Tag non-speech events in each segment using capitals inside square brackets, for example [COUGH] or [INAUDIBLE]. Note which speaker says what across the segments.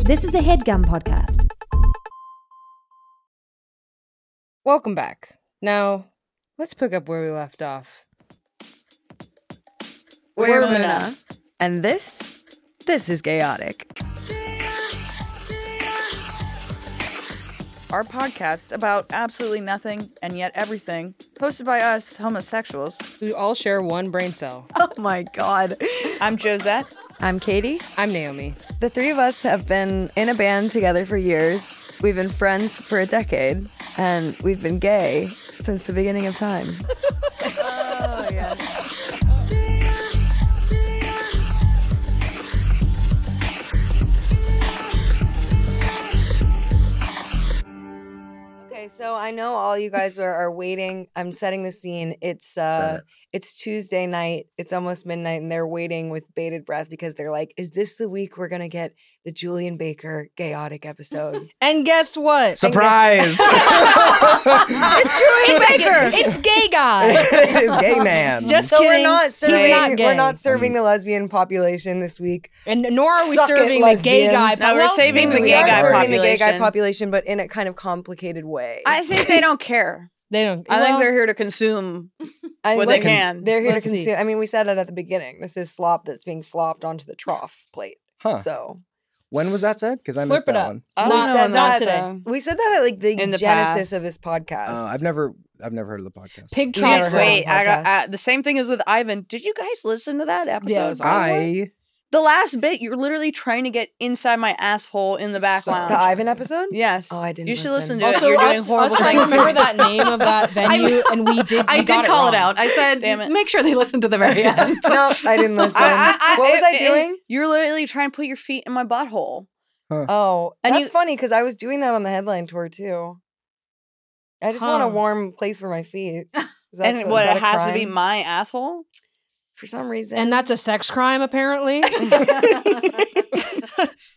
Speaker 1: This is a headgum podcast.
Speaker 2: Welcome back. Now, let's pick up where we left off.
Speaker 3: We're Luna, and this, this is chaotic. Our podcast about absolutely nothing and yet everything, hosted by us homosexuals.
Speaker 2: We all share one brain cell.
Speaker 3: Oh my god! I'm Josette. I'm Katie.
Speaker 2: I'm Naomi.
Speaker 3: The three of us have been in a band together for years. We've been friends for a decade, and we've been gay since the beginning of time.
Speaker 4: Okay, so I know all you guys are, are waiting. I'm setting the scene. It's uh it's Tuesday night. It's almost midnight and they're waiting with bated breath because they're like, is this the week we're going to get the Julian Baker chaotic episode?
Speaker 2: And guess what?
Speaker 5: Surprise!
Speaker 4: [LAUGHS]
Speaker 5: [LAUGHS]
Speaker 4: it's Julian Baker.
Speaker 2: It's gay
Speaker 5: [LAUGHS]
Speaker 2: guy.
Speaker 5: it's gay man.
Speaker 2: Just
Speaker 4: so
Speaker 2: kidding.
Speaker 4: we're not
Speaker 2: He's
Speaker 4: serving
Speaker 2: not gay.
Speaker 4: we're not serving the lesbian population this week.
Speaker 2: and nor are we
Speaker 4: Suck it,
Speaker 2: serving the gay
Speaker 4: lesbians.
Speaker 2: guy.
Speaker 4: No,
Speaker 2: but
Speaker 3: we're saving
Speaker 2: maybe
Speaker 3: the
Speaker 2: we
Speaker 3: gay
Speaker 2: are
Speaker 3: guy
Speaker 2: serving-
Speaker 4: serving the gay guy
Speaker 6: population.
Speaker 4: population, but in a kind of complicated way.
Speaker 6: I think they don't care.
Speaker 2: They don't.
Speaker 6: I
Speaker 2: well,
Speaker 6: think they're here to consume.
Speaker 4: I
Speaker 6: Well,
Speaker 5: they
Speaker 4: let's-
Speaker 6: can.
Speaker 4: They're here
Speaker 2: Let's
Speaker 4: to
Speaker 2: see.
Speaker 4: consume. I mean, we said it at the beginning. This is slop that's being slopped onto the trough plate.
Speaker 5: Huh.
Speaker 4: So
Speaker 5: when was that said? Because I
Speaker 2: Slurp
Speaker 5: missed
Speaker 2: it
Speaker 5: that
Speaker 2: up.
Speaker 5: one.
Speaker 6: I
Speaker 4: We
Speaker 6: don't
Speaker 4: said
Speaker 6: know when
Speaker 4: that
Speaker 6: that
Speaker 2: today.
Speaker 6: uh,
Speaker 4: we said that at like the,
Speaker 6: In the
Speaker 4: genesis
Speaker 6: past.
Speaker 4: of this podcast.
Speaker 5: Uh, I've never, I've never heard of the podcast.
Speaker 2: pig
Speaker 4: Dude,
Speaker 2: trotter.
Speaker 6: Dude,
Speaker 4: Trotter.
Speaker 6: wait, I got
Speaker 4: Podcast.
Speaker 6: I, the same thing as with Ivan. Did you guys listen to that episode?
Speaker 2: Yeah, it was awesome.
Speaker 5: I
Speaker 6: the last bit, you're literally trying to get inside my asshole in the back
Speaker 5: So-
Speaker 6: lounge.
Speaker 4: the Ivan episode.
Speaker 6: yes.
Speaker 4: Oh, I didn't
Speaker 6: You should listen,
Speaker 4: listen.
Speaker 6: to
Speaker 2: Also,
Speaker 6: it. [LAUGHS] You're
Speaker 2: us,
Speaker 6: doing horrible
Speaker 2: us trying to
Speaker 6: things.
Speaker 2: remember that name of that venue, and we did.
Speaker 7: I
Speaker 2: we got
Speaker 7: did call it,
Speaker 2: wrong.
Speaker 7: out. I
Speaker 2: [LAUGHS]
Speaker 7: said,
Speaker 6: [LAUGHS] Damn it.
Speaker 7: make sure they listen to the very end.
Speaker 4: [LAUGHS] No, I didn't listen.
Speaker 6: I- I- I-
Speaker 4: what was
Speaker 6: it-
Speaker 4: I
Speaker 6: it-
Speaker 4: doing?
Speaker 6: You're literally trying to put your feet in my butthole.
Speaker 4: oh,
Speaker 6: And
Speaker 4: that's
Speaker 6: you-
Speaker 4: funny because I was doing that on the headline tour too. I just want a
Speaker 2: Huh.
Speaker 4: warm place for my feet. Is that so-
Speaker 6: and
Speaker 4: is
Speaker 6: what
Speaker 4: that
Speaker 6: it
Speaker 4: a
Speaker 6: has to be
Speaker 4: crime?
Speaker 6: my asshole.
Speaker 4: for some reason.
Speaker 7: [LAUGHS]
Speaker 2: And that's a sex crime, apparently.
Speaker 4: [LAUGHS]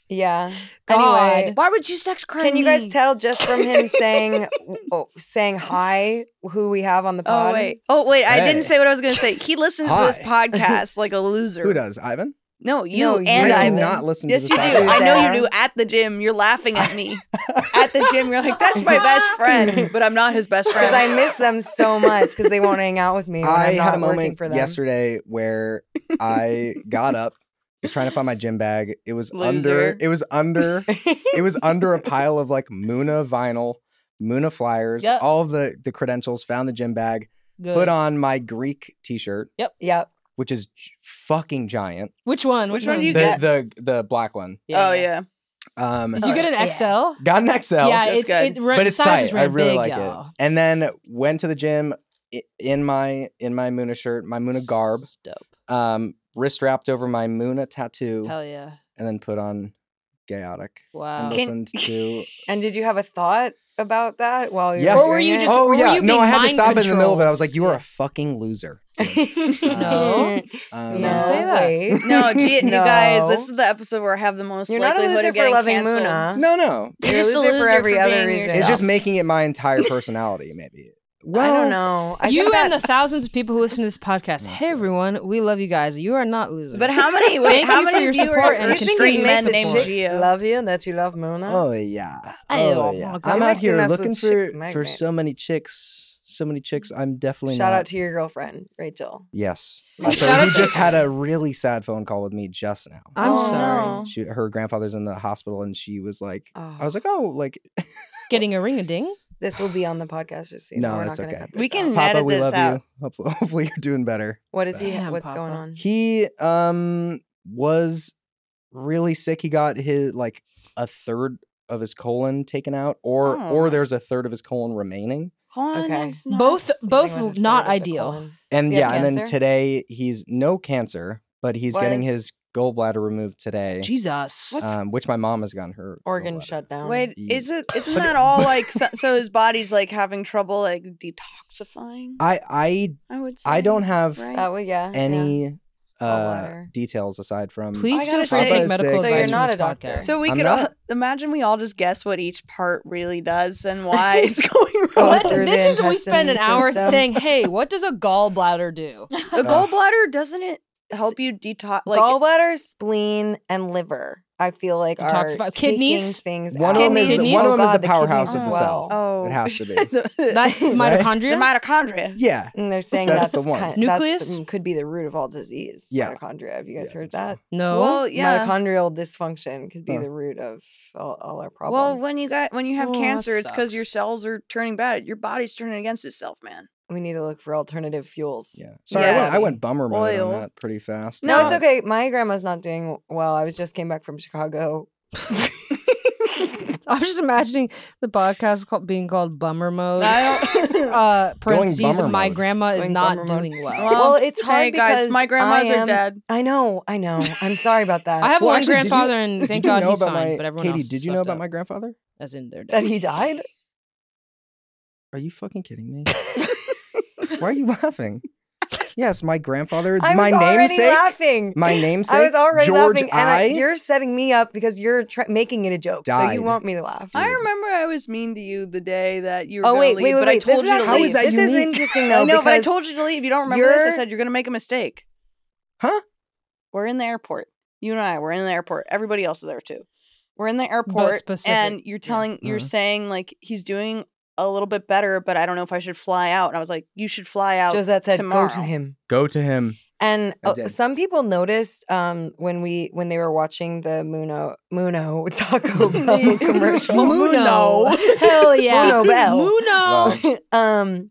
Speaker 4: yeah.
Speaker 2: God.
Speaker 4: Anyway,
Speaker 6: Why would you sex crime?
Speaker 4: Can you
Speaker 6: me?
Speaker 4: guys tell just from him saying oh, saying hi who we have on the pod?
Speaker 6: Oh wait. Oh wait, I
Speaker 5: Hey.
Speaker 6: didn't say what I was gonna say.
Speaker 5: [LAUGHS]
Speaker 6: He listens to this
Speaker 5: Hi.
Speaker 6: podcast like a loser.
Speaker 5: who does Ivan?
Speaker 6: No, you
Speaker 4: No,
Speaker 6: and
Speaker 4: you.
Speaker 5: I do
Speaker 6: Ivan.
Speaker 5: not listen
Speaker 6: Yes,
Speaker 5: to
Speaker 6: you
Speaker 5: this
Speaker 6: do.
Speaker 4: podcast.
Speaker 6: I know you
Speaker 4: There.
Speaker 6: do. At the gym, you're laughing at me. [LAUGHS] at the gym, [LAUGHS] you're like, "That's my best friend," but I'm not his [LAUGHS] best friend.
Speaker 4: Because I miss them so much because they won't hang out with me. When
Speaker 5: [LAUGHS] I
Speaker 4: am not
Speaker 5: had a
Speaker 4: working
Speaker 5: moment
Speaker 4: for them.
Speaker 5: yesterday where I got up, was trying to find my gym bag. It was under,
Speaker 6: Loser.
Speaker 5: it was under, it was under a pile of like Muna vinyl, Muna flyers,
Speaker 2: Yep.
Speaker 5: all the the credentials. Found the gym bag,
Speaker 2: Good.
Speaker 5: put on my Greek T-shirt,
Speaker 4: Yep.
Speaker 5: which is gi- fucking giant.
Speaker 2: Which one?
Speaker 6: Which one do you-
Speaker 5: The
Speaker 6: get-
Speaker 5: the the black one.
Speaker 6: Oh yeah,
Speaker 5: Um,
Speaker 2: Did you get
Speaker 7: Yeah.
Speaker 2: an XL?
Speaker 5: got an XL.
Speaker 2: yeah,
Speaker 6: That's
Speaker 2: it's it, re-
Speaker 5: but it's
Speaker 2: sizes
Speaker 5: tight. I
Speaker 2: were
Speaker 5: really
Speaker 2: big,
Speaker 5: like
Speaker 2: y'all.
Speaker 5: it. And then went to the gym i- in my in my Muna shirt, my Muna garb,
Speaker 2: S- Dope.
Speaker 5: um, wrist wrapped over my Muna tattoo,
Speaker 2: Hell yeah.
Speaker 5: and then put on Gayotic
Speaker 2: Wow.
Speaker 5: and
Speaker 6: Can-
Speaker 5: listened
Speaker 2: [LAUGHS]
Speaker 5: to.
Speaker 4: And did you have a thought about that while you
Speaker 5: Yeah.
Speaker 4: were
Speaker 5: Or
Speaker 2: were
Speaker 4: doing
Speaker 2: you
Speaker 4: it?
Speaker 2: just-
Speaker 5: oh
Speaker 2: were
Speaker 5: yeah,
Speaker 2: you
Speaker 5: no, I
Speaker 2: being Oh.
Speaker 5: had to stop in the middle of it. I
Speaker 2: mind-controlled?
Speaker 5: was like, "You are
Speaker 2: Yeah.
Speaker 5: a
Speaker 2: [LAUGHS]
Speaker 5: fucking loser."
Speaker 2: No.
Speaker 5: Um,
Speaker 2: You didn't say that.
Speaker 6: [LAUGHS]
Speaker 4: wait.
Speaker 6: no, gee, you guys,
Speaker 4: No.
Speaker 6: this is the episode where I have the most
Speaker 4: You're not a
Speaker 6: likelihood
Speaker 4: loser
Speaker 6: of
Speaker 4: for
Speaker 6: getting
Speaker 4: loving
Speaker 6: canceled.
Speaker 4: Muna.
Speaker 5: No, no,
Speaker 6: You're
Speaker 4: You're a
Speaker 6: just a
Speaker 4: loser for
Speaker 6: loser
Speaker 4: every
Speaker 6: for
Speaker 4: other
Speaker 6: being
Speaker 4: reason.
Speaker 6: yourself.
Speaker 5: it's just making it my entire personality. Maybe. Well,
Speaker 4: I don't know. I
Speaker 2: you
Speaker 4: think
Speaker 2: and
Speaker 4: that-
Speaker 2: the thousands of people who listen to this podcast. Hey, everyone, we love you guys. You are not losers.
Speaker 6: But how [LAUGHS] many? Wait,
Speaker 2: Thank
Speaker 6: how
Speaker 2: you for
Speaker 6: many
Speaker 2: your
Speaker 6: viewers
Speaker 2: support
Speaker 6: do
Speaker 2: and
Speaker 6: you
Speaker 4: Do
Speaker 6: think
Speaker 2: contributing
Speaker 6: three men
Speaker 4: that
Speaker 6: named
Speaker 4: chicks
Speaker 6: Gio?
Speaker 4: love you and that you love Muna?
Speaker 5: Oh yeah.
Speaker 2: Ay,
Speaker 5: Oh
Speaker 2: oh
Speaker 5: yeah.
Speaker 2: my
Speaker 5: I'm
Speaker 2: God.
Speaker 5: out
Speaker 4: Alex and
Speaker 5: here
Speaker 4: that's
Speaker 5: looking
Speaker 4: those chick
Speaker 5: for for so
Speaker 4: magnets.
Speaker 5: many chicks, so many chicks. I'm definitely
Speaker 4: Shout
Speaker 5: not.
Speaker 4: out to your girlfriend, Rachel. [LAUGHS]
Speaker 5: yes.
Speaker 4: Love
Speaker 5: So
Speaker 4: her.
Speaker 5: who just had a really sad phone call with me just now.
Speaker 2: I'm
Speaker 4: Oh,
Speaker 2: sorry.
Speaker 4: no.
Speaker 5: She, her grandfather's in the hospital, and she was like,
Speaker 4: Oh.
Speaker 5: "I was like, oh,
Speaker 4: [LAUGHS]
Speaker 5: like [LAUGHS]
Speaker 2: Getting a ring a ding.
Speaker 4: This will be on the podcast. Just so you know,
Speaker 5: No,
Speaker 4: we're
Speaker 5: that's
Speaker 4: not gonna
Speaker 5: okay.
Speaker 4: cut this
Speaker 6: We can-
Speaker 4: out. Mm-hmm.
Speaker 5: Papa,
Speaker 6: edit
Speaker 5: we
Speaker 6: this
Speaker 5: love
Speaker 6: out.
Speaker 5: you. Hopefully, [LAUGHS] hopefully, you're doing better."
Speaker 4: What is he?
Speaker 2: Damn,
Speaker 4: what's going
Speaker 2: Papa.
Speaker 4: on?
Speaker 5: He um was really sick. He got his like a third of his colon taken out, or
Speaker 6: Oh.
Speaker 5: or there's a third of his colon remaining.
Speaker 6: Colin
Speaker 4: Okay.
Speaker 6: is not-
Speaker 2: Both-
Speaker 4: Something
Speaker 2: both
Speaker 4: with a
Speaker 2: not
Speaker 4: third of the
Speaker 2: ideal.
Speaker 4: colon.
Speaker 5: And
Speaker 4: Does he
Speaker 5: yeah,
Speaker 4: have
Speaker 5: and then
Speaker 4: cancer?
Speaker 5: today he's no cancer, but he's getting
Speaker 4: Was-
Speaker 5: his gallbladder removed today,
Speaker 2: Jesus.
Speaker 5: um, which my mom has gotten her
Speaker 4: Organ
Speaker 5: gallbladder.
Speaker 4: shut down.
Speaker 6: Wait,
Speaker 5: Ye-
Speaker 6: is it? Isn't
Speaker 5: But-
Speaker 6: that all
Speaker 5: [LAUGHS]
Speaker 6: like? So, so his body's like having trouble like detoxifying.
Speaker 5: I I
Speaker 6: I would. say.
Speaker 5: I don't have
Speaker 6: Right?
Speaker 4: That would yeah. yeah.
Speaker 5: any uh,
Speaker 4: Gallbladder.
Speaker 5: details aside from
Speaker 2: Please
Speaker 6: I
Speaker 2: feel
Speaker 6: gotta
Speaker 2: free to
Speaker 6: say-
Speaker 2: take medical
Speaker 5: So
Speaker 2: advice
Speaker 5: you're
Speaker 2: from
Speaker 4: not
Speaker 2: this
Speaker 4: a doctor.
Speaker 2: podcast.
Speaker 6: So we
Speaker 5: I'm
Speaker 6: could
Speaker 5: not-
Speaker 6: all imagine we all just guess what each part really does and
Speaker 5: [LAUGHS]
Speaker 6: why it's going
Speaker 4: Oh,
Speaker 6: wrong.
Speaker 2: Let's-
Speaker 4: through the
Speaker 2: this is we spend an
Speaker 4: intestinal
Speaker 2: hour
Speaker 4: system.
Speaker 2: saying, "Hey, what does a gallbladder do?"
Speaker 6: The gallbladder doesn't it? help you detox. Like
Speaker 4: gallbladder, spleen, and liver. I feel like
Speaker 2: Detoxify-
Speaker 4: are
Speaker 2: kidneys?
Speaker 4: taking things. out.
Speaker 5: One of them is the-
Speaker 2: Kidneys?
Speaker 5: one of them is
Speaker 4: God,
Speaker 5: the powerhouse
Speaker 4: kidneys
Speaker 5: of the
Speaker 4: as
Speaker 5: cell.
Speaker 4: well.
Speaker 6: oh,
Speaker 4: [LAUGHS]
Speaker 6: [LAUGHS]
Speaker 5: It has to be.
Speaker 6: the,
Speaker 2: That mitochondria.
Speaker 6: the mitochondria.
Speaker 5: Yeah.
Speaker 4: And they're saying
Speaker 5: That's
Speaker 4: that's,
Speaker 5: the one.
Speaker 4: kind- that's the-
Speaker 2: Nucleus?
Speaker 4: mm, could be the root of all disease.
Speaker 5: Yeah.
Speaker 4: Mitochondria. Have you guys
Speaker 5: Yeah, I
Speaker 4: heard
Speaker 5: think so.
Speaker 4: that?
Speaker 2: no.
Speaker 4: Oh,
Speaker 6: Well, yeah.
Speaker 4: Mitochondrial dysfunction could be
Speaker 5: Huh.
Speaker 4: the root of all, all our
Speaker 6: Well,
Speaker 4: problems.
Speaker 6: when you got when you have
Speaker 2: Oh, that
Speaker 6: cancer, it's because your
Speaker 2: sucks.
Speaker 6: cells are turning bad. Your body's turning against itself, man.
Speaker 4: we need to look for alternative fuels.
Speaker 5: Yeah. Sorry, I, went, I
Speaker 6: Yes.
Speaker 5: went bummer mode
Speaker 6: Oil.
Speaker 5: on that pretty fast.
Speaker 4: No, it's
Speaker 5: Uh,
Speaker 4: okay. My grandma's not doing well. I was just came back from Chicago.
Speaker 2: I'm just imagining the podcast called, being called Bummer Mode.
Speaker 6: I
Speaker 5: [LAUGHS]
Speaker 6: don't.
Speaker 2: uh, parentheses,
Speaker 5: bummer
Speaker 2: my
Speaker 5: mode.
Speaker 2: grandma is
Speaker 4: Going
Speaker 2: not
Speaker 4: bummer mode.
Speaker 2: doing well.
Speaker 6: Well, [LAUGHS]
Speaker 4: Well, it's hard
Speaker 6: hey guys,
Speaker 4: because
Speaker 6: my grandmas
Speaker 4: I
Speaker 6: are
Speaker 4: am-
Speaker 6: dead.
Speaker 4: [LAUGHS] I know, I know. I'm sorry about [LAUGHS] that.
Speaker 2: I have
Speaker 5: Well,
Speaker 2: one
Speaker 5: actually, did you-
Speaker 2: grandfather, and
Speaker 5: did
Speaker 2: thank
Speaker 5: you
Speaker 2: God
Speaker 5: know
Speaker 2: he's
Speaker 5: about
Speaker 2: fine.
Speaker 5: my-
Speaker 2: but everyone
Speaker 5: Katie,
Speaker 2: else,
Speaker 5: did
Speaker 2: is
Speaker 5: you know
Speaker 2: fucked
Speaker 5: about
Speaker 2: up,
Speaker 5: my grandfather?
Speaker 2: As in their
Speaker 4: that
Speaker 2: dead.
Speaker 4: he died.
Speaker 5: Are you fucking
Speaker 4: [LAUGHS]
Speaker 5: kidding me? Why are you laughing? Yes, my grandfather,
Speaker 4: I
Speaker 5: my
Speaker 4: was already
Speaker 5: namesake,
Speaker 4: laughing.
Speaker 5: my namesake,
Speaker 4: I was already
Speaker 5: George
Speaker 4: laughing, and
Speaker 5: I.
Speaker 4: I, you're setting me up because you're tr- making it a joke, so
Speaker 5: died.
Speaker 4: you want me to laugh.
Speaker 6: I remember I was mean to you the day that you were.
Speaker 4: Oh
Speaker 6: gonna
Speaker 4: wait,
Speaker 6: leave,
Speaker 4: wait, wait,
Speaker 6: but I
Speaker 4: wait.
Speaker 6: told
Speaker 4: this
Speaker 6: you
Speaker 4: is
Speaker 6: to
Speaker 4: how
Speaker 6: leave.
Speaker 5: actually-
Speaker 4: is that
Speaker 5: This is
Speaker 4: unique? [LAUGHS] interesting though.
Speaker 6: I know, but I
Speaker 4: because
Speaker 6: told you to leave. You don't remember this? I
Speaker 4: you're-
Speaker 6: said you're gonna make a mistake.
Speaker 5: Huh?
Speaker 6: We're in the airport. You and I. We're in the airport. Everybody else is there too. We're in the airport,
Speaker 2: specific,
Speaker 6: and you're telling, you're
Speaker 5: Uh-huh.
Speaker 6: saying like he's doing a little bit better, but I don't know if I should fly out. And I was like, you should fly out.
Speaker 4: Josette said, "Go to
Speaker 6: tomorrow.
Speaker 4: him."
Speaker 5: Go to him.
Speaker 4: And
Speaker 5: I
Speaker 4: uh,
Speaker 5: did.
Speaker 4: some people noticed um, when we when they were watching the Muno Muno [LAUGHS] Taco Bell commercial.
Speaker 2: Muno. [LAUGHS] Hell yeah.
Speaker 4: [LAUGHS] Muno Bell.
Speaker 5: [LAUGHS]
Speaker 2: Muno.
Speaker 4: um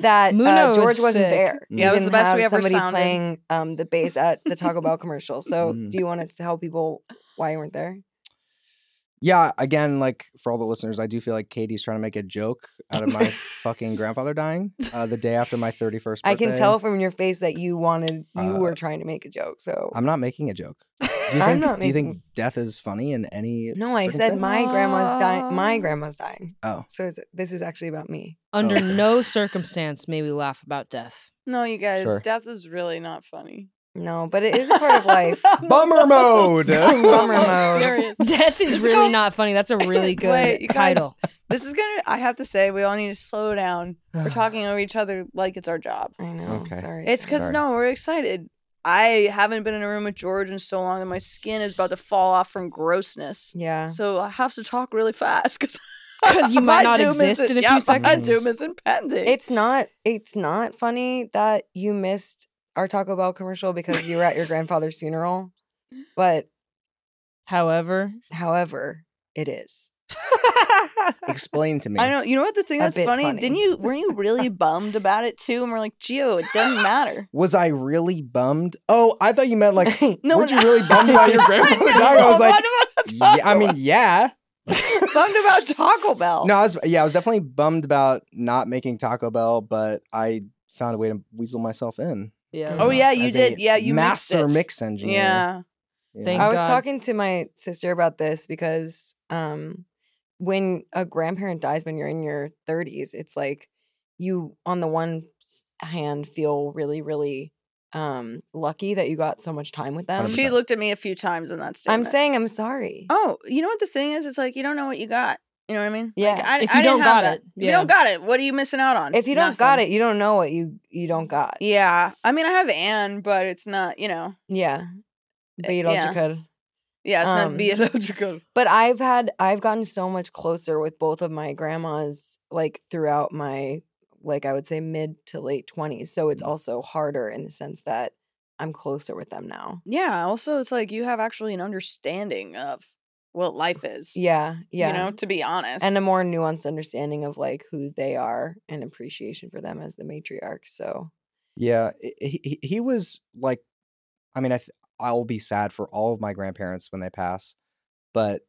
Speaker 4: that
Speaker 2: Muno
Speaker 4: uh,
Speaker 2: is
Speaker 4: George wasn't
Speaker 2: sick.
Speaker 4: there.
Speaker 6: it
Speaker 5: Yeah,
Speaker 6: was
Speaker 4: didn't
Speaker 6: the best
Speaker 4: have
Speaker 6: we ever
Speaker 4: Somebody
Speaker 6: sounded.
Speaker 4: playing um, the bass at the Taco Bell commercial. So,
Speaker 5: Mm.
Speaker 4: do you want to tell people why you weren't there?
Speaker 5: Yeah, again, like for all the listeners, I do feel like Katie's trying to make a joke out of
Speaker 4: [LAUGHS]
Speaker 5: my fucking grandfather dying uh, the day after my 31st birthday.
Speaker 4: I can tell from your face that you wanted you
Speaker 5: Uh,
Speaker 4: were trying to make a joke. So
Speaker 5: I'm not making a joke. Do you think,
Speaker 4: I'm not
Speaker 5: do you think
Speaker 4: making-
Speaker 5: death is funny in any.
Speaker 4: no, I said
Speaker 5: circumstance?
Speaker 4: my grandma's dying. My
Speaker 6: Oh.
Speaker 4: grandma's dying.
Speaker 5: Oh.
Speaker 4: So is it- this is actually about me.
Speaker 2: Under
Speaker 5: Oh.
Speaker 2: no circumstance may we laugh about death.
Speaker 6: No, you guys,
Speaker 5: Sure.
Speaker 6: death is really not funny.
Speaker 4: No, but it is a
Speaker 6: [LAUGHS]
Speaker 4: part of life.
Speaker 5: Bummer mode.
Speaker 4: Bummer mode.
Speaker 6: Serious.
Speaker 2: [LAUGHS] Death is
Speaker 6: It's
Speaker 2: really
Speaker 6: called-
Speaker 2: not funny. That's a [LAUGHS] really good
Speaker 6: Wait, you guys-
Speaker 2: title.
Speaker 6: This is gonna. I have to say, we all need to slow down.
Speaker 5: [SIGHS]
Speaker 6: We're talking over each other like it's our job.
Speaker 4: I know.
Speaker 5: Okay.
Speaker 4: Sorry.
Speaker 6: It's
Speaker 4: sorry.
Speaker 6: because
Speaker 5: Sorry.
Speaker 6: no, we're excited. I haven't been in a room with George in so long that my skin is about to fall off from grossness.
Speaker 4: yeah.
Speaker 6: So I have to talk really fast [LAUGHS] because
Speaker 2: 'Cause you might not exist in a few
Speaker 6: My
Speaker 5: seconds.
Speaker 6: doom is impending.
Speaker 4: It's not. It's not funny that you missed our Taco Bell commercial because you were at your grandfather's
Speaker 6: [LAUGHS]
Speaker 4: funeral. But
Speaker 2: However,
Speaker 4: however, it is. [LAUGHS]
Speaker 5: Explain to me.
Speaker 6: I know. You know what the thing
Speaker 4: A
Speaker 6: that's
Speaker 4: bit
Speaker 6: funny?
Speaker 4: funny.
Speaker 6: Didn't you? Weren't you really bummed about it too? And we're like, Geo, it doesn't matter.
Speaker 5: Was I really bummed? Oh, I thought you
Speaker 4: [LAUGHS]
Speaker 5: meant like,
Speaker 6: [LAUGHS] No,
Speaker 5: weren't you really [LAUGHS] bummed about your
Speaker 6: [LAUGHS]
Speaker 5: grandfather dying? I was like, yeah, I mean, yeah.
Speaker 6: bummed about Taco
Speaker 5: [LAUGHS]
Speaker 6: Bell.
Speaker 5: No, I was yeah, I was definitely bummed about not making Taco Bell, but I found a way to weasel myself in.
Speaker 2: yeah.
Speaker 6: Oh,
Speaker 5: as a-
Speaker 6: yeah, you
Speaker 5: as a
Speaker 6: did. Yeah, you mixed
Speaker 5: master
Speaker 6: it.
Speaker 5: mix engineer.
Speaker 6: Yeah.
Speaker 5: Yeah.
Speaker 2: Thank
Speaker 4: I was
Speaker 2: God.
Speaker 4: talking to my sister about this because um, when a grandparent dies when you're in your 30s, it's like you, on the one s- hand, feel really, really um, lucky that you got so much time with them.
Speaker 5: 100%.
Speaker 6: She looked at me a few times in that
Speaker 4: I'm
Speaker 6: statement.
Speaker 4: saying I'm sorry.
Speaker 6: oh, you know what the thing is? It's like you don't know what you got. You know what I mean?
Speaker 4: Yeah.
Speaker 6: Like, I,
Speaker 2: If
Speaker 6: I
Speaker 2: you
Speaker 6: didn't
Speaker 2: don't
Speaker 6: have
Speaker 2: got
Speaker 6: that.
Speaker 2: it,
Speaker 6: If you
Speaker 2: yeah.
Speaker 6: don't got it, what are you missing out on?
Speaker 4: If you don't got
Speaker 6: Nothing.
Speaker 4: it, you don't know what you you don't got.
Speaker 6: Yeah. I mean, I have Anne, but it's not, you know,
Speaker 4: Yeah.
Speaker 2: Eh,
Speaker 6: Uh,
Speaker 4: Biological.
Speaker 6: yeah, it's
Speaker 4: Um,
Speaker 6: not biological.
Speaker 4: But I've had I've gotten so much closer with both of my grandmas like throughout my like I would say mid to late 20s. So it's also harder in the sense that I'm closer with them now.
Speaker 6: Yeah. Also, it's like you have actually an understanding of what life is.
Speaker 4: Yeah, yeah.
Speaker 6: You know, to be honest.
Speaker 4: and a more nuanced understanding of like who they are and appreciation for them as the matriarch. So
Speaker 5: Yeah, i- he, he- he was like, I mean, I th- I'll be sad for all of my grandparents when they pass, but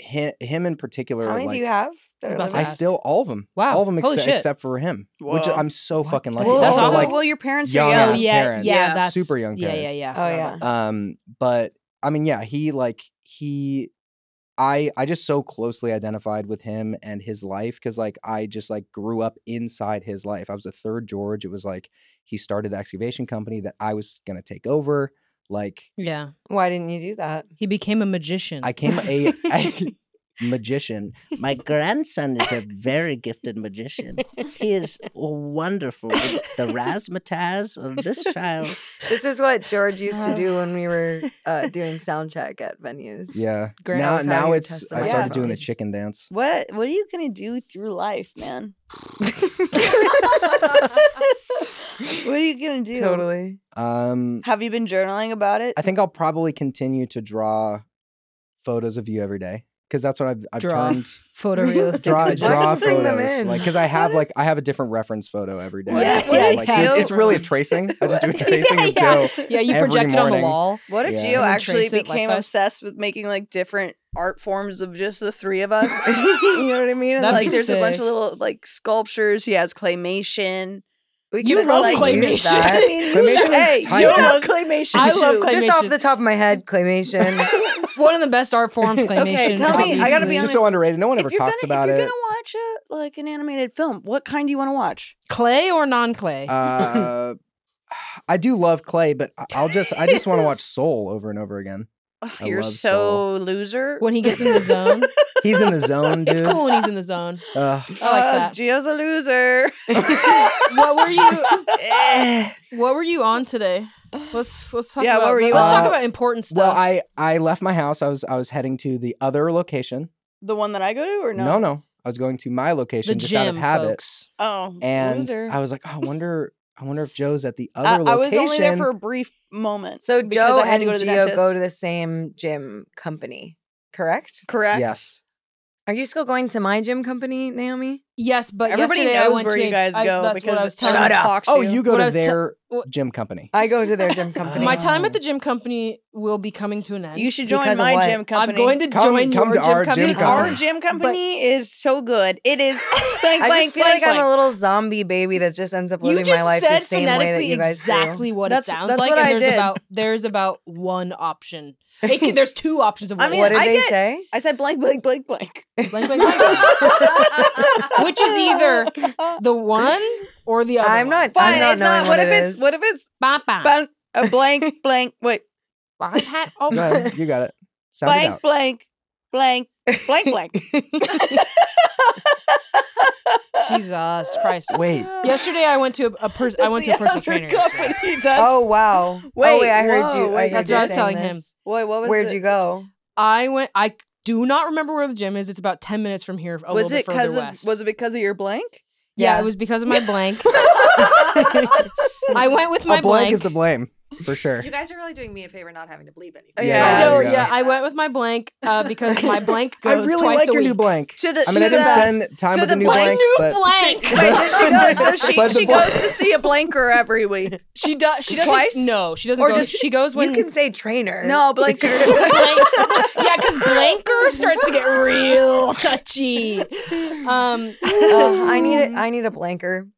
Speaker 5: him, him in particular,
Speaker 4: how many
Speaker 5: like,
Speaker 4: do you have that are
Speaker 2: About
Speaker 4: living?
Speaker 5: I
Speaker 2: Ask.
Speaker 5: still all of them.
Speaker 2: Wow,
Speaker 5: all of them
Speaker 2: holy
Speaker 5: except,
Speaker 2: shit.
Speaker 5: except for him, which
Speaker 6: Whoa.
Speaker 5: I'm so fucking lucky.
Speaker 6: well,
Speaker 2: That's
Speaker 6: also,
Speaker 2: awesome.
Speaker 5: like,
Speaker 6: well, your parents
Speaker 5: young
Speaker 6: are
Speaker 5: ass
Speaker 6: young.
Speaker 2: Oh, yeah,
Speaker 5: parents.
Speaker 2: yeah,
Speaker 6: Yeah.
Speaker 2: that's
Speaker 5: super young
Speaker 2: Yeah, yeah,
Speaker 5: parents.
Speaker 2: yeah. I
Speaker 4: Oh,
Speaker 2: forgot
Speaker 4: yeah.
Speaker 2: about that.
Speaker 5: um but i mean yeah he like he i i just so closely identified with him and his life because like i just like grew up inside his life i was a third george it was like he started the excavation company that i was gonna take over like
Speaker 2: Yeah,
Speaker 4: Why didn't you do that?
Speaker 2: [LAUGHS]
Speaker 4: [LAUGHS]
Speaker 2: he became a magician.
Speaker 5: i came a I,
Speaker 8: magician. My grandson is a very gifted magician. He is wonderful with the razzmatazz of this child.
Speaker 4: This is what George used to do when we were uh, doing sound check at venues.
Speaker 5: Yeah.
Speaker 4: Grant
Speaker 5: now
Speaker 4: was how
Speaker 5: now
Speaker 4: you
Speaker 5: it's
Speaker 4: test
Speaker 5: I
Speaker 6: the
Speaker 5: started doing the
Speaker 4: boundaries.
Speaker 5: chicken dance.
Speaker 6: What what are you gonna do through life, man? [LAUGHS] what are you gonna do?
Speaker 4: Totally.
Speaker 5: Um
Speaker 6: Have you been journaling about it?
Speaker 5: I think I'll probably continue to draw photos of you every day because that's what I've, I've
Speaker 7: Draw.
Speaker 5: turned.
Speaker 7: Photorealistic.
Speaker 5: Draw,
Speaker 7: images.
Speaker 5: draw
Speaker 4: Just bring them
Speaker 5: photos,
Speaker 4: in.
Speaker 5: like because I have like I have a different reference photo every day.
Speaker 6: What
Speaker 5: That's
Speaker 6: if-
Speaker 5: what I
Speaker 6: what
Speaker 5: like
Speaker 7: if
Speaker 5: do.
Speaker 7: Gio-
Speaker 6: [LAUGHS]
Speaker 5: it's really a tracing. I just do a
Speaker 6: Yeah,
Speaker 5: tracing of
Speaker 7: yeah.
Speaker 5: Joe.
Speaker 7: Yeah, you
Speaker 5: every
Speaker 7: project it on the
Speaker 5: morning.
Speaker 7: wall.
Speaker 6: What if
Speaker 5: Yeah.
Speaker 6: Geo
Speaker 7: And then
Speaker 6: actually
Speaker 7: trace it life
Speaker 6: became
Speaker 7: size?
Speaker 6: obsessed with making like different art forms of just the three of [LAUGHS] us?
Speaker 4: you know what I mean? And,
Speaker 7: That'd
Speaker 6: like
Speaker 7: be
Speaker 6: there's a bunch
Speaker 7: sick.
Speaker 6: of little like sculptures. He has claymation.
Speaker 4: we
Speaker 7: You
Speaker 4: could,
Speaker 7: love
Speaker 4: use
Speaker 6: [LAUGHS]
Speaker 4: that.
Speaker 7: claymation.
Speaker 5: Claymation is
Speaker 6: hey,
Speaker 5: tight.
Speaker 6: you
Speaker 7: I
Speaker 6: love
Speaker 7: love-
Speaker 6: claymation.
Speaker 7: I love
Speaker 6: too.
Speaker 7: clay-
Speaker 4: Just off the top of my head, claymation.
Speaker 7: One of the best art
Speaker 2: [LAUGHS]
Speaker 7: forms, claymation.
Speaker 4: Okay, tell me. I gotta be
Speaker 7: obviously.
Speaker 5: Just so underrated. No one ever
Speaker 6: If you're
Speaker 5: talks
Speaker 6: gonna,
Speaker 5: about
Speaker 6: if you're
Speaker 5: it.
Speaker 6: gonna watch a like an animated film, what kind do you want to watch?
Speaker 7: clay or non-clay.
Speaker 5: Uh, I do love Clay, but I- I'll just I just want to
Speaker 6: [LAUGHS]
Speaker 5: watch Soul over and over again.
Speaker 6: Ugh,
Speaker 5: I
Speaker 6: you're
Speaker 5: love
Speaker 6: so
Speaker 5: Soul.
Speaker 7: [LAUGHS]
Speaker 6: loser.
Speaker 7: when he gets in the zone,
Speaker 5: He's in the zone, dude.
Speaker 7: it's cool when he's in the zone.
Speaker 5: Ugh.
Speaker 7: I like
Speaker 6: Uh,
Speaker 7: that.
Speaker 6: Gio's a [LAUGHS] loser.
Speaker 7: [LAUGHS]
Speaker 6: Eh.
Speaker 7: what were
Speaker 5: [LAUGHS]
Speaker 7: you? what were you on today? Let's let's talk.
Speaker 6: Yeah, what
Speaker 7: about,
Speaker 6: were you
Speaker 7: Let's
Speaker 5: on?
Speaker 7: talk about important stuff.
Speaker 5: well, I I left my house. I was I was heading to the other location.
Speaker 6: the one that I go to, or no?
Speaker 5: No, no, I was going to my location
Speaker 7: the
Speaker 5: just
Speaker 7: gym,
Speaker 5: out of habit.
Speaker 7: folks.
Speaker 6: Oh,
Speaker 5: And
Speaker 6: loser.
Speaker 5: I was like, oh, I wonder, I wonder if Joe's at the other
Speaker 6: I,
Speaker 5: location.
Speaker 6: I was only there for a brief moment.
Speaker 4: so
Speaker 6: because
Speaker 4: Joe
Speaker 6: I had
Speaker 4: and
Speaker 6: to go to the
Speaker 4: Gio go
Speaker 6: dentist.
Speaker 4: to the same gym company, correct?
Speaker 6: correct.
Speaker 5: yes.
Speaker 4: Are you still going to my gym company, Naomi?
Speaker 7: Yes, but
Speaker 6: Everybody
Speaker 7: yesterday
Speaker 6: knows
Speaker 7: I went
Speaker 6: where
Speaker 7: to
Speaker 6: you
Speaker 7: a-
Speaker 6: guys
Speaker 7: I-
Speaker 6: go
Speaker 7: that's
Speaker 6: because
Speaker 7: what I
Speaker 6: the
Speaker 7: was
Speaker 6: time
Speaker 7: telling
Speaker 4: Shut up.
Speaker 6: talks to
Speaker 5: Oh, you go
Speaker 7: What I
Speaker 5: to
Speaker 7: was te-
Speaker 5: their
Speaker 7: what-
Speaker 5: gym company.
Speaker 4: I go to their gym company.
Speaker 7: My time at the gym company will be coming to an end.
Speaker 6: You should
Speaker 4: Because
Speaker 6: join
Speaker 4: of
Speaker 6: my
Speaker 4: what?
Speaker 6: gym company.
Speaker 7: I'm going to
Speaker 5: Come-
Speaker 7: join
Speaker 5: come
Speaker 7: your
Speaker 5: to
Speaker 7: gym
Speaker 5: our
Speaker 7: company.
Speaker 5: gym
Speaker 6: Dude, our
Speaker 5: company.
Speaker 6: gym company is so good.
Speaker 7: [LAUGHS]
Speaker 6: It is blank,
Speaker 4: I
Speaker 6: blank,
Speaker 4: just feel
Speaker 6: blank,
Speaker 4: like I'm a
Speaker 6: blank.
Speaker 4: little zombie baby that just ends up
Speaker 7: You
Speaker 4: living
Speaker 7: just
Speaker 4: my life
Speaker 7: said
Speaker 4: the same way that
Speaker 7: phonetically
Speaker 4: you guys
Speaker 7: exactly what
Speaker 6: That's-
Speaker 7: it sounds
Speaker 6: that's
Speaker 7: like,
Speaker 6: what
Speaker 7: and
Speaker 6: I
Speaker 7: there's
Speaker 6: did.
Speaker 7: about there's about one option. It can, there's two options of
Speaker 6: I
Speaker 7: what
Speaker 4: do.
Speaker 6: mean,
Speaker 7: it
Speaker 4: What
Speaker 7: is.
Speaker 4: did
Speaker 6: I
Speaker 4: they
Speaker 6: get-
Speaker 4: say?
Speaker 6: [LAUGHS] I said blank, blank, blank, blank.
Speaker 7: Blank, blank, blank. [LAUGHS] Which is
Speaker 6: [LAUGHS]
Speaker 7: either the one or the other.
Speaker 4: I'm
Speaker 7: one.
Speaker 4: not.
Speaker 6: Fine,
Speaker 4: I'm not
Speaker 6: it's
Speaker 4: knowing
Speaker 6: not.
Speaker 4: What,
Speaker 6: What if
Speaker 4: it
Speaker 6: it's
Speaker 4: is.
Speaker 6: what if it's
Speaker 7: Bah, bah.
Speaker 6: blank, a
Speaker 7: [LAUGHS]
Speaker 6: blank, blank, wait,
Speaker 7: Bah, pat- oh,
Speaker 5: Go
Speaker 7: bah.
Speaker 5: ahead, you got it. Sound it
Speaker 6: blank,
Speaker 5: out.
Speaker 6: blank, blank, blank,
Speaker 4: [LAUGHS]
Speaker 6: blank.
Speaker 7: Jesus Christ.
Speaker 5: Wait.
Speaker 7: Yesterday I went to a, a person. I
Speaker 6: That's
Speaker 7: went
Speaker 6: the
Speaker 7: to a personal
Speaker 6: other
Speaker 7: trainer. yesterday.
Speaker 6: Company. That's,
Speaker 4: Oh wow! oh,
Speaker 6: Wait,
Speaker 4: wait, I heard
Speaker 6: whoa,
Speaker 4: you.
Speaker 6: wait,
Speaker 4: I heard
Speaker 7: that's
Speaker 4: you
Speaker 7: what I was
Speaker 4: saying
Speaker 7: telling him.
Speaker 4: this.
Speaker 6: wait, what was
Speaker 4: Where'd
Speaker 6: it?
Speaker 4: you go?
Speaker 7: I went. I do not remember where the gym is. It's about ten minutes from here. A
Speaker 6: was
Speaker 7: little
Speaker 6: it
Speaker 7: bit further
Speaker 6: because
Speaker 7: west.
Speaker 6: of was it because of your blank?
Speaker 7: [LAUGHS] yeah,
Speaker 4: Yeah.
Speaker 7: it was because of my
Speaker 6: [LAUGHS]
Speaker 7: blank. I went with my
Speaker 5: a blank, is the blame for sure.
Speaker 9: You guys are really doing me a favor not having to believe anything.
Speaker 5: Yeah,
Speaker 7: I know,
Speaker 5: there you go.
Speaker 7: yeah, I went with my blank
Speaker 6: [LAUGHS]
Speaker 7: uh, because my blank
Speaker 5: I
Speaker 7: goes
Speaker 5: really
Speaker 7: twice
Speaker 5: like
Speaker 7: a
Speaker 5: your
Speaker 7: week.
Speaker 5: new blank.
Speaker 6: To the
Speaker 5: I mean,
Speaker 6: to
Speaker 5: I didn't
Speaker 6: the-
Speaker 5: spend time
Speaker 6: to
Speaker 5: with the
Speaker 6: the
Speaker 5: new
Speaker 6: blank-
Speaker 5: blank,
Speaker 7: new
Speaker 5: but
Speaker 7: blank.
Speaker 6: [LAUGHS] Wait, she goes.
Speaker 5: [LAUGHS]
Speaker 6: So she,
Speaker 5: But the
Speaker 6: she
Speaker 5: blank-
Speaker 6: goes to see a blanker every
Speaker 5: [LAUGHS]
Speaker 6: week.
Speaker 7: She does. She doesn't.
Speaker 6: Twice?
Speaker 7: No, she doesn't
Speaker 6: Or
Speaker 7: go.
Speaker 6: does-
Speaker 7: she goes when.
Speaker 4: you can say trainer.
Speaker 6: No blanker.
Speaker 5: [LAUGHS]
Speaker 7: blank, yeah, because blanker starts to get real touchy. Um,
Speaker 4: Ugh, Oh, I need a, I need a blanker.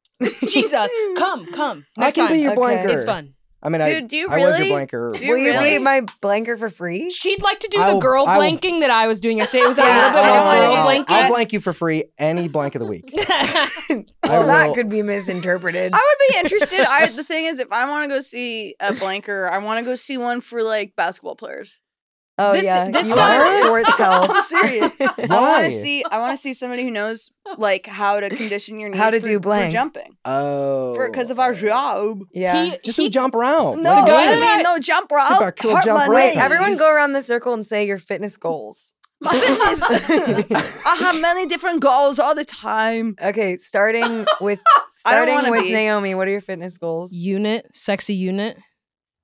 Speaker 7: Jesus, come, come.
Speaker 5: I
Speaker 7: Next
Speaker 5: can
Speaker 7: time.
Speaker 5: be your
Speaker 4: Okay.
Speaker 5: blanker.
Speaker 7: It's fun.
Speaker 5: I mean, I,
Speaker 6: Dude, do you
Speaker 5: I was your
Speaker 6: really-
Speaker 5: blanker.
Speaker 6: do
Speaker 4: Will you
Speaker 6: really?
Speaker 4: leave my blanker for free?
Speaker 7: She'd like to do
Speaker 5: I
Speaker 7: the
Speaker 5: will-
Speaker 7: girl
Speaker 5: I will-
Speaker 7: blanking that I was doing yesterday. It was a
Speaker 4: Yeah,
Speaker 7: little bit
Speaker 4: I
Speaker 7: more
Speaker 4: don't
Speaker 7: girl
Speaker 4: know.
Speaker 7: blanking.
Speaker 5: I'll blank you for free any blank of the week. [LAUGHS]
Speaker 4: Well,
Speaker 5: I
Speaker 4: that
Speaker 5: will-
Speaker 4: could be misinterpreted.
Speaker 6: I would be interested. I the thing is, if I want to go see a blanker, I want to go see one for like basketball players.
Speaker 4: [LAUGHS] oh
Speaker 7: this-
Speaker 4: yeah,
Speaker 7: this
Speaker 4: you are
Speaker 7: guy-
Speaker 4: sports
Speaker 7: [LAUGHS]
Speaker 6: [LAUGHS] I'm
Speaker 4: health. [LAUGHS]
Speaker 6: serious. I want
Speaker 5: Why?
Speaker 6: to see. I want to see somebody who knows like how to condition your knees.
Speaker 4: How to
Speaker 6: for-
Speaker 4: do
Speaker 6: for
Speaker 4: blank.
Speaker 6: jumping
Speaker 5: Oh,
Speaker 6: because of our job.
Speaker 4: Yeah.
Speaker 7: He-
Speaker 5: Just
Speaker 7: he-
Speaker 5: do jump around.
Speaker 6: No,
Speaker 7: guy that
Speaker 6: I mean
Speaker 7: I-
Speaker 6: no Oh, jump
Speaker 5: Super
Speaker 6: rope.
Speaker 5: cool
Speaker 6: Hurt
Speaker 5: jump
Speaker 6: my
Speaker 5: rope.
Speaker 4: Wait,
Speaker 6: knees.
Speaker 4: everyone [LAUGHS] go around the circle and say your fitness goals.
Speaker 6: My fitness- [LAUGHS] I have many different goals all the time.
Speaker 4: Okay, starting
Speaker 7: [LAUGHS]
Speaker 4: with
Speaker 6: I don't
Speaker 4: starting
Speaker 6: wanna
Speaker 4: with
Speaker 6: be.
Speaker 4: Naomi. What are your fitness goals?
Speaker 7: unit, sexy unit,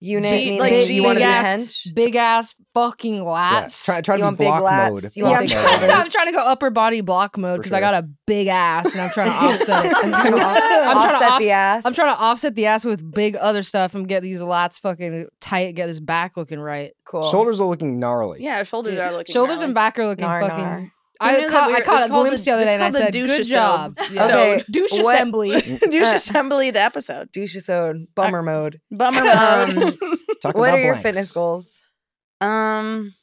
Speaker 4: Unit,
Speaker 6: G-
Speaker 4: meaning
Speaker 6: like
Speaker 4: you want to be a
Speaker 7: G-gas,
Speaker 4: hench.
Speaker 7: big ass fucking
Speaker 5: Yeah,
Speaker 7: lats.
Speaker 5: Try, try
Speaker 4: You
Speaker 5: to be
Speaker 4: want big
Speaker 5: block
Speaker 4: lats,
Speaker 5: mode.
Speaker 4: you
Speaker 5: block
Speaker 4: want
Speaker 7: yeah, I'm,
Speaker 4: big
Speaker 5: mode.
Speaker 7: trying,
Speaker 4: shoulders.
Speaker 7: I'm trying to go upper body block mode
Speaker 5: For
Speaker 7: because
Speaker 5: sure.
Speaker 7: I got a big ass and I'm
Speaker 5: [LAUGHS]
Speaker 7: trying to
Speaker 4: [LAUGHS]
Speaker 7: offset it.
Speaker 4: I'm trying to off-
Speaker 7: I'm trying to
Speaker 4: offset the
Speaker 7: offs-
Speaker 4: ass.
Speaker 7: I'm trying to offset the ass with big other stuff and get these lats fucking tight, get this back looking right.
Speaker 4: cool.
Speaker 5: Shoulders are looking gnarly.
Speaker 6: Yeah, shoulders are looking.
Speaker 7: Shoulders
Speaker 6: gnarly.
Speaker 7: and back are looking
Speaker 4: Gnar,
Speaker 7: fucking.
Speaker 4: gnar.
Speaker 7: I,
Speaker 6: knew that
Speaker 7: caught,
Speaker 6: we
Speaker 7: I
Speaker 6: were- it's
Speaker 7: caught a
Speaker 6: called the-
Speaker 7: glimpse the other
Speaker 6: it's
Speaker 7: day and I
Speaker 6: called the
Speaker 7: said,
Speaker 6: douche
Speaker 7: "Good
Speaker 6: episode."
Speaker 7: job, Yeah.
Speaker 4: Okay,
Speaker 7: So, douche
Speaker 4: what-
Speaker 7: assembly."
Speaker 6: [LAUGHS] Douche
Speaker 4: Uh,
Speaker 6: assembly the episode.
Speaker 4: [LAUGHS] douche so bummer mode.
Speaker 6: Bummer. [LAUGHS]
Speaker 4: Um,
Speaker 6: mode.
Speaker 5: Talk
Speaker 4: what
Speaker 5: about
Speaker 4: are your
Speaker 5: blanks.
Speaker 4: fitness goals?
Speaker 6: Um,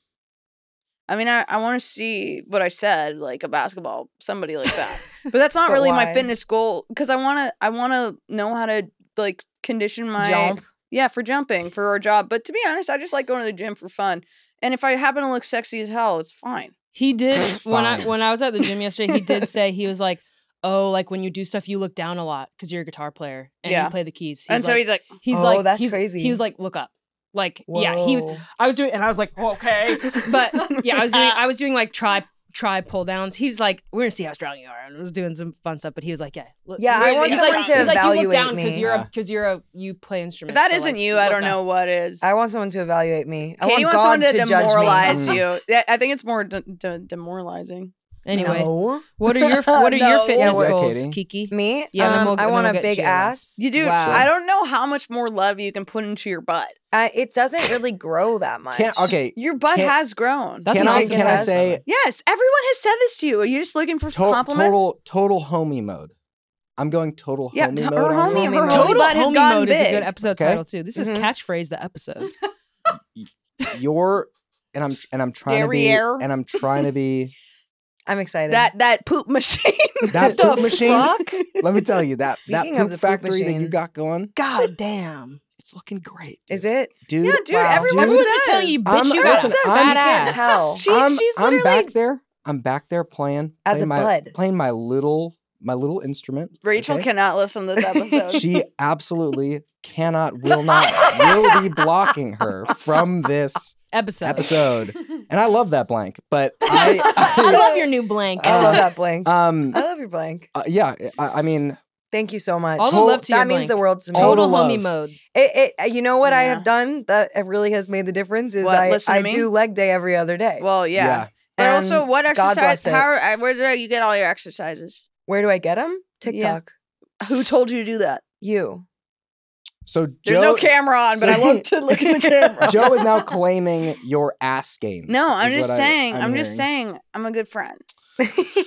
Speaker 6: I mean, I, I want to see what I said, like a basketball, somebody like
Speaker 4: [LAUGHS]
Speaker 6: that. But that's not
Speaker 4: But
Speaker 6: really my
Speaker 4: why?
Speaker 6: fitness goal because I want to, I want to know how to like condition my
Speaker 4: Jump.
Speaker 6: Yeah, for jumping for our job. But to be honest, I just like going to the gym for fun. And if I happen to look sexy as hell, it's fine.
Speaker 7: He did when I
Speaker 5: Fine.
Speaker 7: when I was at the gym yesterday. He
Speaker 4: [LAUGHS]
Speaker 7: did say he was like, "Oh, like when you do stuff, you look down a lot because you're a guitar player and
Speaker 6: Yeah.
Speaker 7: you play the keys."
Speaker 6: and so he's like,
Speaker 7: he's
Speaker 4: Oh,
Speaker 7: like,
Speaker 4: that's
Speaker 7: he's-
Speaker 4: crazy.
Speaker 7: He was like, "Look up." Like yeah, he was. I was doing, and I was like, "Okay,"
Speaker 4: [LAUGHS]
Speaker 7: but yeah, I was doing. I was doing like try try pull downs. He was like, "We're gonna see how strong you are," and I was doing some fun stuff. But he was like, "Yeah, look,
Speaker 4: Yeah, I
Speaker 7: he's
Speaker 4: want
Speaker 7: like-
Speaker 4: someone
Speaker 7: he's
Speaker 4: to
Speaker 7: like, "You look
Speaker 4: evaluate
Speaker 7: down because
Speaker 4: me."
Speaker 7: you're
Speaker 5: Yeah.
Speaker 7: because you're a you play
Speaker 6: if
Speaker 7: instruments."
Speaker 6: that
Speaker 7: so,
Speaker 6: isn't
Speaker 7: like,
Speaker 6: you, I
Speaker 7: look
Speaker 6: don't
Speaker 7: up."
Speaker 6: know what is.
Speaker 4: I want someone to evaluate me. I
Speaker 6: Katie wants
Speaker 4: want God
Speaker 6: someone to,
Speaker 4: to judge me. [LAUGHS]
Speaker 6: demoralize you. Yeah, I think it's more de- de- demoralizing.
Speaker 7: Anyway,
Speaker 4: No.
Speaker 7: what are
Speaker 4: [LAUGHS]
Speaker 7: your what are your
Speaker 6: No.
Speaker 7: fitness
Speaker 5: Yeah,
Speaker 7: goals,
Speaker 5: Katie.
Speaker 7: Kiki?
Speaker 4: Me?
Speaker 7: Yeah, and then
Speaker 4: Um,
Speaker 7: we'll-
Speaker 4: I
Speaker 7: and
Speaker 4: want
Speaker 7: then we'll get
Speaker 4: a big
Speaker 7: to your
Speaker 4: ass.
Speaker 6: You do.
Speaker 4: Wow.
Speaker 6: I don't know how much more love you can put into your butt.
Speaker 4: I, it doesn't really grow that much.
Speaker 5: Can't, okay.
Speaker 6: Your butt
Speaker 5: Can't-
Speaker 6: has grown.
Speaker 7: That's
Speaker 5: can
Speaker 7: an
Speaker 5: I,
Speaker 7: awesome
Speaker 5: can I
Speaker 7: size.
Speaker 5: say
Speaker 6: yes, everyone has said this to you. Are you just looking for
Speaker 5: to-
Speaker 6: compliments?
Speaker 5: total total homie mode? I'm going total
Speaker 6: yeah,
Speaker 5: homie
Speaker 6: to- her
Speaker 5: mode. on
Speaker 6: homie,
Speaker 5: this.
Speaker 4: homie
Speaker 6: her
Speaker 4: mode.
Speaker 6: homie
Speaker 7: Total
Speaker 6: butt has
Speaker 7: homie
Speaker 6: gotten
Speaker 7: mode is a
Speaker 6: big.
Speaker 7: good episode
Speaker 5: Okay.
Speaker 7: title too. This is
Speaker 4: Mhm.
Speaker 7: catchphrase the episode.
Speaker 5: You're and I'm and I'm trying
Speaker 6: Derriere.
Speaker 5: to be and I'm trying to be
Speaker 4: I'm excited.
Speaker 6: that that poop machine. [LAUGHS]
Speaker 5: that
Speaker 6: The
Speaker 5: poop machine.
Speaker 6: fuck?
Speaker 5: Let me tell you that
Speaker 4: Speaking
Speaker 5: that
Speaker 4: of
Speaker 5: poop
Speaker 4: the poop
Speaker 5: factory that you
Speaker 4: machine.
Speaker 5: got going,
Speaker 7: God damn.
Speaker 5: it's looking great.
Speaker 4: is it?
Speaker 5: dude?
Speaker 6: Yeah, dude.
Speaker 4: Wow.
Speaker 6: Everyone
Speaker 5: Dude.
Speaker 7: Everyone's
Speaker 6: says.
Speaker 7: been telling you, bitch,
Speaker 5: I'm-
Speaker 7: you got
Speaker 5: listen,
Speaker 7: a
Speaker 5: I'm-
Speaker 7: fat
Speaker 4: You can't
Speaker 7: ass.
Speaker 4: tell.
Speaker 6: She,
Speaker 5: I'm,
Speaker 6: she's
Speaker 5: I'm
Speaker 6: literally
Speaker 5: back there. I'm back there playing
Speaker 4: As
Speaker 5: playing
Speaker 4: a
Speaker 5: my,
Speaker 4: bud.
Speaker 5: playing my little my little instrument.
Speaker 6: Rachel
Speaker 5: okay?
Speaker 6: cannot listen [LAUGHS] to this episode.
Speaker 5: She absolutely cannot, will not, will be blocking her from this
Speaker 7: Episode.
Speaker 5: episode. And I love that blank, but I,
Speaker 7: I love your new blank.
Speaker 4: I [LAUGHS] love
Speaker 5: Uh,
Speaker 4: that blank.
Speaker 5: I um
Speaker 4: I love your blank.
Speaker 5: uh, yeah, I, I mean
Speaker 4: Thank you so much.
Speaker 7: All the
Speaker 5: Total-
Speaker 7: love to your
Speaker 4: that means
Speaker 7: blank.
Speaker 4: the world to me.
Speaker 7: Total
Speaker 5: Total
Speaker 7: homie mode.
Speaker 5: love.
Speaker 4: It, it, you know what I
Speaker 6: Yeah.
Speaker 4: have done that it really has made the difference is
Speaker 6: What?
Speaker 4: I,
Speaker 6: Listen to
Speaker 4: I
Speaker 6: me?
Speaker 4: do leg day every other day.
Speaker 6: well, yeah.
Speaker 5: yeah.
Speaker 6: But
Speaker 4: And
Speaker 6: also, what
Speaker 4: God
Speaker 6: exercise?
Speaker 4: bless it.
Speaker 6: How? uh, Where do you get all your exercises?
Speaker 4: Where do I get them? TikTok.
Speaker 6: Who told you to do that?
Speaker 4: You.
Speaker 5: So Joe,
Speaker 6: There's no camera on, [LAUGHS] but I
Speaker 5: so-
Speaker 6: love to look at the [LAUGHS] camera.
Speaker 5: [LAUGHS] Joe is now claiming your ass game.
Speaker 6: No, I'm just saying. I'm, just saying. I'm a good [LAUGHS] friend.
Speaker 7: Oh,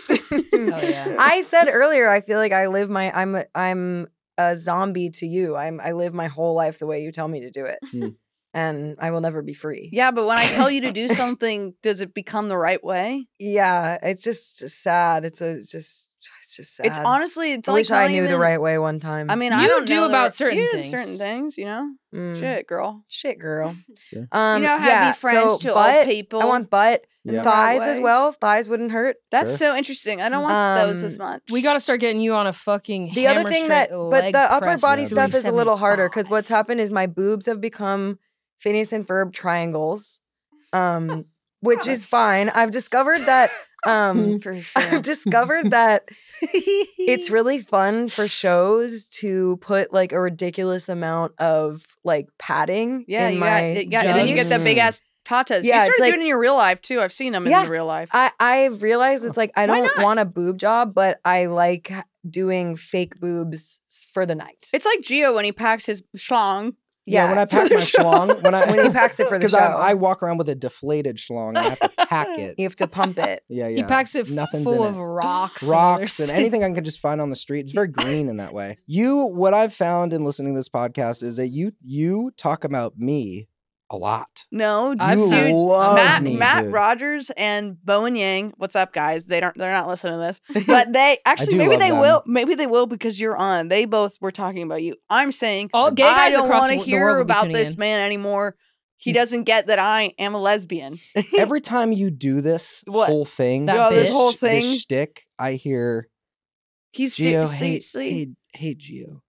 Speaker 7: yeah.
Speaker 4: I said earlier, I feel like I live my I'm a, I'm a zombie to you. I'm I live my whole life the way you tell me to do it,
Speaker 5: Hmm.
Speaker 4: and I will never be free.
Speaker 6: Yeah, but when I tell you to do something, does it become the right way?
Speaker 4: yeah. It's just sad. It's a it's just it's just sad.
Speaker 6: It's honestly, it's
Speaker 4: I
Speaker 6: like
Speaker 4: wish I
Speaker 6: not
Speaker 4: knew the
Speaker 6: even-
Speaker 4: right way one time.
Speaker 6: I mean, I
Speaker 7: You
Speaker 6: don't
Speaker 7: do
Speaker 6: know the
Speaker 7: about
Speaker 6: right-
Speaker 7: certain
Speaker 6: you do
Speaker 7: things.
Speaker 6: certain things, you know.
Speaker 4: Mm.
Speaker 6: Shit, girl. [LAUGHS]
Speaker 4: shit, girl.
Speaker 5: Sure.
Speaker 4: Um,
Speaker 6: you know how
Speaker 4: yeah,
Speaker 6: to be friends
Speaker 4: so
Speaker 6: to
Speaker 4: butt,
Speaker 6: old people.
Speaker 4: I want butt,
Speaker 5: Yeah.
Speaker 6: the right
Speaker 4: thighs as
Speaker 6: way.
Speaker 4: well. Thighs wouldn't hurt.
Speaker 6: That's
Speaker 5: Sure.
Speaker 6: so interesting. I don't want those as
Speaker 4: Um,
Speaker 6: much.
Speaker 7: We got to start getting you on a fucking.
Speaker 4: the other
Speaker 7: hammer
Speaker 4: thing
Speaker 7: straight
Speaker 4: that but
Speaker 7: leg
Speaker 4: the upper
Speaker 7: press
Speaker 4: body
Speaker 5: is
Speaker 4: stuff is a little harder because
Speaker 7: 375.
Speaker 4: what's happened is my boobs have become Phineas and Ferb triangles, um, which is fine. I've discovered
Speaker 6: [LAUGHS]
Speaker 4: that um,
Speaker 6: for sure.
Speaker 4: [LAUGHS] I've
Speaker 6: [LAUGHS]
Speaker 4: discovered that it's really fun for shows to put like a ridiculous amount of like padding.
Speaker 6: yeah,
Speaker 4: in
Speaker 6: you
Speaker 4: my
Speaker 6: got, it- yeah. and Then you get the
Speaker 4: jugs.
Speaker 6: big ass tatas.
Speaker 4: Yeah,
Speaker 6: you
Speaker 4: it's
Speaker 6: started
Speaker 4: like-
Speaker 6: doing it in your real life too. I've seen them
Speaker 4: Yeah,
Speaker 6: in real life.
Speaker 4: I I've realized it's like I
Speaker 6: Why
Speaker 4: don't
Speaker 6: not?
Speaker 4: want a boob job, but I like h- doing fake boobs s- for the night.
Speaker 6: it's like Geo when he packs his schlong.
Speaker 5: Yeah, when I pack my schlong, when I
Speaker 4: when he packs it for
Speaker 5: [LAUGHS]
Speaker 6: [LAUGHS]
Speaker 4: the
Speaker 5: because
Speaker 4: show,
Speaker 5: I, I walk around with a deflated schlong, and I have to pack it.
Speaker 4: you have to pump it.
Speaker 5: Yeah, yeah.
Speaker 7: He packs it
Speaker 5: Nothing's
Speaker 7: full
Speaker 5: in
Speaker 7: of
Speaker 5: it.
Speaker 7: rocks,
Speaker 5: rocks
Speaker 7: other [LAUGHS]
Speaker 5: and
Speaker 7: things.
Speaker 5: anything I can just find on the street. It's very green in that way. You, what I've found in listening to this podcast is that you you talk about me a lot.
Speaker 6: No,
Speaker 7: I've
Speaker 5: you
Speaker 7: found-
Speaker 5: love
Speaker 6: Matt,
Speaker 5: Oh, me,
Speaker 6: Matt [LAUGHS]
Speaker 5: dude.
Speaker 6: Rogers and Bowen Yang. What's up, guys? They don't. They're not listening
Speaker 5: [LAUGHS]
Speaker 6: to this, but they actually
Speaker 5: do
Speaker 6: maybe
Speaker 5: love
Speaker 6: they
Speaker 5: them.
Speaker 6: will. Maybe they will because you're on. They both were talking about you. I'm saying
Speaker 7: All Oh, gay
Speaker 6: I
Speaker 7: guys
Speaker 6: don't
Speaker 7: across
Speaker 6: want
Speaker 7: the
Speaker 6: to
Speaker 7: wo- the world
Speaker 6: hear
Speaker 7: will be
Speaker 6: about
Speaker 7: tuning
Speaker 6: this
Speaker 7: in.
Speaker 6: man anymore. He
Speaker 5: Mm.
Speaker 6: doesn't get that I am a lesbian.
Speaker 5: Every time you do this
Speaker 6: What?
Speaker 5: whole thing,
Speaker 7: That Yo, this
Speaker 5: sh-
Speaker 7: whole
Speaker 6: thing?
Speaker 5: this shtick, I hear
Speaker 6: He's
Speaker 5: Geo, hey,
Speaker 6: seriously
Speaker 5: hey, hey, Geo,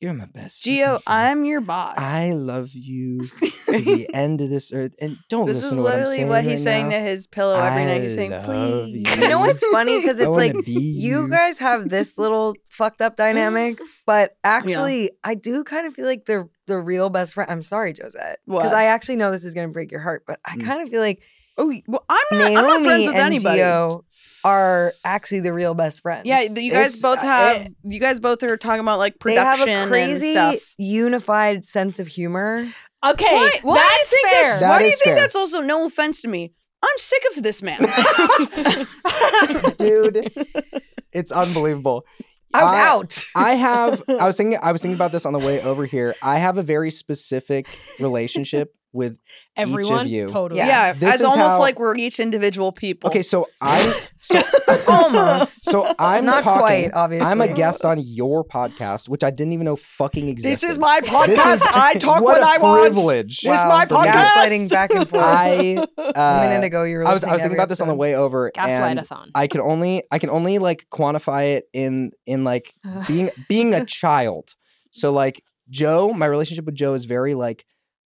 Speaker 5: you're my best.
Speaker 6: Geo.
Speaker 5: fucking friend.
Speaker 6: I'm your boss. [LAUGHS]
Speaker 5: I love you to the end of this earth, and don't
Speaker 6: this is
Speaker 5: listen to what I'm
Speaker 6: literally
Speaker 5: saying.
Speaker 6: what he's
Speaker 5: right
Speaker 6: saying
Speaker 5: now.
Speaker 6: to his pillow every
Speaker 5: I
Speaker 6: night. He's saying,
Speaker 5: love
Speaker 6: "Please."
Speaker 5: you.
Speaker 4: You know what's funny? Because
Speaker 5: [LAUGHS] I
Speaker 4: it's
Speaker 5: wanna
Speaker 4: like
Speaker 5: be
Speaker 4: you guys have this little fucked
Speaker 6: [LAUGHS]
Speaker 4: up dynamic, but actually, I do kind of feel like the the real best friend. I'm sorry, Josette, because
Speaker 6: What?
Speaker 4: I actually know this is gonna break your heart, but I
Speaker 5: Mm.
Speaker 4: kind of feel like
Speaker 6: Oh, well, I'm not.
Speaker 4: Naomi
Speaker 6: I'm not friends with
Speaker 4: and
Speaker 6: anybody.
Speaker 4: Gio are actually the real best friends.
Speaker 6: Yeah, th- you guys
Speaker 5: It's-
Speaker 6: both
Speaker 5: uh,
Speaker 6: have. you guys both are talking about like production
Speaker 4: they have a crazy
Speaker 6: and stuff.
Speaker 4: unified sense of humor.
Speaker 7: Okay,
Speaker 6: Why- why do you
Speaker 7: that's
Speaker 6: think
Speaker 7: fair.
Speaker 6: that's-
Speaker 5: That
Speaker 6: why do you
Speaker 5: is
Speaker 6: think
Speaker 5: fair.
Speaker 6: that's also no offense to me? I'm sick of this
Speaker 5: [LAUGHS]
Speaker 6: man. [LAUGHS]
Speaker 5: dude. It's unbelievable.
Speaker 4: I was [LAUGHS]
Speaker 5: I-
Speaker 4: out.
Speaker 5: [LAUGHS] I have. I was thinking. I was thinking about this on the way over here. I have a very specific relationship with
Speaker 7: Everyone,
Speaker 5: you.
Speaker 7: totally.
Speaker 4: Yeah.
Speaker 6: Yeah,
Speaker 5: This
Speaker 6: it's
Speaker 5: is
Speaker 6: almost
Speaker 5: how-
Speaker 6: like we're each individual people.
Speaker 5: Okay, so I
Speaker 6: [LAUGHS]
Speaker 5: so
Speaker 4: Almost.
Speaker 5: So I'm
Speaker 4: Not
Speaker 5: talking-
Speaker 4: quite, obviously.
Speaker 5: I'm a guest on your podcast, which I didn't even know fucking existed.
Speaker 6: this is my
Speaker 5: This
Speaker 6: podcast.
Speaker 5: is- [LAUGHS]
Speaker 6: I talk
Speaker 5: what
Speaker 6: what
Speaker 5: a
Speaker 6: I
Speaker 5: [LAUGHS]
Speaker 6: want.
Speaker 5: privilege.
Speaker 6: This is my
Speaker 4: for gaslighting
Speaker 6: podcast.
Speaker 4: back and forth.
Speaker 6: [LAUGHS]
Speaker 5: I
Speaker 4: a
Speaker 5: uh,
Speaker 4: minute ago, you were.
Speaker 5: I was I
Speaker 4: listening
Speaker 5: was
Speaker 4: to
Speaker 5: thinking about this on the
Speaker 4: every
Speaker 5: way over. and
Speaker 7: Gaslightathon.
Speaker 5: I can only I can only like quantify it in in like [LAUGHS] being being a child. So like Joe, my relationship with Joe is very like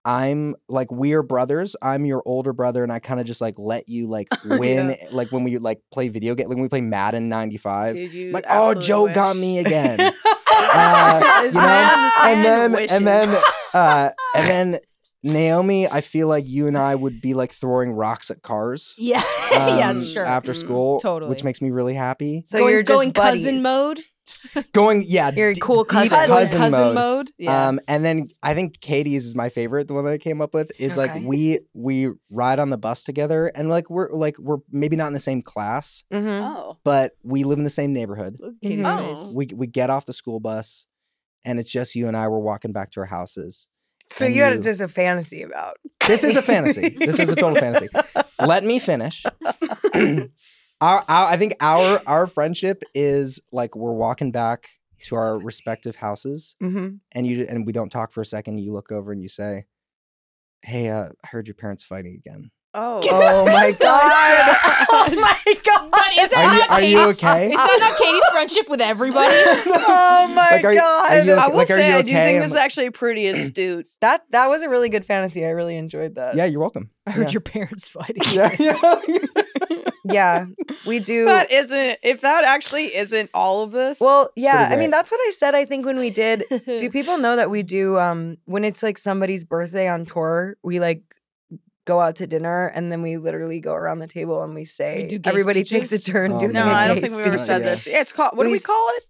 Speaker 5: I'm like we are brothers. I'm your older brother, and I kind of just like let you like win, eh, like when we like play video game, like when we play Madden '95.
Speaker 6: Dude, you
Speaker 5: Like, oh,
Speaker 6: absolutely
Speaker 5: Joe got
Speaker 6: wish. [LAUGHS]
Speaker 5: me again. Uh,
Speaker 6: This
Speaker 5: you know,
Speaker 6: man- this
Speaker 5: and
Speaker 6: man
Speaker 5: then and
Speaker 6: wishes.
Speaker 5: then uh, and then Naomi, I feel like you and I would be like throwing rocks at cars.
Speaker 7: [LAUGHS] yeah, [LAUGHS] yeah,
Speaker 5: um,
Speaker 7: sure.
Speaker 5: After
Speaker 6: Mm,
Speaker 5: school,
Speaker 7: totally.
Speaker 5: which makes me really happy.
Speaker 4: So
Speaker 7: going,
Speaker 4: you're just
Speaker 7: going cousin
Speaker 4: buddies.
Speaker 7: mode.
Speaker 5: Going, yeah,
Speaker 4: You're a
Speaker 5: d-
Speaker 4: cool
Speaker 5: deep
Speaker 4: cousin.
Speaker 5: cousin,
Speaker 7: cousin
Speaker 5: mode.
Speaker 7: mode.
Speaker 4: Yeah.
Speaker 5: Um, and then I think Katie's is my favorite. The one that I came up with is
Speaker 4: Okay.
Speaker 5: like we we ride on the bus together, and like we're like we're maybe not in the same class,
Speaker 4: Mhm.
Speaker 5: [LAUGHS]
Speaker 6: Oh.
Speaker 5: but we live in the same neighborhood.
Speaker 7: Look, Katie's
Speaker 6: Oh.
Speaker 7: face.
Speaker 5: We we get off the school bus, and it's just you and I. We're walking back to our houses.
Speaker 4: So
Speaker 5: and
Speaker 4: you
Speaker 5: you-
Speaker 4: had just a fantasy about.
Speaker 5: This is
Speaker 6: [LAUGHS]
Speaker 5: a fantasy. This is a total fantasy. Let
Speaker 6: [CLEARS THROAT]
Speaker 5: me finish. our, our, I think our our friendship is like we're walking back to our respective houses,
Speaker 4: Mm-hmm.
Speaker 5: and you and we don't talk for a second. You look over and you say, "Hey, uh, I heard your parents fighting
Speaker 6: [LAUGHS]
Speaker 5: again. [LAUGHS]
Speaker 6: Oh.
Speaker 4: [LAUGHS] Oh my god! oh
Speaker 6: [LAUGHS]
Speaker 4: my god!
Speaker 7: But is
Speaker 5: Are you
Speaker 7: that not
Speaker 5: are you
Speaker 7: Katie's?
Speaker 5: okay?
Speaker 7: Is that not Katie's friendship with [LAUGHS] everybody?
Speaker 4: oh my
Speaker 5: Like, are you-
Speaker 4: god!
Speaker 5: are you
Speaker 6: I
Speaker 5: okay-
Speaker 6: will
Speaker 5: like, are
Speaker 6: say,
Speaker 5: you
Speaker 6: I do
Speaker 5: okay?
Speaker 6: think
Speaker 5: I'm
Speaker 6: this is
Speaker 5: like-
Speaker 6: actually
Speaker 5: [CLEARS THROAT]
Speaker 6: pretty astute.
Speaker 4: [LAUGHS] That that was a really good fantasy. I really enjoyed that.
Speaker 5: yeah, you're welcome.
Speaker 7: I heard your parents [LAUGHS] fighting.
Speaker 5: Yeah, [LAUGHS] yeah.
Speaker 4: [LAUGHS] yeah. We do.
Speaker 6: that isn't. If that actually isn't all of this.
Speaker 4: well, yeah.
Speaker 5: pretty
Speaker 4: I mean,
Speaker 5: great.
Speaker 4: that's what I said. I think when we
Speaker 7: [LAUGHS]
Speaker 4: did, do people know that we do? Um, when it's like somebody's birthday on tour, we like go out to dinner and then we literally go around the table and we say
Speaker 7: do gay
Speaker 4: everybody
Speaker 7: speeches?
Speaker 4: takes a turn
Speaker 5: Oh,
Speaker 4: doing
Speaker 6: no,
Speaker 4: a
Speaker 5: Yeah,
Speaker 6: I don't
Speaker 4: gay
Speaker 6: think we've ever
Speaker 4: speech.
Speaker 6: said
Speaker 5: Yeah.
Speaker 6: this. Yeah, it's called. What do we
Speaker 4: We've-
Speaker 6: call it?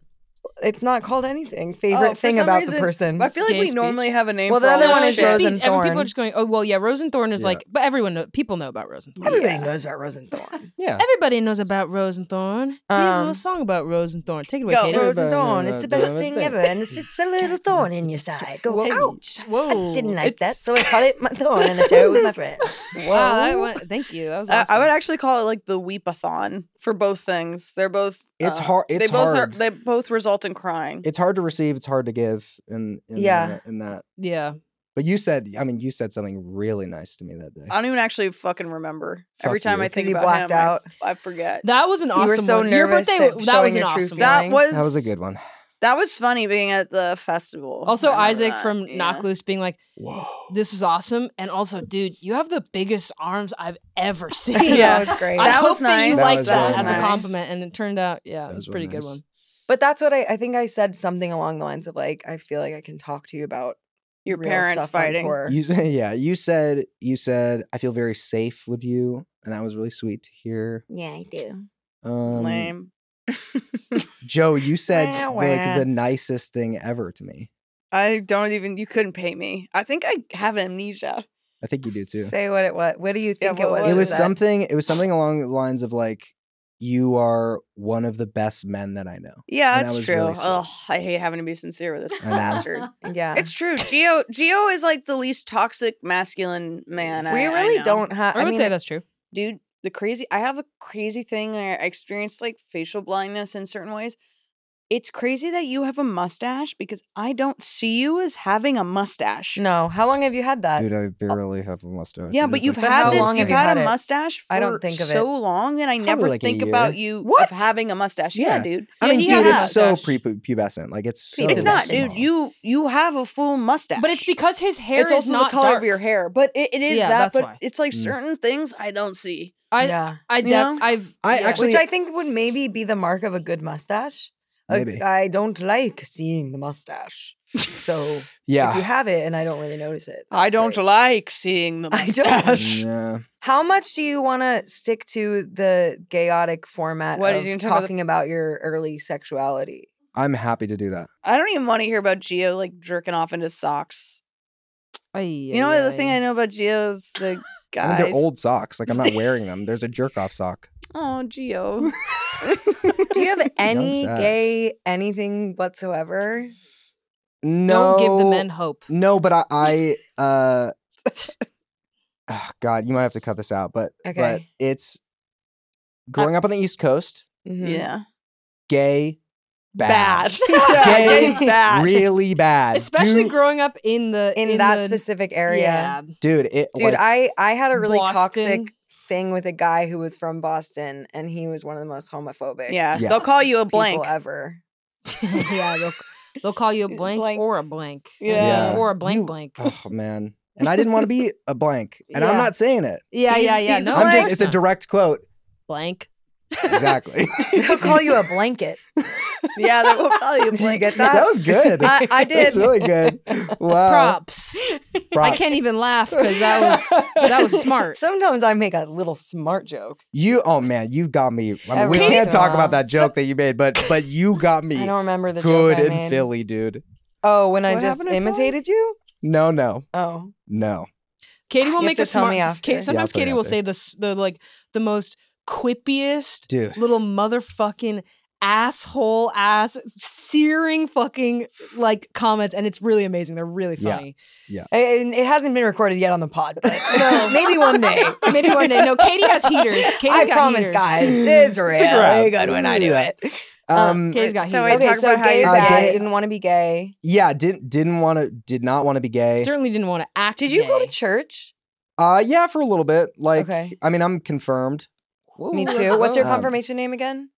Speaker 4: It's not called anything. Favorite
Speaker 6: Oh, for
Speaker 4: thing
Speaker 6: some
Speaker 4: about the
Speaker 6: reason-
Speaker 4: person.
Speaker 6: I feel like
Speaker 7: Gay
Speaker 6: we
Speaker 7: speech.
Speaker 6: normally have a name.
Speaker 4: Well,
Speaker 6: for
Speaker 4: the
Speaker 6: all
Speaker 4: other
Speaker 6: this
Speaker 4: one is
Speaker 6: shit.
Speaker 4: Rosen-
Speaker 7: Speech- every- People
Speaker 4: Rosenthorn.
Speaker 7: are just going. Oh well, yeah. Rosenthorn is
Speaker 5: Yeah.
Speaker 7: like, but everyone know, people know about Rosenthorn.
Speaker 4: Everybody knows about Rosenthorn.
Speaker 5: yeah.
Speaker 6: [LAUGHS]
Speaker 7: Everybody knows about Rosenthorn. He has a little
Speaker 4: Um,
Speaker 7: song about Rosenthorn. Take it away,
Speaker 6: Yo,
Speaker 7: Katie.
Speaker 5: Everybody
Speaker 4: Rosenthorn,
Speaker 5: knows
Speaker 4: it's the
Speaker 5: about
Speaker 4: best uh, thing
Speaker 5: Rosenthorn.
Speaker 4: ever, and it's just a [LAUGHS] little thorn in your side. Go ouch!
Speaker 7: Whoa.
Speaker 4: I didn't like
Speaker 7: It's-
Speaker 4: that, so I call it my thorn, and I share it with my friends.
Speaker 6: [LAUGHS]
Speaker 7: Wow, that went, thank you. That was
Speaker 6: I-
Speaker 7: awesome.
Speaker 6: I would actually call it like the weepathon for both things. They're both. uh,
Speaker 5: It's har-
Speaker 6: they
Speaker 5: it's
Speaker 6: both
Speaker 5: hard.
Speaker 6: Are, they both result in crying.
Speaker 5: It's hard to receive. It's hard to give. In, in
Speaker 4: Yeah.
Speaker 5: that- in that.
Speaker 7: yeah.
Speaker 5: But you said, I mean, you said something really nice to me that day.
Speaker 6: I don't even actually fucking remember. Every
Speaker 5: Fuck
Speaker 6: time
Speaker 5: you.
Speaker 6: I
Speaker 5: 'Cause
Speaker 6: think
Speaker 4: you
Speaker 6: about
Speaker 4: blacked
Speaker 6: him, I-
Speaker 4: out. [LAUGHS]
Speaker 6: I, forget.
Speaker 7: That was an
Speaker 4: were
Speaker 7: awesome
Speaker 4: so
Speaker 7: one. Your
Speaker 4: nervous
Speaker 7: birthday,
Speaker 4: at
Speaker 7: w- that was
Speaker 4: showing
Speaker 7: an
Speaker 4: your true
Speaker 7: awesome one.
Speaker 4: feelings.
Speaker 6: That
Speaker 4: Feelings.
Speaker 6: was
Speaker 5: that was a good one.
Speaker 6: That was funny being at the festival.
Speaker 7: Also,
Speaker 6: I remember
Speaker 7: Isaac
Speaker 6: that.
Speaker 7: from
Speaker 6: Yeah.
Speaker 7: Knock Loose being like,
Speaker 5: Whoa.
Speaker 7: this was awesome. And also, dude, you have the biggest arms I've
Speaker 6: [LAUGHS]
Speaker 7: ever seen.
Speaker 6: Yeah.
Speaker 4: that was great.
Speaker 7: I
Speaker 6: That
Speaker 7: hope
Speaker 6: was
Speaker 7: That you
Speaker 6: nice.
Speaker 5: That
Speaker 7: liked
Speaker 5: was
Speaker 7: that
Speaker 5: really
Speaker 7: as a
Speaker 5: nice.
Speaker 7: compliment. And it turned out, yeah,
Speaker 5: That
Speaker 7: it was
Speaker 5: was
Speaker 7: a pretty
Speaker 5: really
Speaker 7: good
Speaker 5: nice.
Speaker 7: one.
Speaker 4: But that's what I, I think I said something along the lines of like, I feel like I can talk to you about
Speaker 6: your
Speaker 4: real
Speaker 6: parents
Speaker 4: stuff on
Speaker 6: fighting.
Speaker 4: tour.
Speaker 5: You, yeah, you said [LAUGHS] you said I feel very safe with you, and that was really sweet to hear.
Speaker 9: Yeah, I do.
Speaker 5: Um,
Speaker 6: Lame.
Speaker 5: Joe, you said
Speaker 4: Wah,
Speaker 5: like
Speaker 4: wah.
Speaker 5: the nicest thing ever to me.
Speaker 6: I don't even. You couldn't pay me. I think I have amnesia.
Speaker 5: I think you do too.
Speaker 4: Say what it was. What do you
Speaker 6: Yeah,
Speaker 4: think
Speaker 6: what
Speaker 4: it was?
Speaker 5: it
Speaker 6: was
Speaker 5: was
Speaker 4: that-
Speaker 5: something. It was something along the lines of like, "You are one of the best men that I know."
Speaker 6: Yeah,
Speaker 5: And that
Speaker 6: it's
Speaker 5: was
Speaker 6: true.
Speaker 5: really sweet.
Speaker 6: Ugh, I hate having to be sincere with this
Speaker 5: I
Speaker 6: [LAUGHS]
Speaker 5: know.
Speaker 6: bastard.
Speaker 4: Yeah.
Speaker 6: It's true. Geo Geo is like the least toxic masculine man. I-
Speaker 4: we
Speaker 6: I
Speaker 4: really
Speaker 6: know.
Speaker 4: don't have.
Speaker 7: I,
Speaker 4: I,
Speaker 7: would
Speaker 4: mean,
Speaker 7: say that's true.
Speaker 6: dude. The crazy. I have a crazy thing. I I experienced like facial blindness in certain ways. It's crazy that you have a mustache because I don't see you as having a mustache.
Speaker 4: No. How long have you had that?
Speaker 5: Dude, I barely have a mustache.
Speaker 6: Yeah,
Speaker 5: It
Speaker 6: but
Speaker 5: is,
Speaker 6: you've
Speaker 5: like,
Speaker 6: had
Speaker 4: how
Speaker 6: this.
Speaker 4: long
Speaker 6: You've
Speaker 4: have you
Speaker 6: had,
Speaker 4: had
Speaker 6: a
Speaker 4: it?
Speaker 6: mustache. For
Speaker 4: I don't think of it.
Speaker 6: so long, and I never
Speaker 5: Probably like a
Speaker 6: think
Speaker 5: year.
Speaker 6: about you
Speaker 4: What?
Speaker 6: of having a mustache. Yeah,
Speaker 5: Yeah.
Speaker 6: dude.
Speaker 5: I
Speaker 7: Yeah,
Speaker 5: mean,
Speaker 7: he
Speaker 5: dude,
Speaker 7: has
Speaker 5: it's
Speaker 7: a
Speaker 5: so
Speaker 7: mustache.
Speaker 5: prepubescent. Like it's so
Speaker 6: It's not,
Speaker 5: small.
Speaker 6: dude. You you have a full mustache,
Speaker 7: But it's because his hair
Speaker 6: it's
Speaker 7: is
Speaker 6: also
Speaker 7: not
Speaker 6: the color
Speaker 7: dark.
Speaker 6: of your hair. But it, it is
Speaker 7: Yeah,
Speaker 6: that.
Speaker 7: that's
Speaker 6: But
Speaker 7: why.
Speaker 6: it's like
Speaker 5: Mm.
Speaker 6: certain things I don't see.
Speaker 7: I,
Speaker 4: yeah.
Speaker 7: I,
Speaker 6: You
Speaker 7: def-
Speaker 6: know?
Speaker 7: I've,
Speaker 5: I
Speaker 7: yeah.
Speaker 5: actually-
Speaker 4: Which I think would maybe be the mark of a good mustache.
Speaker 6: uh,
Speaker 4: Like,
Speaker 5: Maybe.
Speaker 4: I don't like seeing the mustache.
Speaker 6: [LAUGHS]
Speaker 4: So if you
Speaker 5: yeah.
Speaker 4: have it and I don't really notice it.
Speaker 6: I
Speaker 4: that's
Speaker 6: don't
Speaker 4: great.
Speaker 6: like seeing [LAUGHS] the
Speaker 4: I don't.
Speaker 6: mustache.
Speaker 5: [LAUGHS] Yeah.
Speaker 4: How much do you want to stick to the chaotic format
Speaker 6: What,
Speaker 4: of
Speaker 6: you gonna talk about the-
Speaker 4: talking about your early sexuality?
Speaker 5: I'm happy to do that.
Speaker 6: I don't even want to hear about Geo like jerking off into socks.
Speaker 7: Ay,
Speaker 6: you know
Speaker 7: ay,
Speaker 6: the
Speaker 7: ay.
Speaker 6: thing I know about Geo is the
Speaker 5: I
Speaker 6: guys.
Speaker 5: mean, they're old socks. Like I'm not wearing them. There's a jerk off sock.
Speaker 6: Oh, [LAUGHS] Geo. [LAUGHS]
Speaker 4: Do you
Speaker 7: [LAUGHS]
Speaker 4: have any
Speaker 5: sex.
Speaker 4: gay anything whatsoever?
Speaker 5: No.
Speaker 7: Don't give the men hope.
Speaker 5: No, but I, I uh, ah, God, you might have to cut this out, but but
Speaker 4: Okay.
Speaker 5: it's growing up on the East Coast,
Speaker 7: Mm-hmm.
Speaker 4: Mhm.
Speaker 6: Yeah.
Speaker 5: gay,
Speaker 6: [LAUGHS]
Speaker 5: bad,
Speaker 6: Bad.
Speaker 5: Gay,
Speaker 6: Gay, bad.
Speaker 5: really bad,
Speaker 7: Especially
Speaker 5: dude,
Speaker 7: growing up in the
Speaker 4: In, that
Speaker 7: the-
Speaker 4: specific area.
Speaker 7: Yeah.
Speaker 5: dude. It
Speaker 4: Dude,
Speaker 5: like,
Speaker 4: I I had a really
Speaker 7: Boston.
Speaker 4: toxic thing with a guy who was from Boston, and he was one of the most homophobic
Speaker 6: yeah.
Speaker 5: Yeah.
Speaker 6: They'll call you a
Speaker 4: people
Speaker 6: blank.
Speaker 4: ever.
Speaker 7: [LAUGHS] yeah, they'll, they'll call
Speaker 4: [LAUGHS]
Speaker 7: you a blank,
Speaker 6: Blank.
Speaker 7: or a blank.
Speaker 6: Yeah.
Speaker 7: Or a blank
Speaker 5: you-
Speaker 7: blank.
Speaker 5: Oh man, and I didn't want to be a blank, and I'm
Speaker 4: Yeah.
Speaker 5: not saying it.
Speaker 7: Yeah,
Speaker 6: He's-
Speaker 7: yeah, yeah.
Speaker 6: he's
Speaker 7: No,
Speaker 5: I'm
Speaker 7: of
Speaker 5: just
Speaker 7: course
Speaker 5: it's a
Speaker 7: not.
Speaker 5: direct quote.
Speaker 7: blank.
Speaker 5: Exactly.
Speaker 4: They'll call
Speaker 5: [LAUGHS]
Speaker 4: you a [LAUGHS] blanket.
Speaker 6: [LAUGHS] yeah, they will
Speaker 7: [LAUGHS]
Speaker 6: call you a
Speaker 4: [LAUGHS] Did you
Speaker 6: blank.
Speaker 4: get
Speaker 5: that was good.
Speaker 6: I, I did.
Speaker 5: [LAUGHS] That's really good.
Speaker 4: Uh,
Speaker 5: Wow.
Speaker 7: Props. I
Speaker 5: Props.
Speaker 7: can't even laugh because
Speaker 4: [LAUGHS]
Speaker 7: that was that was smart.
Speaker 4: Sometimes I make a little smart joke.
Speaker 5: You oh man, you got me. I mean,
Speaker 4: Every
Speaker 5: we
Speaker 4: once in
Speaker 5: can't
Speaker 4: a
Speaker 5: talk
Speaker 4: while.
Speaker 5: about that joke that you made, but but you
Speaker 4: [LAUGHS]
Speaker 5: got
Speaker 4: I
Speaker 5: me
Speaker 4: don't remember the
Speaker 5: good
Speaker 4: joke I
Speaker 5: in
Speaker 4: made.
Speaker 5: Philly, dude.
Speaker 4: Oh, when I
Speaker 6: What
Speaker 4: just
Speaker 6: happened in Philly?
Speaker 4: imitated you.
Speaker 5: No, no,
Speaker 4: Oh,
Speaker 5: no.
Speaker 7: Katie will
Speaker 4: You have
Speaker 7: make
Speaker 4: to
Speaker 7: a
Speaker 4: tell
Speaker 7: smart.
Speaker 4: me
Speaker 7: Ka-
Speaker 4: after. Yeah,
Speaker 7: sometimes
Speaker 5: I'll tell you
Speaker 7: Katie will
Speaker 5: after.
Speaker 7: say the s- the like the most quippiest
Speaker 5: Dude.
Speaker 7: little motherfucking asshole ass searing fucking like comments, and it's really amazing. They're really
Speaker 5: Yeah.
Speaker 7: funny.
Speaker 4: And it hasn't been recorded yet on the pod. [LAUGHS] But maybe one [LAUGHS] day.
Speaker 7: Maybe one day. No, Katie has
Speaker 4: [LAUGHS]
Speaker 7: heaters. Katie's
Speaker 4: I
Speaker 7: got
Speaker 4: promise,
Speaker 7: heaters.
Speaker 5: [LAUGHS]
Speaker 4: guys, it's
Speaker 5: around.
Speaker 4: really good when I do it.
Speaker 5: Um
Speaker 7: Katie's got heaters.
Speaker 6: So I
Speaker 4: Uh, okay,
Speaker 6: talk
Speaker 4: so
Speaker 6: about how
Speaker 4: gay
Speaker 6: you-
Speaker 4: bad,
Speaker 5: Uh, gay-
Speaker 4: didn't want to be gay.
Speaker 5: yeah, didn't didn't want to did not want to be gay.
Speaker 7: certainly didn't want to act.
Speaker 4: Did you go to
Speaker 7: gay.
Speaker 4: church?
Speaker 5: Uh yeah, for a little bit. Like
Speaker 4: Okay.
Speaker 5: I mean, I'm confirmed.
Speaker 4: Me
Speaker 7: Ooh,
Speaker 4: too. What's your
Speaker 5: Um,
Speaker 4: confirmation name again?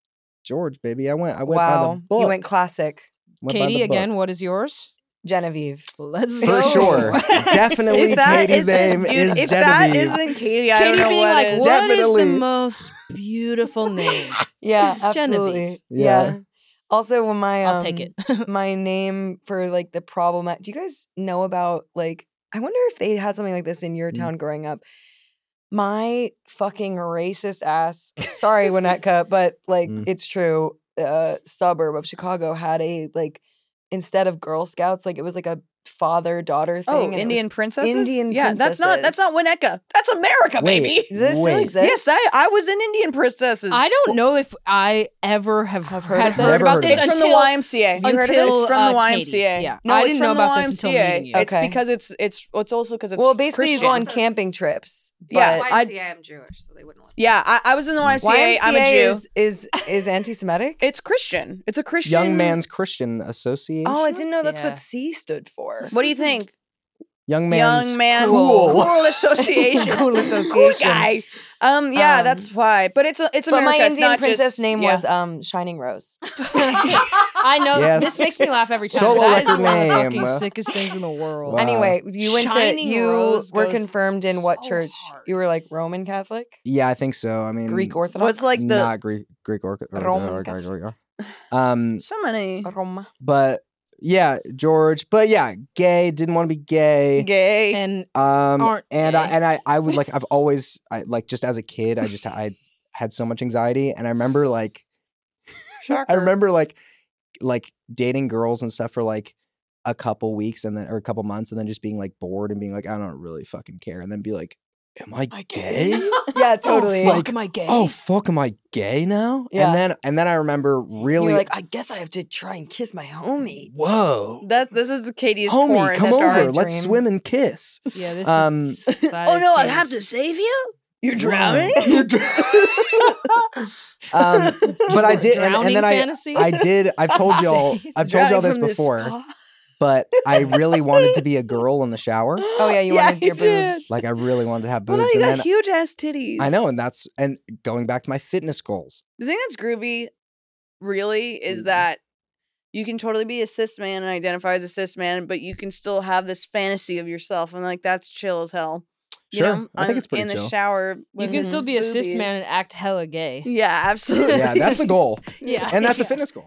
Speaker 5: George, baby. I went I went by the
Speaker 4: Wow,
Speaker 5: book.
Speaker 4: you went classic,
Speaker 5: Went by the
Speaker 7: Katie
Speaker 4: [LAUGHS]
Speaker 5: book.
Speaker 7: again? What is yours?
Speaker 4: Genevieve.
Speaker 7: Let's
Speaker 5: For
Speaker 7: go.
Speaker 5: sure. Definitely
Speaker 6: If that
Speaker 5: Katie's
Speaker 6: isn't-
Speaker 5: name
Speaker 6: dude,
Speaker 5: is
Speaker 6: if that
Speaker 5: Genevieve.
Speaker 6: isn't [LAUGHS] Katie, I
Speaker 7: Katie
Speaker 6: don't know
Speaker 7: being
Speaker 6: what
Speaker 7: like,
Speaker 6: is.
Speaker 7: "What is
Speaker 5: Definitely.
Speaker 7: the most beautiful [LAUGHS] name?
Speaker 6: [LAUGHS]
Speaker 4: Yeah, absolutely.
Speaker 7: Genevieve.
Speaker 5: Yeah.
Speaker 4: Yeah. Also, when my um,
Speaker 7: I'll take it.
Speaker 4: [LAUGHS] my name for like the problem. at- Do you guys know about like? I wonder if they had something like this in your
Speaker 5: Mm.
Speaker 4: town growing up. My fucking racist ass.
Speaker 6: [LAUGHS]
Speaker 4: Sorry, Winnetka, but like
Speaker 5: Mm.
Speaker 4: it's true. Uh, suburb of Chicago had a like instead of Girl Scouts, like it was like a father daughter thing.
Speaker 6: Oh,
Speaker 4: and it was-
Speaker 6: Indian princesses.
Speaker 4: Indian
Speaker 6: yeah, that's not that's not Winneka. That's America,
Speaker 5: Wait.
Speaker 6: baby.
Speaker 4: Does this still
Speaker 5: Wait.
Speaker 4: exist?
Speaker 6: yes, I, I was in Indian princesses.
Speaker 7: I don't know if I ever have
Speaker 4: Have
Speaker 7: heard, had
Speaker 4: heard of
Speaker 7: heard
Speaker 5: this.
Speaker 7: about
Speaker 5: Never
Speaker 7: this
Speaker 5: heard
Speaker 6: It's
Speaker 7: until
Speaker 6: from the YMCA.
Speaker 7: until,
Speaker 6: It's from the
Speaker 7: uh,
Speaker 6: YMCA.
Speaker 7: Katie. Yeah,
Speaker 6: No,
Speaker 7: I
Speaker 6: it's
Speaker 7: didn't
Speaker 6: from
Speaker 7: know
Speaker 6: the
Speaker 7: about this until
Speaker 6: YMCA.
Speaker 7: meeting you.
Speaker 6: It's
Speaker 4: Okay.
Speaker 6: because it's it's it's also because it's
Speaker 4: well, basically you go on
Speaker 6: Christian.
Speaker 4: camping trips. But
Speaker 6: Yeah,
Speaker 9: That's
Speaker 6: I-
Speaker 9: why I, am Jewish, so they wouldn't let
Speaker 6: Yeah, I, I was in the YMCA.
Speaker 4: YMCA
Speaker 6: I'm a Jew.
Speaker 4: is is, is anti-Semitic.
Speaker 6: it's Christian. It's a Christian
Speaker 5: Young Man's Christian Association.
Speaker 4: Oh, I didn't know that's
Speaker 7: Yeah.
Speaker 4: what C stood for.
Speaker 6: What do you think?
Speaker 5: Young man's
Speaker 6: Young man,
Speaker 5: cool. [LAUGHS]
Speaker 6: association,
Speaker 4: Cool
Speaker 6: [LAUGHS] cool
Speaker 4: association.
Speaker 6: guy. Um, yeah,
Speaker 4: Um,
Speaker 6: that's why. But it's a, it's
Speaker 4: But
Speaker 6: America.
Speaker 4: my
Speaker 6: it's
Speaker 4: Indian
Speaker 6: not
Speaker 4: princess
Speaker 6: just-
Speaker 4: name
Speaker 6: yeah.
Speaker 4: was um, Shining Rose. [LAUGHS]
Speaker 7: I know
Speaker 5: Yes.
Speaker 7: this makes me laugh every time.
Speaker 5: Solo
Speaker 7: that is
Speaker 5: record
Speaker 7: one of the
Speaker 5: name.
Speaker 7: fucking sickest things in the world.
Speaker 5: Wow.
Speaker 4: anyway, you went
Speaker 7: Shining
Speaker 4: to you
Speaker 7: Rose
Speaker 4: were
Speaker 7: goes
Speaker 4: confirmed in what
Speaker 7: so
Speaker 4: church?
Speaker 7: hard.
Speaker 4: You were like Roman Catholic,
Speaker 5: Yeah, I think so. I mean,
Speaker 4: Greek Orthodox.
Speaker 6: was like the
Speaker 5: not Greek Greek or, or,
Speaker 4: Roman
Speaker 5: or- or-
Speaker 4: Catholic.
Speaker 5: or- or- Um,
Speaker 6: so many
Speaker 4: Roma.
Speaker 5: but yeah, George. But yeah, gay. Didn't want to be gay.
Speaker 6: gay.
Speaker 7: and
Speaker 5: Um,
Speaker 7: Aren't
Speaker 5: and I
Speaker 7: gay.
Speaker 5: and I I would like I've always I like just as a kid I just I had so much anxiety and I remember like I remember like like dating girls and stuff for like a couple weeks and then or a couple months and then just being like bored and being like I don't really fucking care and then be like am I gay? [LAUGHS]
Speaker 4: [LAUGHS] Yeah, totally.
Speaker 7: fuck,
Speaker 5: Like,
Speaker 7: am I gay?
Speaker 5: oh fuck am i gay now
Speaker 4: Yeah.
Speaker 5: and then and then i remember really
Speaker 4: You're like, I guess I have to try and kiss my homie.
Speaker 5: whoa
Speaker 6: That this is the Katie's
Speaker 5: homie
Speaker 6: porn.
Speaker 5: come
Speaker 6: that's
Speaker 4: our
Speaker 5: over let's
Speaker 4: dream.
Speaker 5: swim and kiss
Speaker 7: yeah, this
Speaker 5: um,
Speaker 7: is.
Speaker 6: Oh no, I have to save you. You're
Speaker 5: Whoa.
Speaker 6: drowning.
Speaker 5: [LAUGHS] You're dr- [LAUGHS] um, but i
Speaker 6: [LAUGHS]
Speaker 5: did and,
Speaker 7: Drowning
Speaker 5: and then i
Speaker 7: fantasy.
Speaker 5: i did i've told y'all i've told y'all
Speaker 6: Drowning
Speaker 5: this
Speaker 6: from the
Speaker 5: before
Speaker 6: spa.
Speaker 5: but i really wanted to be
Speaker 6: [LAUGHS]
Speaker 5: a girl in the shower
Speaker 4: Oh yeah, you wanted your
Speaker 6: did.
Speaker 4: boobs.
Speaker 5: like i really wanted to have
Speaker 6: Well, no,
Speaker 5: boobs
Speaker 6: you
Speaker 5: and
Speaker 6: got
Speaker 5: then
Speaker 6: huge ass titties.
Speaker 5: i know and that's and going back to my fitness goals
Speaker 6: the thing that's groovy, really, is
Speaker 5: Mhm.
Speaker 6: that you can totally be a cis man and identify as a cis man, but you can still have this fantasy of yourself, and like that's chill as hell. You
Speaker 5: Sure,
Speaker 6: know,
Speaker 5: I think
Speaker 6: on-
Speaker 5: it's pretty
Speaker 6: in the
Speaker 5: chill.
Speaker 6: shower.
Speaker 7: You
Speaker 6: with
Speaker 7: can
Speaker 6: his
Speaker 7: still be a cis man
Speaker 6: boobies.
Speaker 7: and act hella gay.
Speaker 6: Yeah, absolutely.
Speaker 5: [CLEARS THROAT] yeah that's the goal
Speaker 7: Yeah,
Speaker 5: and that's a fitness goal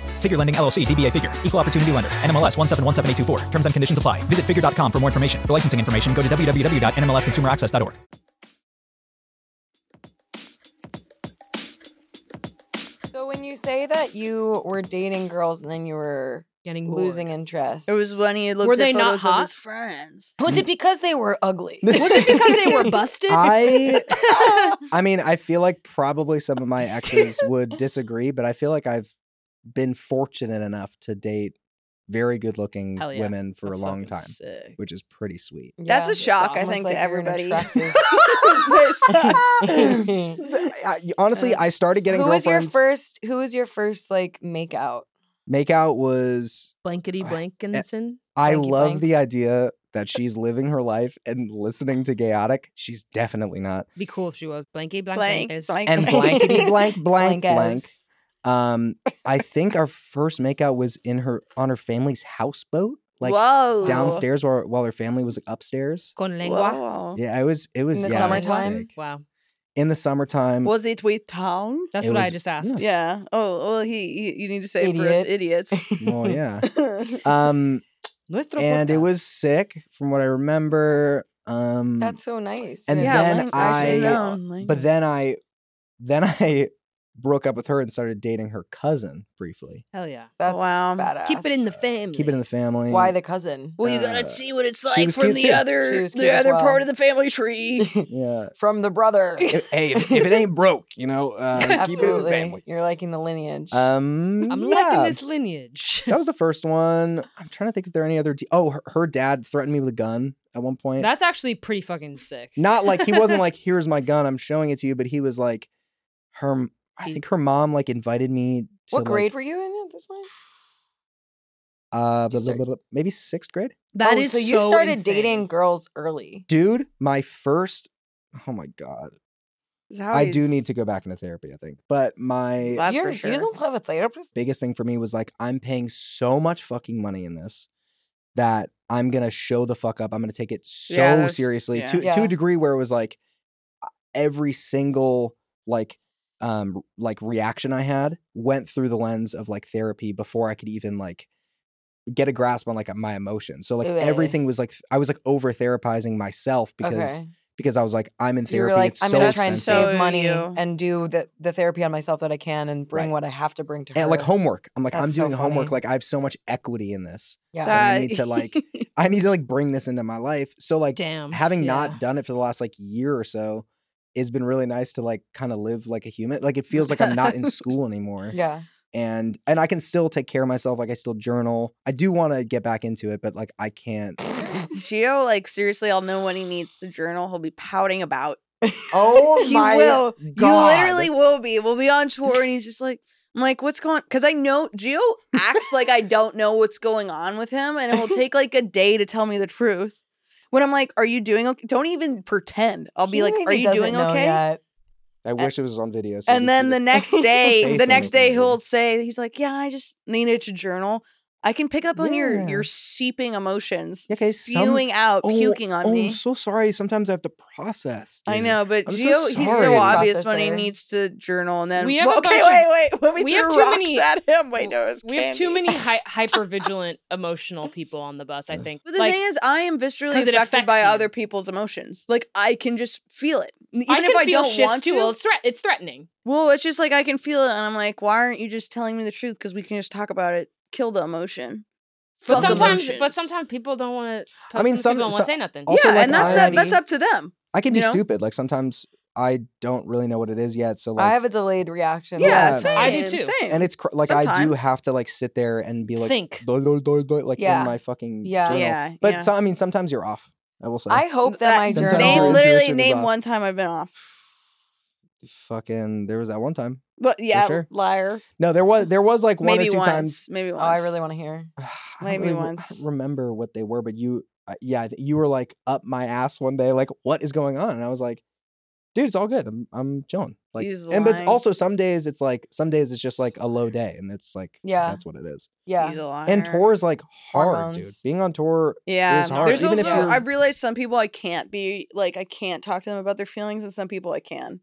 Speaker 10: Figure Lending LLC, DBA Figure, Equal Opportunity Lender, NMLS 1717824. Terms and conditions apply. Visit figure.com for more information. For licensing information, go to www.nmlsconsumeraccess.org.
Speaker 4: So when you say that you were dating girls and then you were
Speaker 7: getting
Speaker 4: losing
Speaker 6: [LAUGHS]
Speaker 4: interest,
Speaker 6: It was when he looked
Speaker 7: Were
Speaker 6: at
Speaker 7: they not
Speaker 6: photos of
Speaker 7: hot?
Speaker 6: his friends.
Speaker 4: Was it because they were
Speaker 5: [LAUGHS]
Speaker 4: ugly?
Speaker 7: Was it because they were busted?
Speaker 4: [LAUGHS]
Speaker 5: I I mean, I feel like probably some of my exes
Speaker 6: [LAUGHS]
Speaker 5: would disagree, but I feel like I've been fortunate enough to date very good looking
Speaker 6: Hell yeah.
Speaker 5: women for
Speaker 6: That's
Speaker 5: a long
Speaker 6: fucking
Speaker 5: time,
Speaker 6: sick.
Speaker 5: which is
Speaker 6: [LAUGHS]
Speaker 5: pretty sweet.
Speaker 6: That's a shock, I
Speaker 4: almost
Speaker 6: think,
Speaker 4: like
Speaker 6: to
Speaker 4: you're an
Speaker 6: everybody.
Speaker 4: attractive- [LAUGHS]
Speaker 5: I, honestly,
Speaker 6: Uh,
Speaker 5: I started getting
Speaker 4: who was your
Speaker 5: girlfriends.
Speaker 4: first? Who was your first like make out?
Speaker 5: Makeout was
Speaker 7: Blankety Blankinson.
Speaker 5: I
Speaker 7: Blanky
Speaker 5: love
Speaker 7: blank.
Speaker 5: the idea that she's living her life and listening to Gayotic. She's definitely not.
Speaker 7: Be cool if she was blankety blank.
Speaker 6: Blank,
Speaker 7: blankest.
Speaker 6: blank.
Speaker 5: and blankety blank blank
Speaker 4: Blank as.
Speaker 5: blank. Um, I think our first makeout was in her on her family's houseboat, like
Speaker 6: Whoa.
Speaker 5: downstairs, while while her family was upstairs.
Speaker 7: Con lengua.
Speaker 6: Wow.
Speaker 5: Yeah, it was. It was
Speaker 4: the
Speaker 5: yeah,
Speaker 4: summertime?
Speaker 5: sick.
Speaker 7: Wow.
Speaker 5: In the summertime,
Speaker 6: Was it with town?
Speaker 7: That's
Speaker 5: It
Speaker 7: what I
Speaker 5: was-
Speaker 7: just asked.
Speaker 6: Yeah. Oh, well, he, he you need to say it for us idiots. [LAUGHS]
Speaker 4: [LAUGHS]
Speaker 5: well, yeah. Um,
Speaker 7: Nuestro
Speaker 5: and it
Speaker 7: podcast.
Speaker 5: was sick, from what I remember. Um,
Speaker 4: That's so nice.
Speaker 5: and
Speaker 6: Yeah,
Speaker 5: then
Speaker 6: let's break it
Speaker 5: I,
Speaker 4: Oh
Speaker 6: down, like-
Speaker 5: but then I, then [LAUGHS] I broke up with her and started dating her cousin briefly.
Speaker 7: Hell yeah.
Speaker 4: That's
Speaker 6: Wow.
Speaker 4: badass.
Speaker 7: Keep it in the family.
Speaker 5: Keep it in the family.
Speaker 4: Why the cousin?
Speaker 6: Well, you
Speaker 5: Uh,
Speaker 6: gotta see what it's
Speaker 5: she
Speaker 6: like
Speaker 5: was
Speaker 6: from
Speaker 5: cute
Speaker 6: the
Speaker 5: too.
Speaker 4: She
Speaker 6: other
Speaker 4: was cute
Speaker 6: the
Speaker 4: as
Speaker 6: other
Speaker 4: well.
Speaker 6: part of the family tree.
Speaker 5: Yeah.
Speaker 4: From
Speaker 6: [LAUGHS]
Speaker 4: the brother.
Speaker 5: If- hey, if, if it ain't broke, you know, uh, keep it in the
Speaker 4: Absolutely.
Speaker 5: family.
Speaker 4: You're liking the lineage.
Speaker 5: Um,
Speaker 7: I'm
Speaker 5: yeah,
Speaker 7: liking this
Speaker 5: [LAUGHS]
Speaker 7: lineage.
Speaker 5: That was the first one. I'm trying to think if there are any other. De- oh, her, her dad threatened me with a gun at one point.
Speaker 7: That's actually pretty fucking sick.
Speaker 5: Not like he wasn't like, "Here's my gun, I'm showing it to you," but he was like, her. m- I think her mom like invited me. To,
Speaker 4: what grade
Speaker 5: Like,
Speaker 4: were you in at this point?
Speaker 5: uh,
Speaker 4: you
Speaker 5: blah, blah,
Speaker 4: start?
Speaker 5: blah, blah, maybe sixth grade.
Speaker 7: [LAUGHS] That
Speaker 4: Oh,
Speaker 7: is
Speaker 4: so you
Speaker 7: so
Speaker 4: started
Speaker 7: insane.
Speaker 4: dating girls early.
Speaker 5: Dude, my first. Oh my god,
Speaker 6: Is how
Speaker 5: I do
Speaker 6: he's-
Speaker 5: need to go back into therapy. I think, but my
Speaker 6: That's
Speaker 4: You're-
Speaker 6: for sure.
Speaker 4: You don't have a therapist?
Speaker 5: biggest thing for me was like I'm paying so much fucking money in this that I'm gonna show the fuck up. I'm gonna take it so
Speaker 6: Yeah, that's-
Speaker 5: seriously
Speaker 6: yeah.
Speaker 5: to to
Speaker 4: Yeah.
Speaker 5: a degree where it was like every single like um like reaction I had went through the lens of like therapy before I could even like get a grasp on like my emotions. So like
Speaker 4: Ooh, eh.
Speaker 5: everything was like I was like over therapizing myself because
Speaker 4: okay.
Speaker 5: because I was like I'm in
Speaker 4: you
Speaker 5: therapy.
Speaker 4: were like,
Speaker 5: it's
Speaker 4: I'm
Speaker 5: so
Speaker 4: gonna try and
Speaker 5: expensive.
Speaker 4: save
Speaker 6: So
Speaker 4: money
Speaker 6: you-
Speaker 4: and do the, the therapy on myself that I can and bring
Speaker 5: Right.
Speaker 4: what I have to bring to her.
Speaker 5: and Eh, like homework. I'm like I'm
Speaker 4: That's so
Speaker 5: doing homework.
Speaker 4: funny.
Speaker 5: Like I have so much equity in this.
Speaker 4: Yeah.
Speaker 5: I need to, like,
Speaker 6: [LAUGHS]
Speaker 5: I need to like bring this into my life. So like
Speaker 7: Damn.
Speaker 5: having
Speaker 7: Yeah.
Speaker 5: not done it for the last like year or so, it's been really nice to like kind of live like a human. Like it feels like I'm not in school anymore.
Speaker 4: yeah.
Speaker 5: And and I can still take care of myself. Like I still journal. I do want to get back into it, but like I can't.
Speaker 6: Geo, like seriously, I'll know when he needs to journal. He'll be pouting about.
Speaker 5: Oh
Speaker 6: he will. You literally will be. We'll be on tour, and he's just like, I'm like, what's going? Because I know Geo acts like I don't know what's going on with him, and it will take like a day to tell me the truth. When I'm like, are you doing okay? Don't even pretend. I'll be
Speaker 4: He
Speaker 6: like, are
Speaker 4: maybe
Speaker 6: you
Speaker 4: doesn't
Speaker 6: doing
Speaker 4: know
Speaker 6: okay?
Speaker 4: yet.
Speaker 5: I wish it was on video. so I could
Speaker 6: And
Speaker 4: [LAUGHS]
Speaker 5: see
Speaker 6: then the
Speaker 5: this.
Speaker 6: next day,
Speaker 5: face
Speaker 6: the
Speaker 5: I'm
Speaker 6: next
Speaker 5: making
Speaker 6: day
Speaker 5: right now.
Speaker 6: he'll say, he's like, yeah, I just needed to journal. I can pick up on your your seeping emotions, spewing out, puking on
Speaker 5: [LAUGHS] oh,
Speaker 6: me.
Speaker 5: I'm so sorry. Sometimes I have to process.
Speaker 6: I
Speaker 5: dude.
Speaker 6: know, but
Speaker 5: I'm so
Speaker 6: Gio, he's so
Speaker 5: sorry.
Speaker 6: obvious when he needs to journal, and then
Speaker 7: We have
Speaker 6: Well,
Speaker 7: a
Speaker 6: okay,
Speaker 7: bunch of-
Speaker 6: wait, wait. When we,
Speaker 7: we
Speaker 6: threw
Speaker 7: have too
Speaker 6: rocks
Speaker 7: many-
Speaker 6: at him, wait, no, it was
Speaker 7: We have too
Speaker 6: candy.
Speaker 7: many
Speaker 5: [LAUGHS]
Speaker 7: hi- hyper vigilant emotional people on the bus. I think.
Speaker 6: But the
Speaker 7: Like,
Speaker 6: thing is, I am viscerally
Speaker 7: 'cause it
Speaker 6: affected
Speaker 7: affects
Speaker 6: by
Speaker 7: you.
Speaker 6: other people's emotions. Like I can just feel it, even
Speaker 7: I can
Speaker 6: if I
Speaker 7: feel
Speaker 6: don't
Speaker 7: shifts
Speaker 6: want
Speaker 7: too.
Speaker 6: to.
Speaker 7: Well, it's threat. It's threatening.
Speaker 6: Well, it's just like I can feel it, and I'm like, why aren't you just telling me the truth? Because we can just talk about it. Kill the emotion.
Speaker 7: But
Speaker 6: Fuck
Speaker 7: sometimes, but
Speaker 6: emotions.
Speaker 7: sometimes people don't want to.
Speaker 5: I mean, some-
Speaker 7: people don't want to
Speaker 5: some-
Speaker 7: say nothing.
Speaker 5: also, Yeah, like, and that's- I-
Speaker 6: that's up to them.
Speaker 5: I can be
Speaker 6: you know?
Speaker 5: stupid. Like sometimes I don't really know what it is yet. So like,
Speaker 4: I have a delayed reaction.
Speaker 5: Yeah,
Speaker 4: Like,
Speaker 5: same,
Speaker 7: I do too.
Speaker 5: and it's cr- like I do
Speaker 4: Sometimes.
Speaker 5: have to like sit there and be like
Speaker 4: Think.
Speaker 5: "Duh, duh, duh, duh," like
Speaker 4: Yeah.
Speaker 5: in my fucking
Speaker 4: Yeah.
Speaker 5: journal.
Speaker 4: Yeah,
Speaker 5: But
Speaker 6: yeah.
Speaker 5: so- I mean, sometimes you're off. I will say.
Speaker 4: I hope that my
Speaker 5: Sometimes
Speaker 4: journal.
Speaker 5: your
Speaker 6: Name
Speaker 5: intuition
Speaker 6: literally
Speaker 5: is
Speaker 6: name
Speaker 5: off.
Speaker 6: one time I've been off.
Speaker 5: Fucking, there was that one time.
Speaker 6: But
Speaker 5: For
Speaker 6: yeah,
Speaker 5: sure.
Speaker 6: liar.
Speaker 5: No, there was there was like one
Speaker 6: maybe
Speaker 5: or two
Speaker 6: once.
Speaker 5: times.
Speaker 6: Maybe once.
Speaker 4: Oh, I really want to hear.
Speaker 5: [SIGHS] I don't
Speaker 6: Maybe
Speaker 5: really re-
Speaker 6: once.
Speaker 5: remember what they were, but you, uh, yeah, I think you were like up my ass one day. Like, what is going on? And I was like, dude, it's all good. I'm I'm chilling. Like,
Speaker 4: He's
Speaker 5: and but it's
Speaker 4: lying.
Speaker 5: also some days it's like some days it's just like a low day, and it's like
Speaker 4: Yeah.
Speaker 5: that's what it is.
Speaker 4: Yeah.
Speaker 6: He's a liar.
Speaker 5: And tour is like hard, dude.
Speaker 4: Hormones.
Speaker 5: Being on tour
Speaker 6: Yeah,
Speaker 5: is hard.
Speaker 6: there's
Speaker 5: Even
Speaker 6: also
Speaker 5: if you're,
Speaker 6: I've realized some people I can't be like I can't talk to them about their feelings, and some people I can.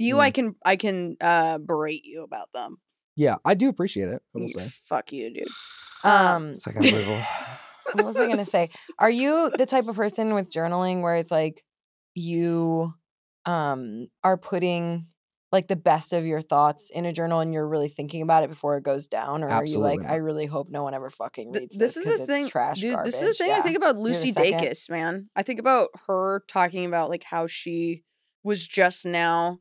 Speaker 6: You,
Speaker 5: Mm.
Speaker 6: I can, I can uh berate you about them.
Speaker 5: yeah, I do appreciate it. I will
Speaker 4: Mm,
Speaker 6: You-
Speaker 5: say.
Speaker 6: Fuck you, dude. [SIGHS]
Speaker 4: Um,
Speaker 5: It's
Speaker 4: [LAUGHS]
Speaker 5: like unbelievable.
Speaker 4: what was I gonna say? Are you the type of person with journaling where it's like you um are putting like the best of your thoughts in a journal and you're really thinking about it before it goes down? Or are you
Speaker 5: Absolutely
Speaker 4: like,
Speaker 5: not.
Speaker 4: I really hope no one ever fucking
Speaker 6: Th-
Speaker 4: reads
Speaker 6: this,
Speaker 4: this,
Speaker 6: is
Speaker 4: 'cause
Speaker 6: the
Speaker 4: it's
Speaker 6: thing,
Speaker 4: trash
Speaker 6: dude. This is the
Speaker 4: garbage."
Speaker 6: thing I
Speaker 4: Yeah.
Speaker 6: think about
Speaker 4: You're the
Speaker 6: Lucy
Speaker 4: second.
Speaker 6: Dacus, man. I think about her talking about like how she was just now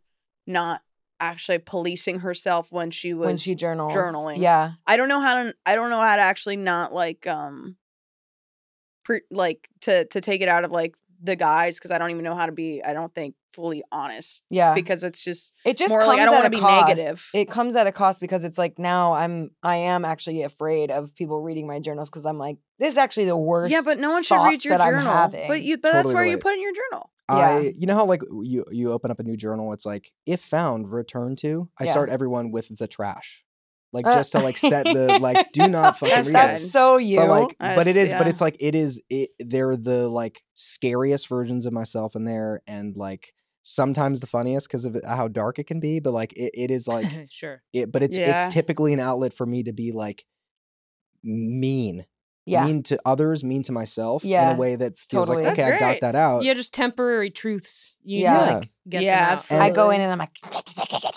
Speaker 6: not actually policing herself when she was
Speaker 4: when she journals.
Speaker 6: journaling.
Speaker 4: Yeah.
Speaker 6: I don't know how to. I don't know how to actually not like um, pre, like to to take it out of like the guys because I don't even know how to be. I don't think fully honest.
Speaker 4: Yeah.
Speaker 6: because it's just
Speaker 4: It just
Speaker 6: more
Speaker 4: comes
Speaker 6: like I don't
Speaker 4: at
Speaker 6: want
Speaker 4: a
Speaker 6: to be
Speaker 4: cost.
Speaker 6: negative.
Speaker 4: It comes at a cost because it's like now I'm I am actually afraid of people reading my journals because I'm like this is actually the worst.
Speaker 6: Yeah, but no one should read
Speaker 4: thoughts
Speaker 6: your
Speaker 4: that I'm
Speaker 6: journal.
Speaker 4: having.
Speaker 6: But you, but that's
Speaker 5: Totally
Speaker 6: where you
Speaker 5: relate.
Speaker 6: put in your journal.
Speaker 5: I you know how like you you open up a new journal, it's like if found, return to. I
Speaker 4: Yeah.
Speaker 5: start everyone with the trash. Like
Speaker 4: Uh,
Speaker 5: [LAUGHS] just to like set the like
Speaker 4: [LAUGHS]
Speaker 5: do not fucking
Speaker 4: that's,
Speaker 5: read
Speaker 4: that's
Speaker 5: this.
Speaker 4: so you.
Speaker 5: But like but
Speaker 6: That's-
Speaker 5: it is but
Speaker 6: yeah.
Speaker 5: it's like it is it, they're the like scariest versions of myself in there and like sometimes the funniest because of it- how dark it can be, but like it, it
Speaker 4: [LAUGHS]
Speaker 5: is like
Speaker 7: [LAUGHS] sure.
Speaker 5: it but it's
Speaker 6: Yeah.
Speaker 5: it's typically an outlet for me to be like mean.
Speaker 7: Yeah.
Speaker 5: Mean to others, mean to myself in
Speaker 7: Yeah,
Speaker 5: a way that feels
Speaker 7: totally.
Speaker 5: like,
Speaker 7: That's
Speaker 5: okay, I got
Speaker 7: great.
Speaker 5: that out.
Speaker 7: Yeah, just temporary truths. You yeah.
Speaker 5: uh, Yeah.
Speaker 7: Need to, like, get
Speaker 6: Yeah,
Speaker 7: them out.
Speaker 4: I go in and I'm like, [LAUGHS]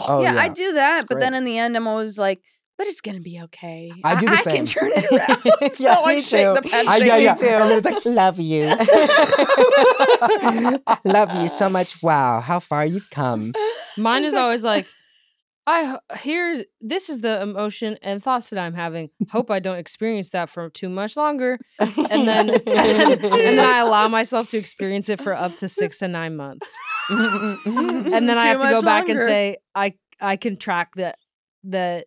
Speaker 5: Oh,
Speaker 6: yeah, I
Speaker 5: yeah.
Speaker 6: do that,
Speaker 5: It's
Speaker 6: but then
Speaker 5: great.
Speaker 6: in the end, I'm always like, but it's gonna be okay.
Speaker 5: I do the
Speaker 6: I can
Speaker 5: same.
Speaker 6: turn
Speaker 5: [LAUGHS]
Speaker 6: it around. so [LAUGHS]
Speaker 5: Yeah,
Speaker 6: I
Speaker 5: me
Speaker 6: shake
Speaker 5: too.
Speaker 6: the pen.
Speaker 5: I-
Speaker 6: shake
Speaker 5: yeah,
Speaker 6: the
Speaker 5: yeah.
Speaker 6: pen.
Speaker 5: And then it's like, love you.
Speaker 7: [LAUGHS]
Speaker 5: [LAUGHS] love you so much. Wow, how far you've come.
Speaker 7: Mine is always like, I h- here's this is the emotion and thoughts that I'm having. Hope I don't experience that for too much longer, and then
Speaker 11: [LAUGHS]
Speaker 7: and, then
Speaker 6: [LAUGHS]
Speaker 7: I allow myself to experience it for up to six to nine months,
Speaker 6: [LAUGHS]
Speaker 7: and then I
Speaker 6: Too
Speaker 7: have to go
Speaker 6: much
Speaker 7: back and
Speaker 6: longer.
Speaker 7: say I I can track that that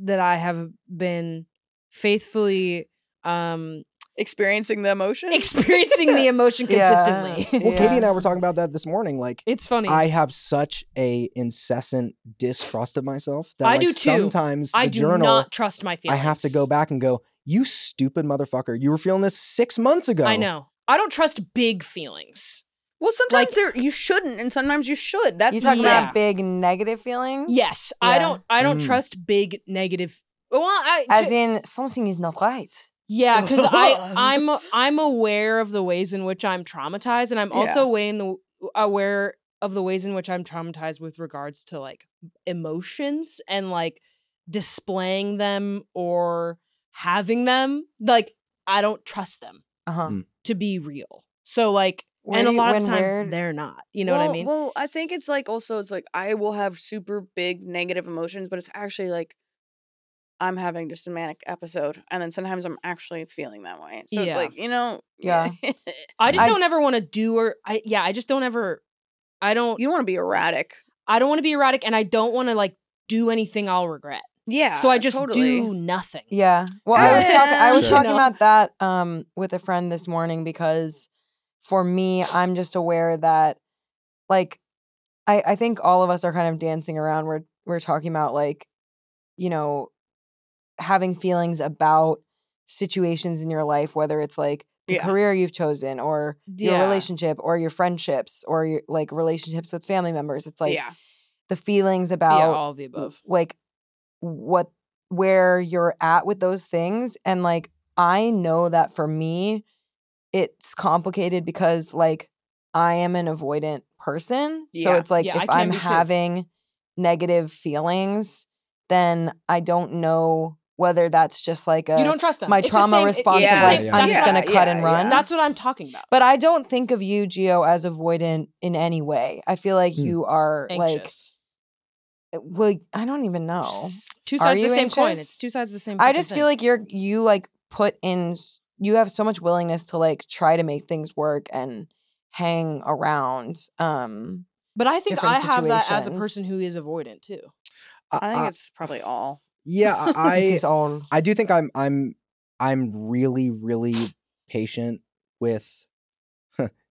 Speaker 7: that I have been faithfully
Speaker 6: [LAUGHS]
Speaker 7: um
Speaker 6: experiencing the emotion,
Speaker 7: experiencing the emotion consistently.
Speaker 5: Well, Katie and I were talking about that this morning. Like,
Speaker 7: [LAUGHS] It's funny.
Speaker 5: I have such a incessant distrust of myself that
Speaker 7: I
Speaker 5: like,
Speaker 7: do too.
Speaker 5: Sometimes
Speaker 7: I
Speaker 5: the
Speaker 7: do
Speaker 5: journal,
Speaker 7: not trust my feelings.
Speaker 5: I have to go back and go. You stupid motherfucker! You were feeling this six months ago.
Speaker 7: I know. I don't trust big feelings.
Speaker 6: Well, sometimes there you shouldn't, and sometimes you should. That's
Speaker 4: [LAUGHS] you talking
Speaker 7: Yeah.
Speaker 4: about big negative feelings?
Speaker 7: Yes, I
Speaker 4: Yeah.
Speaker 7: don't. I don't
Speaker 4: Mm.
Speaker 7: trust big negative. Well, I
Speaker 4: As
Speaker 7: to-
Speaker 4: in something is not right.
Speaker 7: yeah, because I I'm I'm aware of the ways in which I'm traumatized, and I'm also
Speaker 4: Yeah.
Speaker 7: aware in the aware of the ways in which I'm traumatized with regards to like emotions and like displaying them or having them. Like I don't trust them
Speaker 4: Uh-huh.
Speaker 5: Mm.
Speaker 7: to be real. So like,
Speaker 6: Where
Speaker 7: and a
Speaker 6: do you-
Speaker 7: lot of
Speaker 6: when
Speaker 7: time
Speaker 6: where-
Speaker 7: they're not. You know what I
Speaker 6: Well-
Speaker 7: mean?
Speaker 6: Well, I think it's like also it's like I will have super big negative emotions, but it's actually like I'm having just a manic episode, and then sometimes I'm actually feeling that way. So it's
Speaker 7: Yeah.
Speaker 6: like you know,
Speaker 7: Yeah. I just
Speaker 6: I
Speaker 7: don't
Speaker 6: d-
Speaker 7: ever want to do or I yeah, I just don't ever I don't
Speaker 6: [LAUGHS] You don't want to be erratic.
Speaker 7: I don't want to be erratic and I don't want to like do anything I'll regret.
Speaker 6: Yeah.
Speaker 7: So I just
Speaker 6: totally.
Speaker 7: do nothing.
Speaker 4: Yeah. Well, I was,
Speaker 2: [LAUGHS]
Speaker 4: talk- I was
Speaker 7: Yeah.
Speaker 4: talking
Speaker 7: You know?
Speaker 4: about that um, with a friend this morning because for me, I'm just aware that, like, I, I think all of us are kind of dancing around. We're we're talking about like, you know, having feelings about situations in your life, whether it's like the
Speaker 2: Yeah.
Speaker 4: career you've chosen or your
Speaker 2: Yeah.
Speaker 4: relationship or your friendships or your like relationships with family members. It's like
Speaker 2: Yeah.
Speaker 4: the feelings about
Speaker 2: all of the above.
Speaker 4: Like what where you're at with those things. And like I know that for me, it's complicated because like I am an avoidant person. So
Speaker 2: Yeah.
Speaker 4: it's like
Speaker 2: Yeah, I
Speaker 4: if
Speaker 2: can
Speaker 4: I'm
Speaker 2: be too.
Speaker 4: having negative feelings, then I don't know whether that's just like a
Speaker 7: You don't trust them.
Speaker 4: my
Speaker 7: It's the
Speaker 4: trauma
Speaker 7: same- it-
Speaker 4: response.
Speaker 7: it's
Speaker 4: of
Speaker 7: the
Speaker 4: like,
Speaker 7: same-
Speaker 4: I'm
Speaker 7: that's
Speaker 4: just
Speaker 7: what-
Speaker 4: gonna cut and
Speaker 7: yeah,
Speaker 4: run.
Speaker 7: yeah. That's what I'm talking about.
Speaker 4: But I don't think of you, Geo, as avoidant in any way. I feel like
Speaker 7: Hmm.
Speaker 4: you are
Speaker 7: Anxious.
Speaker 4: like, well, I don't even know.
Speaker 7: Two
Speaker 4: Are
Speaker 7: sides of
Speaker 4: you
Speaker 7: the same coin.
Speaker 4: anxious?
Speaker 7: It's two sides of the same.
Speaker 4: I
Speaker 7: fucking
Speaker 4: just
Speaker 7: thing.
Speaker 4: feel like you're you like put in s- you have so much willingness to like try to make things work and hang around. Um
Speaker 7: But I think
Speaker 4: different
Speaker 7: I have that as a
Speaker 4: situations.
Speaker 7: person who is avoidant too.
Speaker 6: I think
Speaker 4: I-
Speaker 6: it's probably all.
Speaker 5: Yeah,
Speaker 7: [LAUGHS]
Speaker 5: I I-
Speaker 4: It's all-
Speaker 5: I do think I'm I'm I'm really really patient with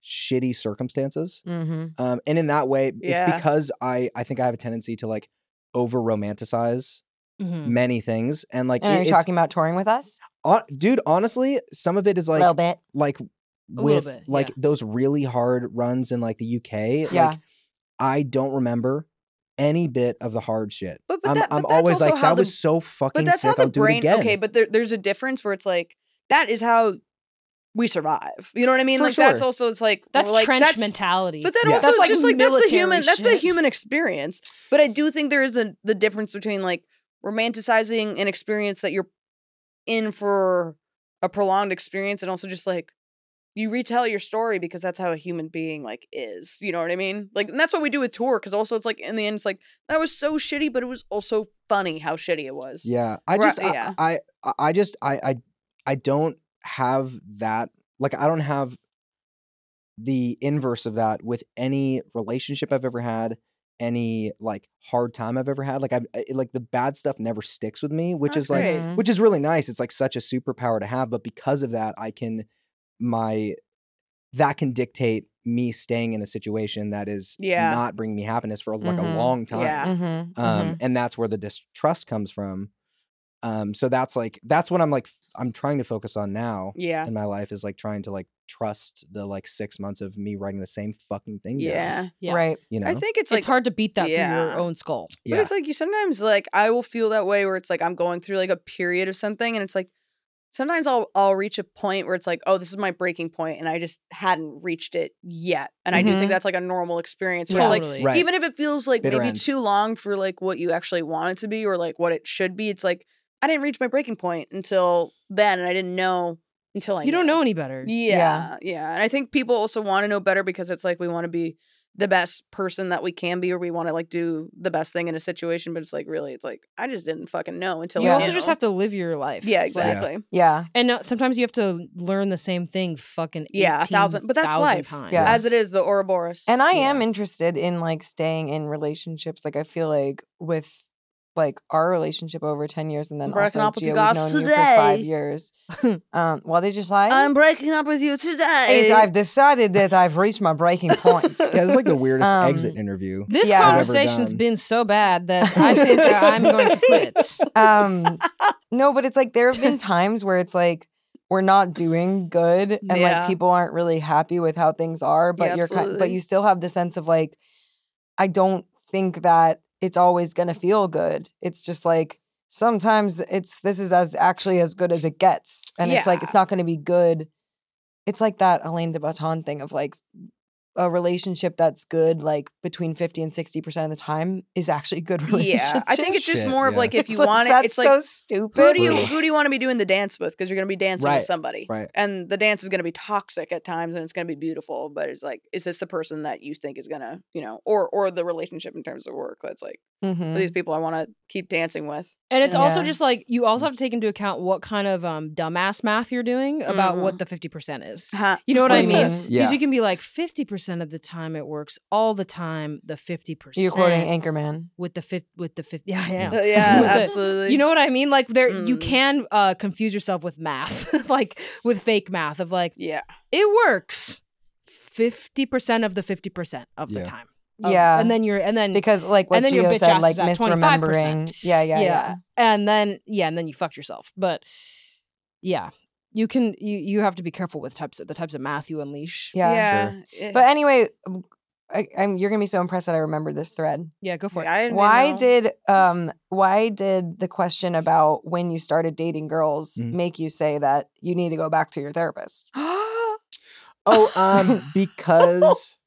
Speaker 5: shitty circumstances.
Speaker 4: Mhm.
Speaker 5: Um, and in that way, it's
Speaker 4: Yeah.
Speaker 5: because I I think I have a tendency to like over romanticize
Speaker 6: Mm.
Speaker 4: Mhm.
Speaker 5: many things, and like
Speaker 4: And
Speaker 5: it-
Speaker 4: are you
Speaker 5: it's-
Speaker 4: talking about touring with us?
Speaker 5: hon- dude, honestly, some of it is like
Speaker 4: Little bit.
Speaker 5: like
Speaker 4: little
Speaker 5: with
Speaker 4: bit,
Speaker 5: like
Speaker 4: yeah.
Speaker 5: those really hard runs in like the UK.
Speaker 4: Yeah.
Speaker 5: Like I don't remember any bit of the hard shit.
Speaker 6: But- but
Speaker 5: I'm,
Speaker 6: that-
Speaker 5: I'm
Speaker 6: but that's
Speaker 5: always
Speaker 6: also
Speaker 5: like,
Speaker 6: how
Speaker 5: that
Speaker 6: the-
Speaker 5: was so fucking
Speaker 6: but that's
Speaker 5: sick.
Speaker 6: how the
Speaker 5: I'll do
Speaker 6: brain
Speaker 5: it again.
Speaker 6: okay but there, there's a difference where it's like that is how we survive you know what i mean
Speaker 7: For
Speaker 6: like that's
Speaker 7: sure.
Speaker 6: also it's like
Speaker 7: That's
Speaker 6: we're like,
Speaker 7: trench
Speaker 6: that's-
Speaker 7: mentality.
Speaker 6: but that
Speaker 7: Yes.
Speaker 6: also
Speaker 7: That's
Speaker 6: is
Speaker 7: like
Speaker 6: just like that's the
Speaker 7: military
Speaker 6: human that's the
Speaker 7: shit.
Speaker 6: human experience but i do think there is a, the difference between like romanticizing an experience that you're in for a prolonged experience and also just like you retell your story because that's how a human being like is you know what i mean like and that's what we do with tour because also it's like in the end it's like that was so shitty but it was also funny how shitty it was
Speaker 5: Yeah, I
Speaker 6: Right,
Speaker 5: just, I-
Speaker 6: yeah.
Speaker 5: I, I, I just, I, I, I don't have that. Like, I don't have the inverse of that with any relationship I've ever had, any like hard time I've ever had. Like, I I- like the bad stuff never sticks with me, which
Speaker 6: That's
Speaker 5: is like,
Speaker 4: Mm-hmm.
Speaker 6: great.
Speaker 5: which is really nice. It's like such a superpower to have, but because of that, I can, my, that can dictate me staying in a situation that is
Speaker 6: Yeah.
Speaker 5: not bringing me happiness for like
Speaker 6: Mhm.
Speaker 5: a long time
Speaker 6: Yeah.
Speaker 4: Mhm,
Speaker 5: um,
Speaker 6: Mm-hmm.
Speaker 4: mhm.
Speaker 5: and that's where the distrust comes from. Um, so that's like that's what I'm like f- I'm trying to focus on now.
Speaker 6: Yeah.
Speaker 5: in my life is like trying to like trust the like six months of me writing the same fucking thing. down,
Speaker 6: Yeah.
Speaker 4: Right.
Speaker 5: You know,
Speaker 6: I think
Speaker 7: It's
Speaker 6: it's like
Speaker 7: hard to beat that through
Speaker 6: yeah.
Speaker 7: your own skull.
Speaker 5: Yeah.
Speaker 6: But it's like you sometimes like I will feel that way where it's like I'm going through like a period of something and it's like sometimes I'll I'll reach a point where it's like, oh, this is my breaking point and I just hadn't reached it yet. And I do
Speaker 7: Mhm.
Speaker 6: think that's like a normal experience where it's
Speaker 7: Totally.
Speaker 6: like
Speaker 7: Right.
Speaker 6: even if it feels like
Speaker 7: Bitter
Speaker 6: maybe
Speaker 7: end.
Speaker 6: too long for like what you actually want it to be or like what it should be, it's like I didn't reach my breaking point until then and I didn't know until I
Speaker 7: You don't
Speaker 6: knew.
Speaker 7: know any better.
Speaker 6: Yeah, yeah. And I think people also want to know better because it's like we want to be the best person that we can be or we want to like do the best thing in a situation, but it's like really it's like I just didn't fucking know until
Speaker 7: You
Speaker 6: I
Speaker 7: also
Speaker 6: knew.
Speaker 7: just have to live your life.
Speaker 6: Yeah,
Speaker 7: Like,
Speaker 6: exactly.
Speaker 4: Yeah.
Speaker 7: And uh, sometimes you have to learn the same thing fucking
Speaker 6: Yeah, a thousand but that's
Speaker 7: 18,000
Speaker 6: life.
Speaker 7: times.
Speaker 4: Yeah.
Speaker 6: As it is the Ouroboros.
Speaker 4: And I am interested in like staying in relationships. Like I feel like with like our relationship over ten years, and then
Speaker 6: Breaking
Speaker 4: also
Speaker 6: up with
Speaker 4: Gia,
Speaker 6: you
Speaker 4: we've
Speaker 6: guys
Speaker 4: known you for five
Speaker 6: today.
Speaker 4: years. um, well, they just like
Speaker 6: I'm breaking up with you today.
Speaker 4: It, [LAUGHS] I've decided that I've reached my breaking
Speaker 6: [LAUGHS]
Speaker 4: point.
Speaker 5: yeah, it's like the weirdest
Speaker 4: Um,
Speaker 5: exit interview.
Speaker 7: This
Speaker 5: I've ever
Speaker 7: conversation's
Speaker 5: done.
Speaker 7: been so bad
Speaker 6: [LAUGHS]
Speaker 7: that I think that I'm going to quit.
Speaker 4: um no but it's like there have been times where it's like we're not doing good and
Speaker 7: Yeah.
Speaker 4: like people aren't really happy with how things are but
Speaker 7: Yeah,
Speaker 4: you're kind, but
Speaker 7: absolutely.
Speaker 4: you still have the sense of like i don't think that it's always going to feel good it's just like sometimes it's this is as actually as good as it gets and it's like it's not going to be good it's like that Elaine de Baton thing of like a relationship that's good like between 50 and 60% of the time is actually a good [LAUGHS] relationship.
Speaker 6: Yeah, I think it's just more of like if you
Speaker 4: It's like,
Speaker 6: want it,
Speaker 4: that's
Speaker 6: it's like
Speaker 4: so stupid.
Speaker 6: Who do you
Speaker 4: Brutal.
Speaker 5: [LAUGHS]
Speaker 6: who do you want to be doing the dance with? Because you're gonna be dancing
Speaker 4: Right,
Speaker 6: with somebody,
Speaker 5: right.
Speaker 6: And the dance is gonna be toxic at times, and it's gonna be beautiful, but it's like, is this the person that you think is gonna, you know, or or the relationship in terms of work? That's like
Speaker 4: Mhm.
Speaker 5: Mm-hmm.
Speaker 6: are these people I want to keep dancing with,
Speaker 7: And it's also
Speaker 6: Yeah.
Speaker 7: just like you also have to take into account what kind of um, dumbass math you're doing about
Speaker 6: Mhm.
Speaker 7: what the fifty percent is.
Speaker 6: Huh.
Speaker 7: You know what I
Speaker 4: [LAUGHS]
Speaker 7: mean?
Speaker 6: Mhm.
Speaker 7: Because
Speaker 4: Yeah.
Speaker 7: you can be like fifty percent of the time it works, all the time the fifty percent.
Speaker 4: You're quoting Anchorman.
Speaker 7: with the fifth with the fifth. Yeah, yeah,
Speaker 4: Uh, yeah,
Speaker 6: absolutely.
Speaker 7: You know what I mean? Like there,
Speaker 6: Mm.
Speaker 7: you can uh, confuse yourself with math, [LAUGHS] like with fake math of like,
Speaker 6: yeah,
Speaker 7: it works fifty percent of the fifty percent of the
Speaker 4: Yeah.
Speaker 7: time. Of-
Speaker 4: yeah.
Speaker 7: Oh, and then you're and then
Speaker 4: because like what
Speaker 7: and then
Speaker 4: Gio
Speaker 7: your bitch
Speaker 4: said
Speaker 7: ass
Speaker 4: like
Speaker 7: is at 25%.
Speaker 4: misremembering. Yeah, yeah, yeah.
Speaker 7: And then yeah, and then you fucked yourself. But yeah you can you, you have to be careful with types of the types of math you unleash
Speaker 4: Yeah. But [LAUGHS] anyway, I, I'm, you're gonna be so impressed that I remembered this thread.
Speaker 7: yeah go for it
Speaker 6: I didn't
Speaker 4: Why
Speaker 6: know.
Speaker 4: did um why did the question about when you started dating girls
Speaker 5: Mm.
Speaker 4: make you say that you need to go back to your
Speaker 6: [GASPS]
Speaker 4: therapist?
Speaker 5: Oh,
Speaker 6: [LAUGHS]
Speaker 5: um, because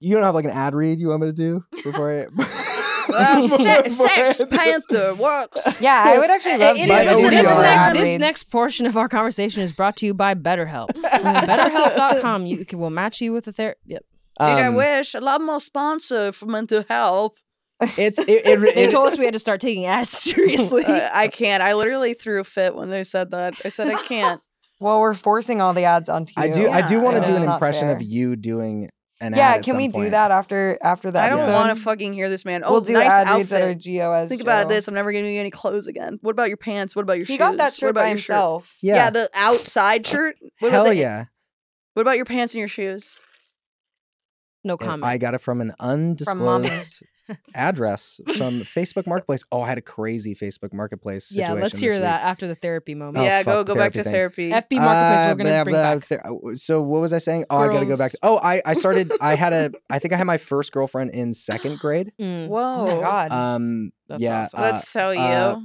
Speaker 5: you don't have like an ad read you want me to do before I. [LAUGHS]
Speaker 6: Well, se- sex panther
Speaker 4: [LAUGHS]
Speaker 6: works.
Speaker 4: Yeah, I would actually love
Speaker 6: It
Speaker 4: to.
Speaker 7: this,
Speaker 5: is- These are
Speaker 7: next,
Speaker 5: ad
Speaker 7: this
Speaker 5: reads.
Speaker 7: next portion of our conversation is brought to you by BetterHelp. [LAUGHS] BetterHelp.com. You can, will match you with a therapist. Yep.
Speaker 6: [LAUGHS] Dude, I
Speaker 5: Um,
Speaker 6: wish a lot more sponsor for mental health.
Speaker 4: [LAUGHS]
Speaker 5: It's
Speaker 6: [LAUGHS]
Speaker 5: it, it, it,
Speaker 7: They told us we had to start taking ads [LAUGHS] seriously.
Speaker 6: Uh, I can't. I literally threw a fit when they said that. I said I can't.
Speaker 4: Well, we're forcing all the ads onto you.
Speaker 5: I do. I do want to
Speaker 4: so
Speaker 5: do
Speaker 4: it's
Speaker 5: an
Speaker 4: not
Speaker 5: impression
Speaker 4: fair.
Speaker 5: of you doing an. ad
Speaker 4: yeah,
Speaker 5: at
Speaker 4: can
Speaker 5: some
Speaker 4: we do
Speaker 5: point.
Speaker 4: that after after [LAUGHS] that?
Speaker 6: I don't
Speaker 4: episode?
Speaker 6: want to fucking hear this man. Oh,
Speaker 4: We'll do
Speaker 6: nice
Speaker 4: ad
Speaker 6: outfit.
Speaker 4: reads that are geo as
Speaker 6: Think about
Speaker 4: Joe.
Speaker 6: this. I'm never gonna get any clothes again. What about your pants? What about your
Speaker 4: He
Speaker 6: shoes?
Speaker 4: got that
Speaker 6: What
Speaker 4: shirt
Speaker 6: about
Speaker 4: by
Speaker 6: your
Speaker 4: himself.
Speaker 6: Yeah.
Speaker 5: Yeah. Uh,
Speaker 6: the outside shirt. What about
Speaker 5: Hell
Speaker 6: the-
Speaker 5: yeah!
Speaker 6: What about your pants and your shoes?
Speaker 7: No
Speaker 5: And I got it from an undisclosed address, some Facebook Marketplace. Oh, I had a crazy Facebook Marketplace
Speaker 7: yeah,
Speaker 5: situation.
Speaker 7: let's
Speaker 5: this
Speaker 7: hear
Speaker 5: week.
Speaker 7: that after the therapy moment.
Speaker 5: Oh,
Speaker 6: Yeah, go-
Speaker 5: fuck the
Speaker 6: go back to therapy.
Speaker 7: FB Marketplace,
Speaker 5: Uh,
Speaker 7: we're
Speaker 5: Ah,
Speaker 7: gonna bring back.
Speaker 5: ther- so what was I saying? Oh, I gotta go back.
Speaker 7: Girls.
Speaker 5: To- oh, I I started. I had a. I think I had my first girlfriend in second grade.
Speaker 7: Mm.
Speaker 6: Whoa.
Speaker 4: Oh my god.
Speaker 5: Um.
Speaker 7: That's
Speaker 5: yeah.
Speaker 7: awesome.
Speaker 6: That's so you.
Speaker 5: uh,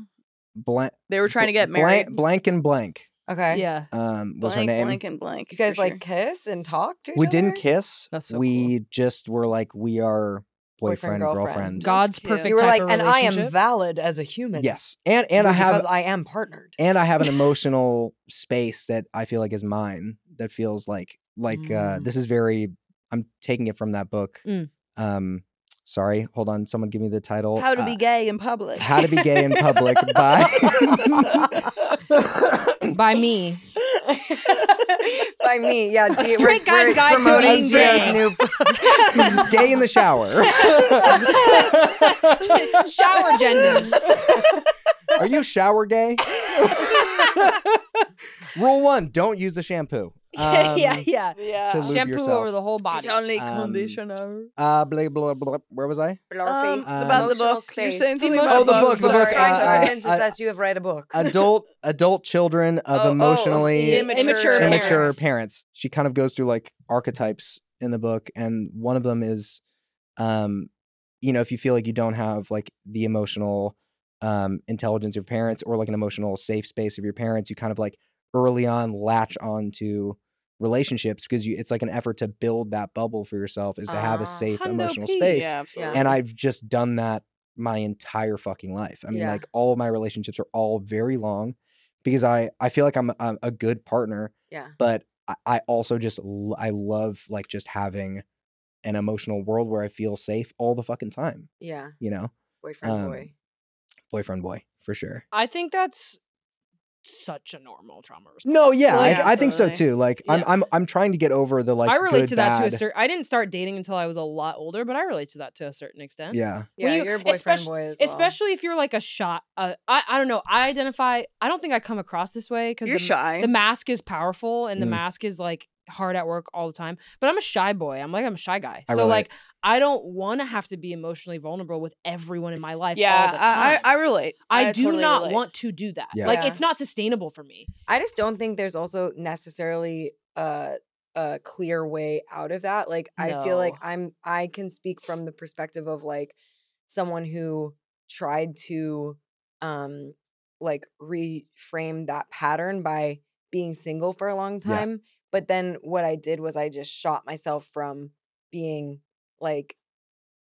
Speaker 5: blank.
Speaker 6: they were trying to get married.
Speaker 5: Blank, blank and blank.
Speaker 4: okay.
Speaker 7: Yeah.
Speaker 5: Um, was
Speaker 6: blank,
Speaker 5: her name?
Speaker 6: blank and blank.
Speaker 4: You guys
Speaker 6: for
Speaker 4: like kiss and talk to each
Speaker 5: we
Speaker 4: other?
Speaker 5: didn't kiss.
Speaker 7: That's so
Speaker 5: we just were like we are boyfriend,
Speaker 4: Boyfriend,
Speaker 5: girlfriend.
Speaker 7: God's
Speaker 6: cute. You
Speaker 7: perfect
Speaker 4: You were
Speaker 7: type
Speaker 4: like,
Speaker 7: of
Speaker 4: and I am
Speaker 7: relationship."
Speaker 4: valid as a human.
Speaker 5: Yes, and and I have
Speaker 4: because I am partnered. [LAUGHS]
Speaker 5: and I have an emotional space that I feel like is mine that feels like like uh this is very I'm taking it from that book.
Speaker 7: Mm.
Speaker 5: Um sorry, hold on, someone give me the title.
Speaker 6: sure. How to
Speaker 5: uh,
Speaker 6: be gay in public.
Speaker 5: How to be gay in
Speaker 6: [LAUGHS]
Speaker 5: public
Speaker 4: [LAUGHS]
Speaker 5: by
Speaker 7: [LAUGHS]
Speaker 5: [LAUGHS]
Speaker 7: By me.
Speaker 4: By me, yeah.
Speaker 7: A
Speaker 4: G-
Speaker 7: straight guy's guide to
Speaker 4: promoting
Speaker 7: being
Speaker 4: Gio's
Speaker 7: gay.
Speaker 5: [LAUGHS]
Speaker 4: new- [LAUGHS]
Speaker 5: gay in the shower. [LAUGHS]
Speaker 7: Shower [LAUGHS] genders.
Speaker 5: Are you shower gay? Rule 1, don't use the shampoo. Um,
Speaker 7: yeah, yeah.
Speaker 6: yeah.
Speaker 5: to lube
Speaker 7: Shampoo
Speaker 5: yourself.
Speaker 7: over the whole body.
Speaker 6: It's only
Speaker 5: Um,
Speaker 6: conditioner.
Speaker 5: Uh, blah, blah, blah. Where was I?
Speaker 6: Um,
Speaker 4: Blurpy.
Speaker 6: about the
Speaker 4: Emotional
Speaker 6: book. You're
Speaker 4: space.
Speaker 6: saying something
Speaker 7: Emotional
Speaker 6: about
Speaker 5: Oh, the book, the
Speaker 6: Sorry.
Speaker 5: book.
Speaker 4: Trying to
Speaker 5: Uh,
Speaker 4: convince us
Speaker 5: uh,
Speaker 4: that you have read a book. [LAUGHS]
Speaker 5: [LAUGHS] adult adult children of
Speaker 6: Oh, oh,
Speaker 5: emotionally
Speaker 6: immature
Speaker 7: immature
Speaker 5: immature
Speaker 7: parents.
Speaker 5: parents. She kind of goes through like archetypes in the book, and one of them is, um, you know, if you feel like you don't have like the emotional um, intelligence of your parents or like an emotional safe space of your parents, you kind of like early on latch on to relationships because you it's like an effort to build that bubble for yourself is to have
Speaker 4: Ah,
Speaker 5: a safe
Speaker 6: Hundo
Speaker 5: emotional
Speaker 6: P,
Speaker 5: space
Speaker 6: Yeah, absolutely.
Speaker 5: and I've just done that my entire fucking life. I mean,
Speaker 4: Yeah.
Speaker 5: like all my relationships are all very long because I I feel like I'm a, a good partner,
Speaker 4: yeah.
Speaker 5: but I, I also just l- I love like just having an emotional world where I feel safe all the fucking time.
Speaker 4: Yeah.
Speaker 5: You know,
Speaker 4: Boyfriend
Speaker 5: Um,
Speaker 4: boy.
Speaker 5: boyfriend boy for sure.
Speaker 7: I think that's such a normal trauma response.
Speaker 5: No, yeah,
Speaker 6: Like,
Speaker 5: I, I think so
Speaker 6: absolutely.
Speaker 5: too. Like I'm
Speaker 7: Yeah.
Speaker 5: I'm I'm trying to get over the like
Speaker 7: I relate
Speaker 5: good,
Speaker 7: to that
Speaker 5: bad.
Speaker 7: to a certain. I didn't start dating until I was a lot older, but I relate to that to a certain extent.
Speaker 5: yeah.
Speaker 7: When
Speaker 4: Yeah,
Speaker 7: you-
Speaker 4: you're a boyfriend
Speaker 7: especially-
Speaker 4: boy as well.
Speaker 7: Especially if you're like a shot. Uh, I I don't know. I identify. I don't think I come across this way because
Speaker 6: You're
Speaker 7: the,
Speaker 6: shy.
Speaker 7: the mask is powerful and the
Speaker 5: Mm.
Speaker 7: mask is like hard at work all the time. But I'm a shy boy. I'm like I'm a shy guy.
Speaker 5: I
Speaker 7: so
Speaker 5: relate.
Speaker 7: like I don't want to have to be emotionally vulnerable with everyone in my life. all
Speaker 6: yeah,
Speaker 7: the
Speaker 6: I,
Speaker 7: time.
Speaker 6: I, I relate.
Speaker 7: I do
Speaker 6: totally
Speaker 7: not
Speaker 6: relate.
Speaker 7: want to do that.
Speaker 5: Yeah.
Speaker 7: Like
Speaker 4: Yeah.
Speaker 7: it's not sustainable for me.
Speaker 4: I just don't think there's also necessarily a a clear way out of that. Like I feel like
Speaker 7: No.
Speaker 4: I'm I can speak from the perspective of like someone who tried to um like reframe that pattern by being single for a long
Speaker 5: Yeah.
Speaker 4: time. But then what I did was I just shot myself from being like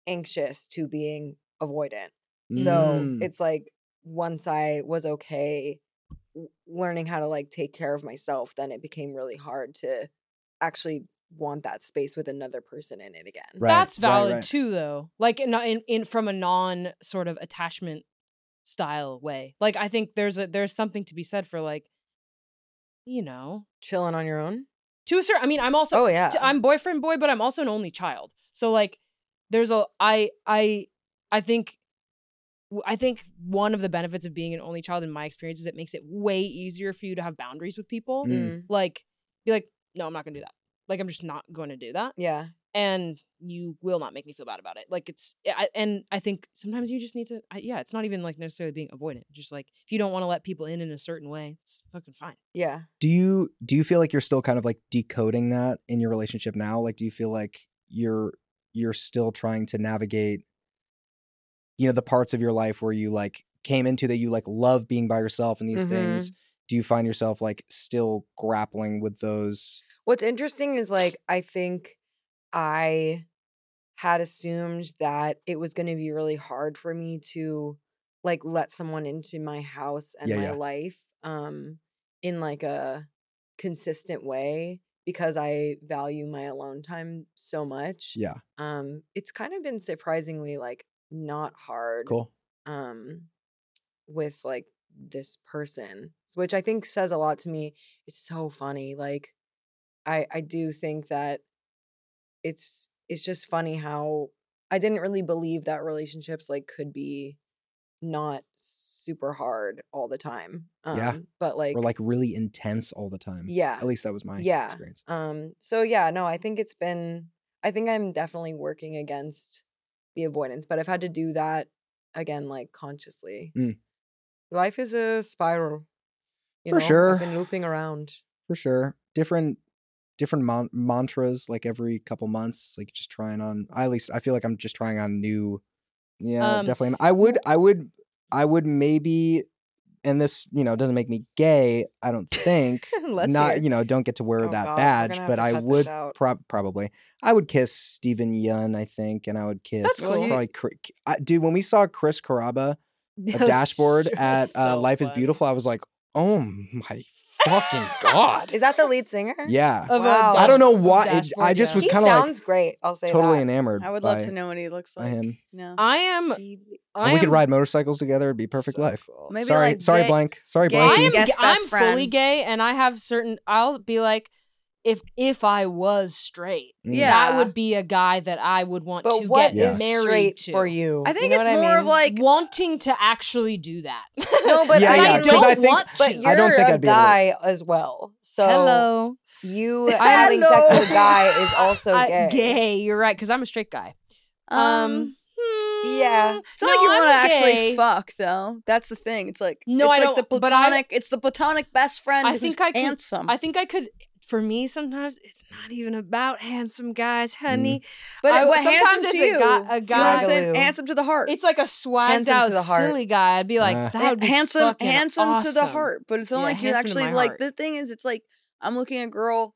Speaker 4: anxious to being avoidant. So
Speaker 5: Mm.
Speaker 4: it's like once I was okay w- learning how to like take care of myself, then it became really hard to actually want that space with another person in it again.
Speaker 5: Right,
Speaker 7: That's
Speaker 5: right,
Speaker 7: valid
Speaker 5: right.
Speaker 7: too, though. Like in, in in from a non sort of attachment style way. Like I think there's a there's something to be said for like, you know,
Speaker 4: Chilling on your own.
Speaker 7: to a certain. I mean, I'm also
Speaker 4: oh yeah.
Speaker 7: t- I'm boyfriend boy, but I'm also an only child. So like, there's a I I I think w- I think one of the benefits of being an only child in my experience is it makes it way easier for you to have boundaries with people.
Speaker 5: Mm.
Speaker 4: Mm,
Speaker 7: Like, be like, no, I'm not gonna do that. Like, I'm just not going to do that.
Speaker 4: Yeah.
Speaker 7: And you will not make me feel bad about it. Like it's, I, and I think sometimes you just need to, I, yeah, it's not even like necessarily being avoidant. Just like if you don't want to let people in in a certain way, it's fucking fine.
Speaker 4: Yeah.
Speaker 5: Do you do you feel like you're still kind of like decoding that in your relationship now? Like do you feel like you're you're still trying to navigate you know the parts of your life where you like came into that you like love being by yourself and these
Speaker 4: Mhm.
Speaker 5: things? Do you find yourself like still grappling with those?
Speaker 4: What's interesting is like I think I had assumed that it was going to be really hard for me to like let someone into my house and
Speaker 12: Yeah,
Speaker 4: my
Speaker 12: yeah.
Speaker 4: life um in like a consistent way because I value my alone time so much.
Speaker 5: Yeah.
Speaker 4: Um it's kind of been surprisingly like not hard
Speaker 5: Cool.
Speaker 4: um with like this person s- which i think says a lot to me it's so funny like i i do think that it's it's just funny how i didn't really believe that relationships like could be not super hard all the time um
Speaker 5: yeah.
Speaker 4: but like
Speaker 5: or like really intense all the time.
Speaker 4: yeah
Speaker 5: At least that was my
Speaker 4: yeah
Speaker 5: experience.
Speaker 4: um so yeah no i think it's been i think i'm definitely working against the avoidance but i've had to do that again like consciously
Speaker 5: Mm.
Speaker 4: life is a spiral you
Speaker 5: For
Speaker 4: know?
Speaker 5: sure.
Speaker 4: i've been looping around
Speaker 5: for sure different different mon- mantras like every couple months like just trying on i at least i feel like i'm just trying on new yeah
Speaker 13: Um,
Speaker 5: definitely am. i would i would i would maybe and this you know doesn't make me gay i don't think
Speaker 13: [LAUGHS] Let's
Speaker 5: not
Speaker 13: hear it.
Speaker 5: you know don't get to wear
Speaker 13: Oh
Speaker 5: that
Speaker 13: God, we're
Speaker 5: badge
Speaker 13: gonna have
Speaker 5: but
Speaker 13: to
Speaker 5: i
Speaker 13: cut this
Speaker 5: would
Speaker 13: out.
Speaker 5: prob- probably i would kiss stephen yun i think and i would kiss
Speaker 13: That's cool.
Speaker 5: probably Cri- I, dude when we saw
Speaker 13: [LAUGHS]
Speaker 5: chris caraba
Speaker 13: That
Speaker 5: a
Speaker 13: was [LAUGHS]
Speaker 7: [LAUGHS]
Speaker 5: dashboard
Speaker 13: so-
Speaker 5: at
Speaker 13: that's
Speaker 5: uh,
Speaker 13: so
Speaker 5: life is
Speaker 13: funny.
Speaker 5: beautiful i was like oh my fucking god
Speaker 4: is that the lead singer
Speaker 5: yeah.
Speaker 4: Of a
Speaker 6: Oh,
Speaker 4: Wow.
Speaker 5: I don't know
Speaker 4: dash- of
Speaker 5: why. It,
Speaker 4: Dashboard,
Speaker 5: I just
Speaker 4: yeah.
Speaker 5: was
Speaker 4: He
Speaker 5: kind of
Speaker 4: sounds
Speaker 5: like
Speaker 4: great, I'll say
Speaker 5: totally
Speaker 4: that.
Speaker 5: enamored.
Speaker 6: I would love
Speaker 5: by-
Speaker 6: to know what he looks
Speaker 5: by
Speaker 6: like.
Speaker 5: him.
Speaker 6: No.
Speaker 7: I am.
Speaker 5: And we could ride motorcycles together. It'd be perfect life.
Speaker 7: Maybe,
Speaker 5: sorry,
Speaker 7: like,
Speaker 5: sorry,
Speaker 7: gay-
Speaker 5: blank. Sorry,
Speaker 7: gay- I am.
Speaker 5: blank.
Speaker 7: ga-
Speaker 6: best
Speaker 7: I'm fully
Speaker 6: friend.
Speaker 7: gay, and I have certain. I'll be like, if if I was straight,
Speaker 6: Yeah.
Speaker 7: that would be a guy that I would want
Speaker 4: But
Speaker 7: to
Speaker 4: what
Speaker 7: get
Speaker 4: is
Speaker 7: married
Speaker 4: straight
Speaker 7: to.
Speaker 4: for you?
Speaker 7: I
Speaker 4: You
Speaker 7: think
Speaker 4: know
Speaker 7: it's
Speaker 4: what I
Speaker 7: more of
Speaker 4: mean?
Speaker 7: like wanting to actually do that.
Speaker 4: no
Speaker 7: [LAUGHS]
Speaker 4: but
Speaker 7: Yeah,
Speaker 4: I,
Speaker 7: yeah,
Speaker 4: mean,
Speaker 7: 'cause I think-
Speaker 4: but
Speaker 7: I
Speaker 4: you're
Speaker 7: don't think
Speaker 4: a
Speaker 7: I'd be able to-
Speaker 4: guy as well so
Speaker 7: Hello. [LAUGHS]
Speaker 4: you having sex with a guy is also
Speaker 7: I-
Speaker 4: gay
Speaker 7: gay. You're right, because I'm a straight guy. Um, hmm,
Speaker 6: yeah. It's not like
Speaker 7: no,
Speaker 6: you want to
Speaker 7: I'm
Speaker 6: actually
Speaker 7: gay.
Speaker 6: fuck, though. That's the thing. It's like
Speaker 7: No,
Speaker 6: it's
Speaker 7: I
Speaker 6: like
Speaker 7: don't-
Speaker 6: The
Speaker 7: but I-
Speaker 6: platonic, it's the platonic best friend.
Speaker 7: I think I could.
Speaker 6: handsome.
Speaker 7: I think I could. For me, sometimes it's not even about handsome guys, honey.
Speaker 6: But
Speaker 7: I,
Speaker 6: what
Speaker 7: sometimes
Speaker 6: handsome
Speaker 7: it's a
Speaker 6: to you?
Speaker 7: guy,
Speaker 6: See
Speaker 7: a
Speaker 6: what I'm
Speaker 7: guy
Speaker 6: saying? Handsome to the heart.
Speaker 7: It's like a swagged
Speaker 6: Handsome to
Speaker 7: out
Speaker 6: the heart.
Speaker 7: silly guy. I'd be like,
Speaker 5: Uh,
Speaker 7: that would be
Speaker 6: Eh, handsome,
Speaker 7: fucking
Speaker 6: handsome to the
Speaker 7: awesome."
Speaker 6: heart. But it's not
Speaker 7: Yeah,
Speaker 6: like you're
Speaker 7: handsome to
Speaker 6: actually
Speaker 7: my
Speaker 6: like
Speaker 7: heart.
Speaker 6: the thing is, it's like I'm looking at a girl,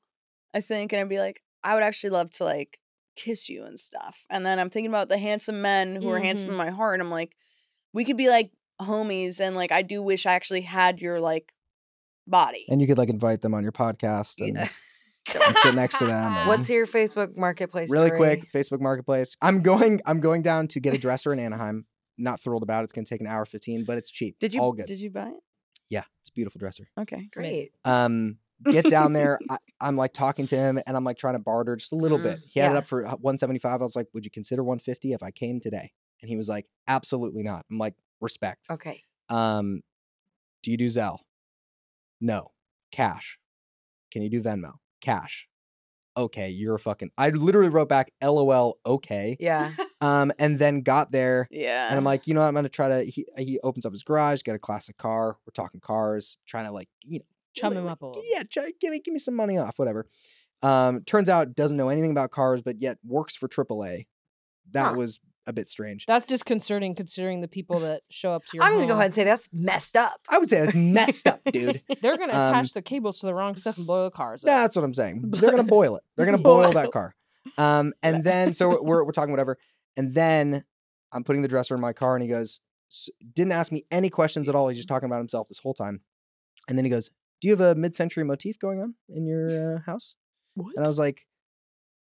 Speaker 6: I think, and I'd be like, I would actually love to like kiss you and stuff. And then I'm thinking about the handsome men who are handsome in
Speaker 7: Mhm.
Speaker 6: my heart, and I'm like, we could be like homies, and like I do wish I actually had your like body.
Speaker 5: And you could like invite them on your podcast and, [LAUGHS] and
Speaker 6: [LAUGHS]
Speaker 5: sit next to them. and-
Speaker 4: what's your facebook marketplace
Speaker 5: Um, really
Speaker 4: story?
Speaker 5: quick facebook marketplace i'm going i'm going down to get a dresser in anaheim not thrilled about it. it's going to take an hour 15 but it's cheap
Speaker 6: Did you
Speaker 5: all good
Speaker 6: did you buy it?
Speaker 5: yeah it's a beautiful dresser
Speaker 6: Okay,
Speaker 4: Great.
Speaker 5: um get down there I, i'm like talking to him and i'm like trying to barter just a little bit he had it
Speaker 4: Mm, yeah.
Speaker 5: up for 175 i was like would you consider 150 if i came today and he was like absolutely not i'm like respect
Speaker 4: okay
Speaker 5: um do you do zelle no cash can you do venmo cash okay you're a fucking i literally wrote back lol okay
Speaker 6: [LAUGHS]
Speaker 4: yeah
Speaker 5: um, and then got there.
Speaker 6: Yeah.
Speaker 5: And I'm like, you know, what, I'm gonna try to. He uh, he opens up his garage, got a classic car. We're talking cars, trying to like, you know,
Speaker 7: Chum
Speaker 5: like-
Speaker 7: him up a little.
Speaker 5: Yeah, try, give me give me some money off, whatever. Um, turns out doesn't know anything about cars, but yet works for AAA. That
Speaker 7: Huh.
Speaker 5: was a bit strange.
Speaker 7: That's disconcerting, considering the people that show up to your.
Speaker 4: i'm gonna go
Speaker 7: home.
Speaker 4: ahead and say that's messed up
Speaker 5: I would say that's messed
Speaker 7: [LAUGHS]
Speaker 5: up, dude.
Speaker 7: They're gonna
Speaker 5: Um,
Speaker 7: attach the cables to the wrong stuff and blow the cars up.
Speaker 5: That's what
Speaker 7: [LAUGHS]
Speaker 5: I'm saying. They're gonna boil it. They're gonna boil that car. Um, and then so we're we're talking whatever, and then I'm putting the dresser in my car, and he goes, s- didn't ask me any questions at all. He's just talking about himself this whole time, and then he goes, "Do you have a mid-century motif going on in your uh, house?" And I was like,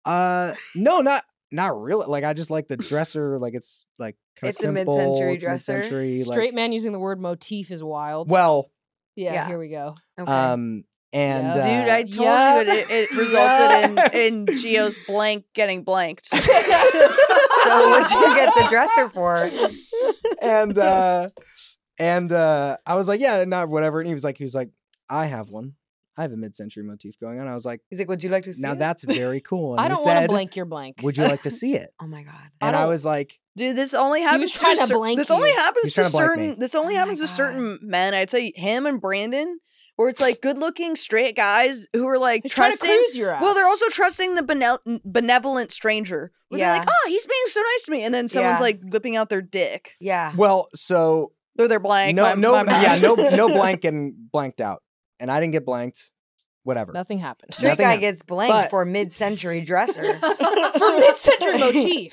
Speaker 5: "Uh, no, not not really. Like I just like the dresser. Like it's like kind of
Speaker 7: It's a
Speaker 5: simple.
Speaker 7: mid-century
Speaker 5: it's mid-century, like-
Speaker 7: Straight man using the word motif is wild.
Speaker 5: well,
Speaker 7: yeah,
Speaker 6: yeah.
Speaker 7: here we go.
Speaker 5: um, and
Speaker 7: Yep.
Speaker 5: uh,
Speaker 6: Dude, I told
Speaker 7: Yup.
Speaker 6: you it, [LAUGHS] it, it resulted in, in Geo's blank getting blanked.
Speaker 7: [LAUGHS]
Speaker 4: [LAUGHS] so what'd you get the dresser
Speaker 6: [LAUGHS]
Speaker 4: for
Speaker 5: and uh and uh I was like, yeah, not whatever. And he was like, he was like, I have one. I have a mid-century motif going on. I was like,
Speaker 4: He's like, would you like to see
Speaker 5: now
Speaker 4: it?
Speaker 5: that's very cool. And
Speaker 7: I
Speaker 5: he
Speaker 7: don't wanna
Speaker 5: said,
Speaker 7: blank your blank.
Speaker 5: Would you like to see it?
Speaker 4: oh my god.
Speaker 5: And I, was like,
Speaker 6: Dude, this only
Speaker 7: was
Speaker 6: happens
Speaker 7: trying to
Speaker 6: cer-
Speaker 7: blank
Speaker 6: This
Speaker 7: you. Oh
Speaker 6: only
Speaker 5: He's
Speaker 6: happens to
Speaker 5: trying to blank
Speaker 6: certain.
Speaker 5: me.
Speaker 6: This only happens to certain men. I'd say him and Brandon, where it's like good-looking straight guys who are like
Speaker 7: They're trying to
Speaker 6: trusting.
Speaker 7: cruise your
Speaker 6: Well, they're
Speaker 7: ass.
Speaker 6: also trusting the bene- benevolent stranger. Where They're like,
Speaker 4: Yeah.
Speaker 6: oh, he's being so nice to me, and then someone's
Speaker 4: Yeah.
Speaker 6: like whipping out their dick.
Speaker 4: Yeah.
Speaker 5: well, so
Speaker 6: They're their blank.
Speaker 5: no,
Speaker 6: my-
Speaker 5: no,
Speaker 6: my
Speaker 5: yeah,
Speaker 6: bad.
Speaker 7: [LAUGHS]
Speaker 5: no, no blank and blanked out, and I didn't get blanked. Whatever.
Speaker 7: [LAUGHS]
Speaker 5: [LAUGHS]
Speaker 7: Nothing happened.
Speaker 6: [LAUGHS]
Speaker 4: Straight
Speaker 5: Nothing
Speaker 4: guy
Speaker 5: hap-
Speaker 4: gets blanked
Speaker 5: But-
Speaker 4: for mid-century
Speaker 7: [LAUGHS]
Speaker 4: dresser.
Speaker 7: for
Speaker 6: [LAUGHS]
Speaker 7: mid-century motif.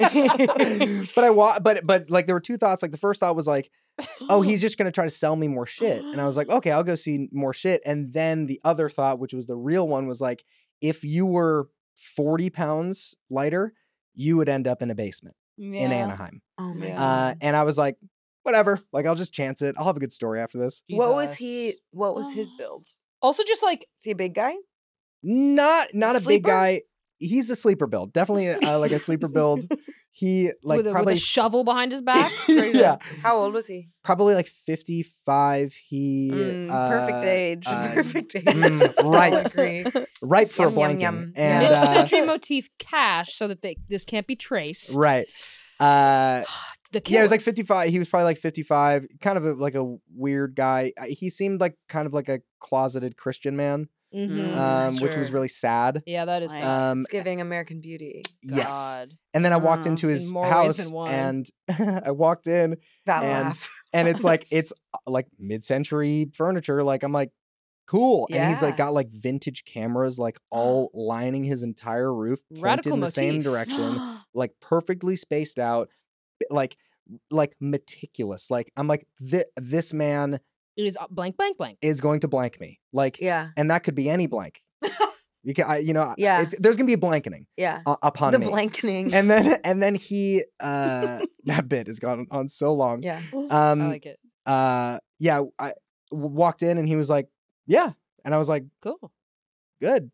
Speaker 5: but I wa- but but like there were two thoughts. Like the first thought was like, [LAUGHS] oh, he's just gonna try to sell me more shit, and I was like, okay, I'll go see more shit. And then the other thought, which was the real one, was like, if you were forty pounds lighter, you would end up in a basement in
Speaker 6: Yeah.
Speaker 5: Anaheim.
Speaker 4: oh my god.
Speaker 5: Uh, and I was like, whatever. Like I'll just chance it. I'll have a good story after this.
Speaker 4: What was he what was
Speaker 6: [GASPS]
Speaker 4: his build?
Speaker 7: Also, just like
Speaker 4: Is he a
Speaker 6: [LAUGHS]
Speaker 4: big guy?
Speaker 5: Not not a big
Speaker 4: Sleeper?
Speaker 5: guy. He's a sleeper build, definitely uh, like a sleeper build. He like
Speaker 7: with, a,
Speaker 5: probably
Speaker 7: with a
Speaker 5: [LAUGHS]
Speaker 7: shovel behind his back.
Speaker 5: yeah.
Speaker 4: How old was he?
Speaker 5: probably like 55 he
Speaker 6: Mm,
Speaker 5: uh,
Speaker 6: perfect age. [LAUGHS]
Speaker 5: uh,
Speaker 4: Perfect age.
Speaker 5: mm,
Speaker 4: [LAUGHS] I'll
Speaker 5: ripe
Speaker 4: agree.
Speaker 5: ripe for
Speaker 4: Yum,
Speaker 5: a
Speaker 4: yum,
Speaker 5: blanking
Speaker 4: yum.
Speaker 5: and uh,
Speaker 7: Mid-century motif cash, so that they, this can't be traced.
Speaker 5: right uh
Speaker 7: The
Speaker 5: yeah it
Speaker 7: killer.
Speaker 5: was like 55 he was probably like 55 kind of a, like a weird guy Uh, he seemed like kind of like a closeted christian man
Speaker 7: Mhm.
Speaker 5: um which was
Speaker 7: Sure.
Speaker 5: really sad
Speaker 7: Yeah, that is.
Speaker 6: Like,
Speaker 7: sad.
Speaker 5: um
Speaker 4: It's giving American Beauty.
Speaker 5: yes
Speaker 7: God. Mm,
Speaker 5: and then i walked
Speaker 6: Oh,
Speaker 5: into
Speaker 7: in
Speaker 5: his
Speaker 7: more ways
Speaker 5: house
Speaker 7: than one.
Speaker 5: and [LAUGHS] i walked in
Speaker 4: That
Speaker 5: And-
Speaker 4: laugh.
Speaker 5: and
Speaker 4: [LAUGHS]
Speaker 5: it's like it's uh, like mid-century furniture like i'm like cool and he's like
Speaker 4: Yeah. Oh.
Speaker 5: got like vintage cameras like all lining his entire roof pointed
Speaker 7: Radical
Speaker 5: in the same
Speaker 7: motif.
Speaker 5: direction
Speaker 4: [GASPS]
Speaker 5: like perfectly spaced out b- like like meticulous like i'm like "Thi- this man
Speaker 7: It is uh, blank, blank, blank.
Speaker 5: is going to blank me like
Speaker 4: Yeah.
Speaker 5: and that could be
Speaker 4: [LAUGHS]
Speaker 5: any blank you can I, you know I-
Speaker 4: Yeah.
Speaker 5: it's, there's gonna be a blankening
Speaker 4: Yeah.
Speaker 5: uh, upon
Speaker 4: the
Speaker 5: me
Speaker 4: blankening.
Speaker 5: and
Speaker 4: [LAUGHS]
Speaker 5: then and then he uh [LAUGHS] that bit has gone on so long
Speaker 4: yeah. Oh
Speaker 5: um
Speaker 7: I like it.
Speaker 5: uh yeah i w- walked in and he was like yeah and i was like
Speaker 7: Cool.
Speaker 5: good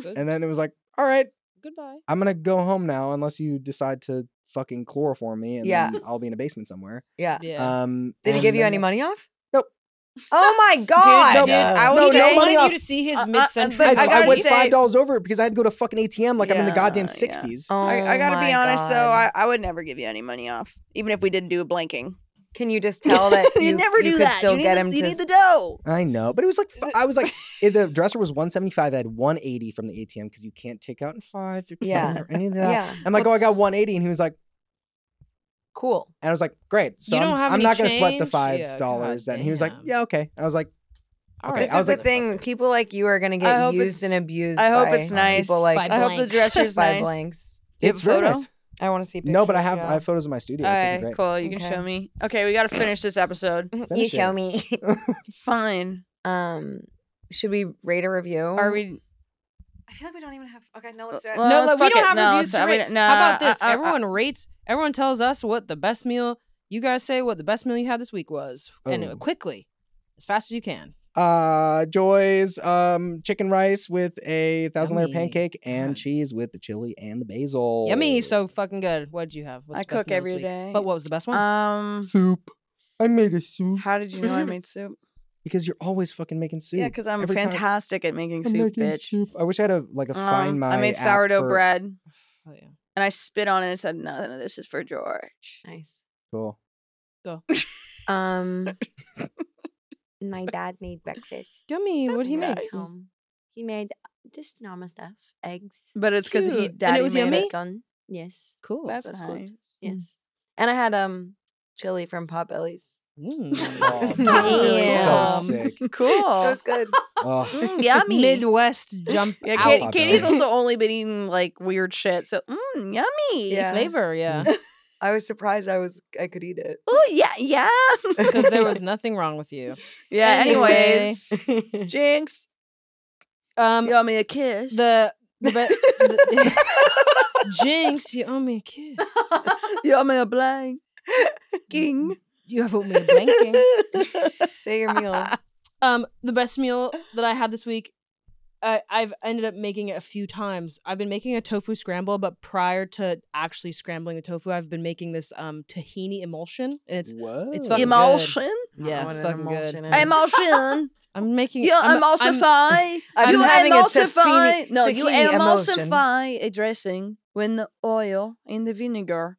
Speaker 7: Good.
Speaker 5: and then it was like all right
Speaker 7: Goodbye.
Speaker 5: i'm gonna go home now unless you decide to fucking chloroform me and
Speaker 4: Yeah.
Speaker 5: then i'll be in a basement somewhere
Speaker 4: Yeah.
Speaker 7: Yeah.
Speaker 5: um
Speaker 4: Did he
Speaker 5: and
Speaker 4: give you
Speaker 5: then-
Speaker 4: any money off?
Speaker 5: Nope.
Speaker 4: Oh my god.
Speaker 5: no,
Speaker 7: Dude, I
Speaker 5: no,
Speaker 7: was
Speaker 5: no
Speaker 7: saying, wanted
Speaker 5: money off.
Speaker 7: you to see his
Speaker 6: Uh, uh, uh,
Speaker 7: mid-century.
Speaker 6: but
Speaker 5: I,
Speaker 6: I
Speaker 5: I,
Speaker 6: gotta
Speaker 5: went
Speaker 6: say-
Speaker 5: five dollars over it because I had to go to fucking ATM like I'm in the
Speaker 6: Yeah,
Speaker 5: goddamn
Speaker 6: yeah.
Speaker 5: sixties.
Speaker 4: Oh.
Speaker 6: I,
Speaker 7: Oh
Speaker 6: I gotta be
Speaker 4: my
Speaker 6: honest though,
Speaker 4: God.
Speaker 6: I, I would never give you any money off, even if we didn't do a blanking.
Speaker 4: Can you just tell that you,
Speaker 6: [LAUGHS] you, never do
Speaker 4: could
Speaker 6: that.
Speaker 4: Still
Speaker 6: you, need
Speaker 4: get
Speaker 6: the,
Speaker 4: him
Speaker 6: you
Speaker 4: to
Speaker 6: need the dough.
Speaker 5: I know, but it was like f-
Speaker 4: [LAUGHS]
Speaker 5: I was like if the dresser was 175. I had 180 from the ATM because you can't take out in fives or tens
Speaker 4: Yeah.
Speaker 5: or any of
Speaker 4: [LAUGHS]
Speaker 5: that.
Speaker 4: yeah,
Speaker 5: I'm like, oh, I got
Speaker 7: What's-
Speaker 5: 180, and he was like,
Speaker 4: cool.
Speaker 5: And I was like, great. So
Speaker 7: You
Speaker 5: I'm,
Speaker 7: don't have
Speaker 5: I'm
Speaker 7: any
Speaker 5: not going to sweat the
Speaker 7: change? Yeah,
Speaker 5: five dollars. then he was like,
Speaker 7: goddamn.
Speaker 5: yeah, okay. And I was like,
Speaker 7: All
Speaker 5: okay.
Speaker 7: right.
Speaker 4: This
Speaker 5: I
Speaker 4: is
Speaker 5: was
Speaker 4: the
Speaker 5: like,
Speaker 4: thing. People like you are gonna
Speaker 6: I
Speaker 4: get
Speaker 6: hope
Speaker 4: used and
Speaker 6: it's-
Speaker 4: abused.
Speaker 6: I hope
Speaker 4: by
Speaker 6: it's nice.
Speaker 4: People like
Speaker 7: By
Speaker 6: I hope the
Speaker 7: blanks.
Speaker 4: [LAUGHS]
Speaker 6: dresser's
Speaker 4: by
Speaker 6: nice.
Speaker 4: blanks.
Speaker 6: Do you
Speaker 5: it's
Speaker 6: have a
Speaker 5: very
Speaker 6: photo?
Speaker 5: nice.
Speaker 4: I want to see. Pictures,
Speaker 5: No, but I have
Speaker 4: yeah.
Speaker 5: I have photos in my studio.
Speaker 6: All
Speaker 5: It's looking
Speaker 6: right,
Speaker 5: great.
Speaker 6: cool. You can
Speaker 4: Okay.
Speaker 6: show me. Okay, we gotta finish this episode.
Speaker 4: [LAUGHS] you
Speaker 5: Finish
Speaker 4: show
Speaker 5: it.
Speaker 4: me. [LAUGHS]
Speaker 6: Fine.
Speaker 4: um, should we rate a review?
Speaker 6: Are we?
Speaker 9: I feel like we don't even have. Okay, no, let's do
Speaker 6: Well,
Speaker 9: it.
Speaker 7: No,
Speaker 6: Oh,
Speaker 7: like,
Speaker 6: let's
Speaker 7: we
Speaker 6: fuck
Speaker 7: don't
Speaker 6: it.
Speaker 7: have
Speaker 6: No,
Speaker 7: reviews
Speaker 6: so
Speaker 7: to
Speaker 6: we
Speaker 7: rate.
Speaker 6: don't- no, uh,
Speaker 7: How about this?
Speaker 6: I- I-
Speaker 7: everyone rates. Everyone tells us what the best meal. You guys say what the best meal you had this week was, and
Speaker 5: Oh.
Speaker 7: uh, quickly, as fast as you can.
Speaker 5: Uh, Joy's um chicken rice with a thousand layer
Speaker 7: Yummy.
Speaker 5: pancake and
Speaker 7: God.
Speaker 5: cheese with the chili and the basil.
Speaker 7: Yummy, so fucking good. What'd you have? What's
Speaker 6: I
Speaker 7: the best
Speaker 6: cook
Speaker 7: meal this
Speaker 6: every
Speaker 7: week?
Speaker 6: day.
Speaker 7: But what was the best one?
Speaker 6: Um,
Speaker 5: soup. I made a soup
Speaker 6: how did you know I made soup?
Speaker 5: because you're always fucking making soup.
Speaker 6: Yeah, because I'm
Speaker 5: Every time
Speaker 6: fantastic at making
Speaker 5: I'm
Speaker 6: soup,
Speaker 5: making
Speaker 6: bitch.
Speaker 5: soup. I wish I had a like a find
Speaker 6: Um,
Speaker 5: my.
Speaker 6: I made
Speaker 5: app
Speaker 6: sourdough
Speaker 5: for-
Speaker 6: bread,
Speaker 7: oh yeah.
Speaker 6: and I spit on it and said, "No, no, this is for George."
Speaker 4: nice.
Speaker 5: Cool.
Speaker 7: Go.
Speaker 4: Um, my dad made breakfast.
Speaker 7: Yummy. What
Speaker 4: That's
Speaker 7: would he make?
Speaker 4: nice. Home. He made just normal stuff, eggs,
Speaker 6: But it's because
Speaker 7: Cute.
Speaker 6: he
Speaker 7: And it
Speaker 6: daddy
Speaker 7: was
Speaker 6: made
Speaker 7: yummy?
Speaker 6: it.
Speaker 4: bacon. Yes,
Speaker 7: Cool.
Speaker 6: That's,
Speaker 4: That's
Speaker 6: [LAUGHS]
Speaker 4: good.
Speaker 6: nice.
Speaker 4: yes. And I had um chili from Potbelly's.
Speaker 5: Oh,
Speaker 7: Mm. [LAUGHS]
Speaker 5: man, so
Speaker 7: Damn.
Speaker 5: sick.
Speaker 4: It
Speaker 6: Cool.
Speaker 4: was good.
Speaker 5: Oh,
Speaker 6: Mm, [LAUGHS] yummy.
Speaker 7: Midwest jump
Speaker 6: yeah,
Speaker 7: out.
Speaker 6: Ka-
Speaker 5: Outback.
Speaker 6: Katie's also only been eating like weird shit. So, mm, yummy.
Speaker 4: Yeah.
Speaker 7: flavor. Yeah,
Speaker 4: I was surprised I was I could
Speaker 6: [LAUGHS]
Speaker 4: eat it.
Speaker 6: Oh yeah, yeah.
Speaker 7: because there
Speaker 6: [LAUGHS]
Speaker 7: was nothing wrong with you.
Speaker 6: yeah.
Speaker 7: Anyway.
Speaker 6: Anyways, Jinx,
Speaker 7: Um,
Speaker 6: you owe me a kiss.
Speaker 7: the the, be-
Speaker 6: [LAUGHS]
Speaker 7: the- Jinx, you owe me a kiss.
Speaker 6: you owe me a blank. King.
Speaker 7: You have owed me a blanking.
Speaker 4: [LAUGHS] Say your
Speaker 6: [LAUGHS]
Speaker 4: meal.
Speaker 7: Um, the best meal that I had this week, I, I've ended up making it a few times. I've been making a tofu scramble, but prior to actually scrambling the tofu, I've been making this um tahini emulsion, and it's
Speaker 5: Whoa.
Speaker 7: fucking-
Speaker 6: Emulsion.
Speaker 7: yeah,
Speaker 4: What
Speaker 7: it's
Speaker 4: an
Speaker 6: eh.
Speaker 7: fucking good.
Speaker 4: emulsion is.
Speaker 7: [LAUGHS]
Speaker 6: Emulsion.
Speaker 7: I'm making.
Speaker 6: You
Speaker 7: I'm-
Speaker 6: emulsify.
Speaker 7: [LAUGHS] I'm- I'm
Speaker 6: you
Speaker 7: having a
Speaker 6: emulsify.
Speaker 7: tahini-
Speaker 6: no, you
Speaker 7: tahini emotion.
Speaker 6: emulsify a dressing with the oil and the vinegar.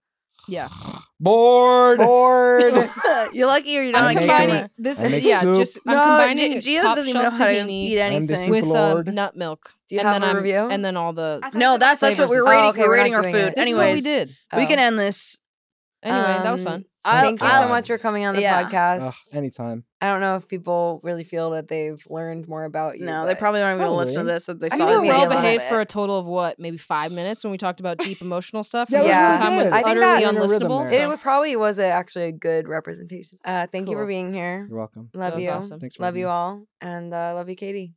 Speaker 7: Yeah.
Speaker 6: [LAUGHS]
Speaker 5: Bored.
Speaker 7: Bored.
Speaker 6: you're lucky you're not
Speaker 7: I'm
Speaker 6: on
Speaker 7: combining
Speaker 6: camera.
Speaker 7: this.
Speaker 5: I make
Speaker 7: Yeah,
Speaker 5: soup.
Speaker 7: just I'm
Speaker 6: No,
Speaker 7: combining
Speaker 6: G- Gio
Speaker 7: top
Speaker 6: doesn't even
Speaker 7: shelf
Speaker 6: know how to
Speaker 7: tahini
Speaker 6: eat I'm the anything.
Speaker 7: with
Speaker 6: soup
Speaker 7: uh,
Speaker 6: lord.
Speaker 7: nut milk.
Speaker 6: Do you
Speaker 7: and
Speaker 6: have
Speaker 7: then
Speaker 6: a
Speaker 7: I'm,
Speaker 6: review?
Speaker 7: And then all the [LAUGHS]
Speaker 6: No, that's that's what
Speaker 7: flavors
Speaker 6: we're
Speaker 7: and
Speaker 6: rating.
Speaker 7: stuff. Oh,
Speaker 6: we're rating our food.
Speaker 7: This is
Speaker 6: Anyways,
Speaker 7: what we Oh. did.
Speaker 4: Oh.
Speaker 6: We can end this.
Speaker 7: Anyway, that
Speaker 4: Um,
Speaker 7: was fun.
Speaker 4: I
Speaker 6: I'll-
Speaker 4: Thank you so
Speaker 6: I'll-
Speaker 4: much for coming on the
Speaker 6: yeah.
Speaker 5: Ugh,
Speaker 4: podcast.
Speaker 5: anytime.
Speaker 4: I don't know if people really feel that they've learned more about you.
Speaker 6: No, they
Speaker 4: but-
Speaker 6: probably aren't going to listen to this. That they
Speaker 7: I
Speaker 6: saw
Speaker 7: think we were
Speaker 6: this
Speaker 7: well
Speaker 6: video.
Speaker 7: behaved for a total of what, maybe five minutes when we talked about deep emotional stuff.
Speaker 4: Yeah,
Speaker 7: and the
Speaker 4: that
Speaker 7: rest of
Speaker 4: was
Speaker 7: the time was
Speaker 4: good. I think
Speaker 7: utterly
Speaker 4: that- We're in a rhythm
Speaker 7: unlistenable.
Speaker 4: It would probably was a, actually a good representation. Uh, thank you for
Speaker 7: Cool.
Speaker 4: being here.
Speaker 5: You're welcome.
Speaker 7: That
Speaker 4: Love
Speaker 7: was
Speaker 4: you.
Speaker 7: awesome. Thanks for
Speaker 4: Love
Speaker 7: having
Speaker 4: you
Speaker 7: me.
Speaker 4: all, and uh, love you, Katie.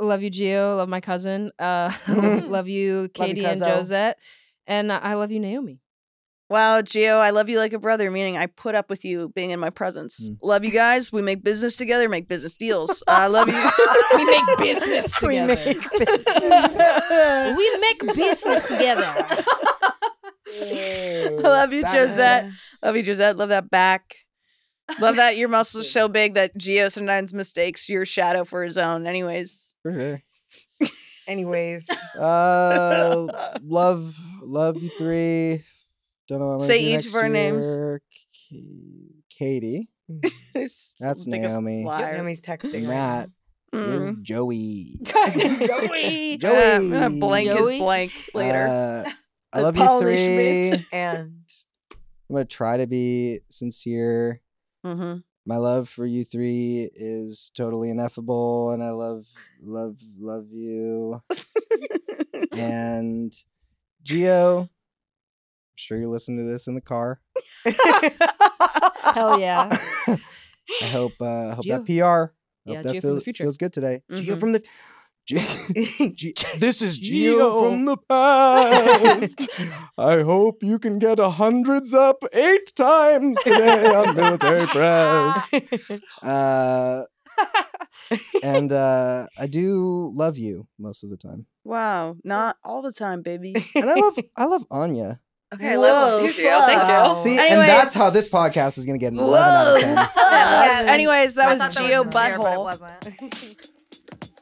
Speaker 7: love you, Gio. Love my cousin. Uh, love you, Katie and
Speaker 6: cuzzo.
Speaker 7: Josette. And I love you, Naomi.
Speaker 6: Wow, Gio, I love you like a brother, meaning I put up with you being in my presence.
Speaker 5: Hmm.
Speaker 6: Love you guys. We make business together, make business
Speaker 7: [LAUGHS]
Speaker 6: deals. I love you.
Speaker 7: [LAUGHS] we make business
Speaker 6: [LAUGHS] We
Speaker 7: together.
Speaker 6: make
Speaker 7: we
Speaker 5: [LAUGHS]
Speaker 7: make business [LAUGHS] together.
Speaker 6: I love you,
Speaker 7: Savage.
Speaker 6: Josette. Love you, Josette. Love that back. Love that
Speaker 7: [LAUGHS]
Speaker 6: your muscles are so big that Gio sometimes mistakes your shadow for his own. Anyways, [LAUGHS]
Speaker 5: For sure.
Speaker 4: Anyways,
Speaker 5: Uh, love, love you three. Don't know. What I'm gonna
Speaker 6: Say
Speaker 5: do
Speaker 6: each
Speaker 5: next
Speaker 6: of our names.
Speaker 5: year. K- Katie.
Speaker 7: Mm-hmm.
Speaker 5: That's
Speaker 4: biggest
Speaker 5: Naomi.
Speaker 4: liar. Naomi's texting right
Speaker 5: Matt
Speaker 6: [LAUGHS] Mm.
Speaker 5: is Joey.
Speaker 4: [LAUGHS] Joey.
Speaker 5: Joey.
Speaker 6: Uh, [LAUGHS] blank is blank later.
Speaker 5: Uh, I
Speaker 6: That's
Speaker 5: love you
Speaker 6: Polish,
Speaker 5: three.
Speaker 6: mate.
Speaker 4: and
Speaker 5: I'm gonna try to be sincere.
Speaker 7: Mm-hmm.
Speaker 6: hmm
Speaker 5: My love for you three is totally ineffable, and I love, love, love you. and Geo, I'm sure you're listening to this in
Speaker 7: [LAUGHS]
Speaker 5: the car.
Speaker 11: [LAUGHS]
Speaker 7: Hell
Speaker 5: [LAUGHS]
Speaker 7: Oh, yeah.
Speaker 5: I hope, uh, I hope
Speaker 7: Gio.
Speaker 5: that PR. I
Speaker 7: Yeah, Gio
Speaker 5: hope that
Speaker 7: from the
Speaker 5: feels,
Speaker 7: future.
Speaker 5: feels good today. Geo
Speaker 7: Mhm.
Speaker 5: from the.
Speaker 7: [LAUGHS]
Speaker 5: G- G- this is
Speaker 7: Gio.
Speaker 5: Geo from the
Speaker 7: [LAUGHS]
Speaker 5: past. I hope you can get a hundreds up eight times today on [LAUGHS]
Speaker 7: [LAUGHS]
Speaker 5: military press. Uh, and uh, I do love you most of the time,
Speaker 6: Wow, not all the time, baby.
Speaker 5: and I love I love Anya.
Speaker 6: [LAUGHS] Okay,
Speaker 4: love you, Gio. Thank you.
Speaker 5: See, and that's how this podcast is going to get an 11 out [LAUGHS] of 10.
Speaker 6: Anyways, that
Speaker 9: I
Speaker 6: was
Speaker 9: thought that
Speaker 6: Geo
Speaker 9: was sincere, but it
Speaker 6: Butthole.
Speaker 9: wasn't.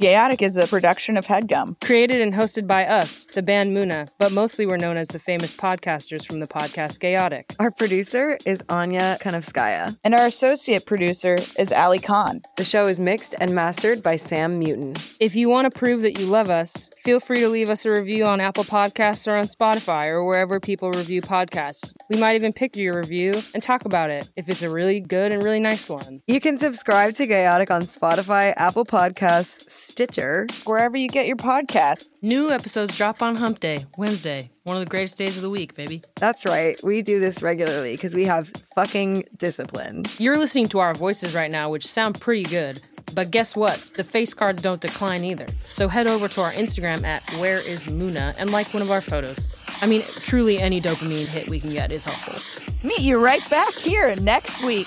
Speaker 6: Gayotic is a production of Headgum.
Speaker 7: Created and hosted by us, the band Muna, but mostly we're known as the famous podcasters from the podcast Chaotic.
Speaker 4: Our producer is Anya Kanevskaya.
Speaker 6: And our associate producer is Ali Khan.
Speaker 4: The show is mixed and mastered by Sam Mutin.
Speaker 7: If you want to prove that you love us, feel free to leave us a review on Apple Podcasts or on Spotify or wherever people review podcasts. We might even pick your review and talk about it if it's a really good and really nice one.
Speaker 4: You can subscribe to Gayotic on Spotify, Apple Podcasts, Stitcher,
Speaker 6: wherever you get your podcasts.
Speaker 7: New episodes drop on Hump Day, Wednesday, one of the greatest days of the week, baby.
Speaker 4: That's right. We do this regularly because we have fucking discipline.
Speaker 7: You're listening to our voices right now, which sound pretty good. But guess what? The face cards don't decline either. So head over to our Instagram at Where Is Muna and like one of our photos. I mean, truly any dopamine hit we can get is helpful.
Speaker 12: Meet you right back here next week.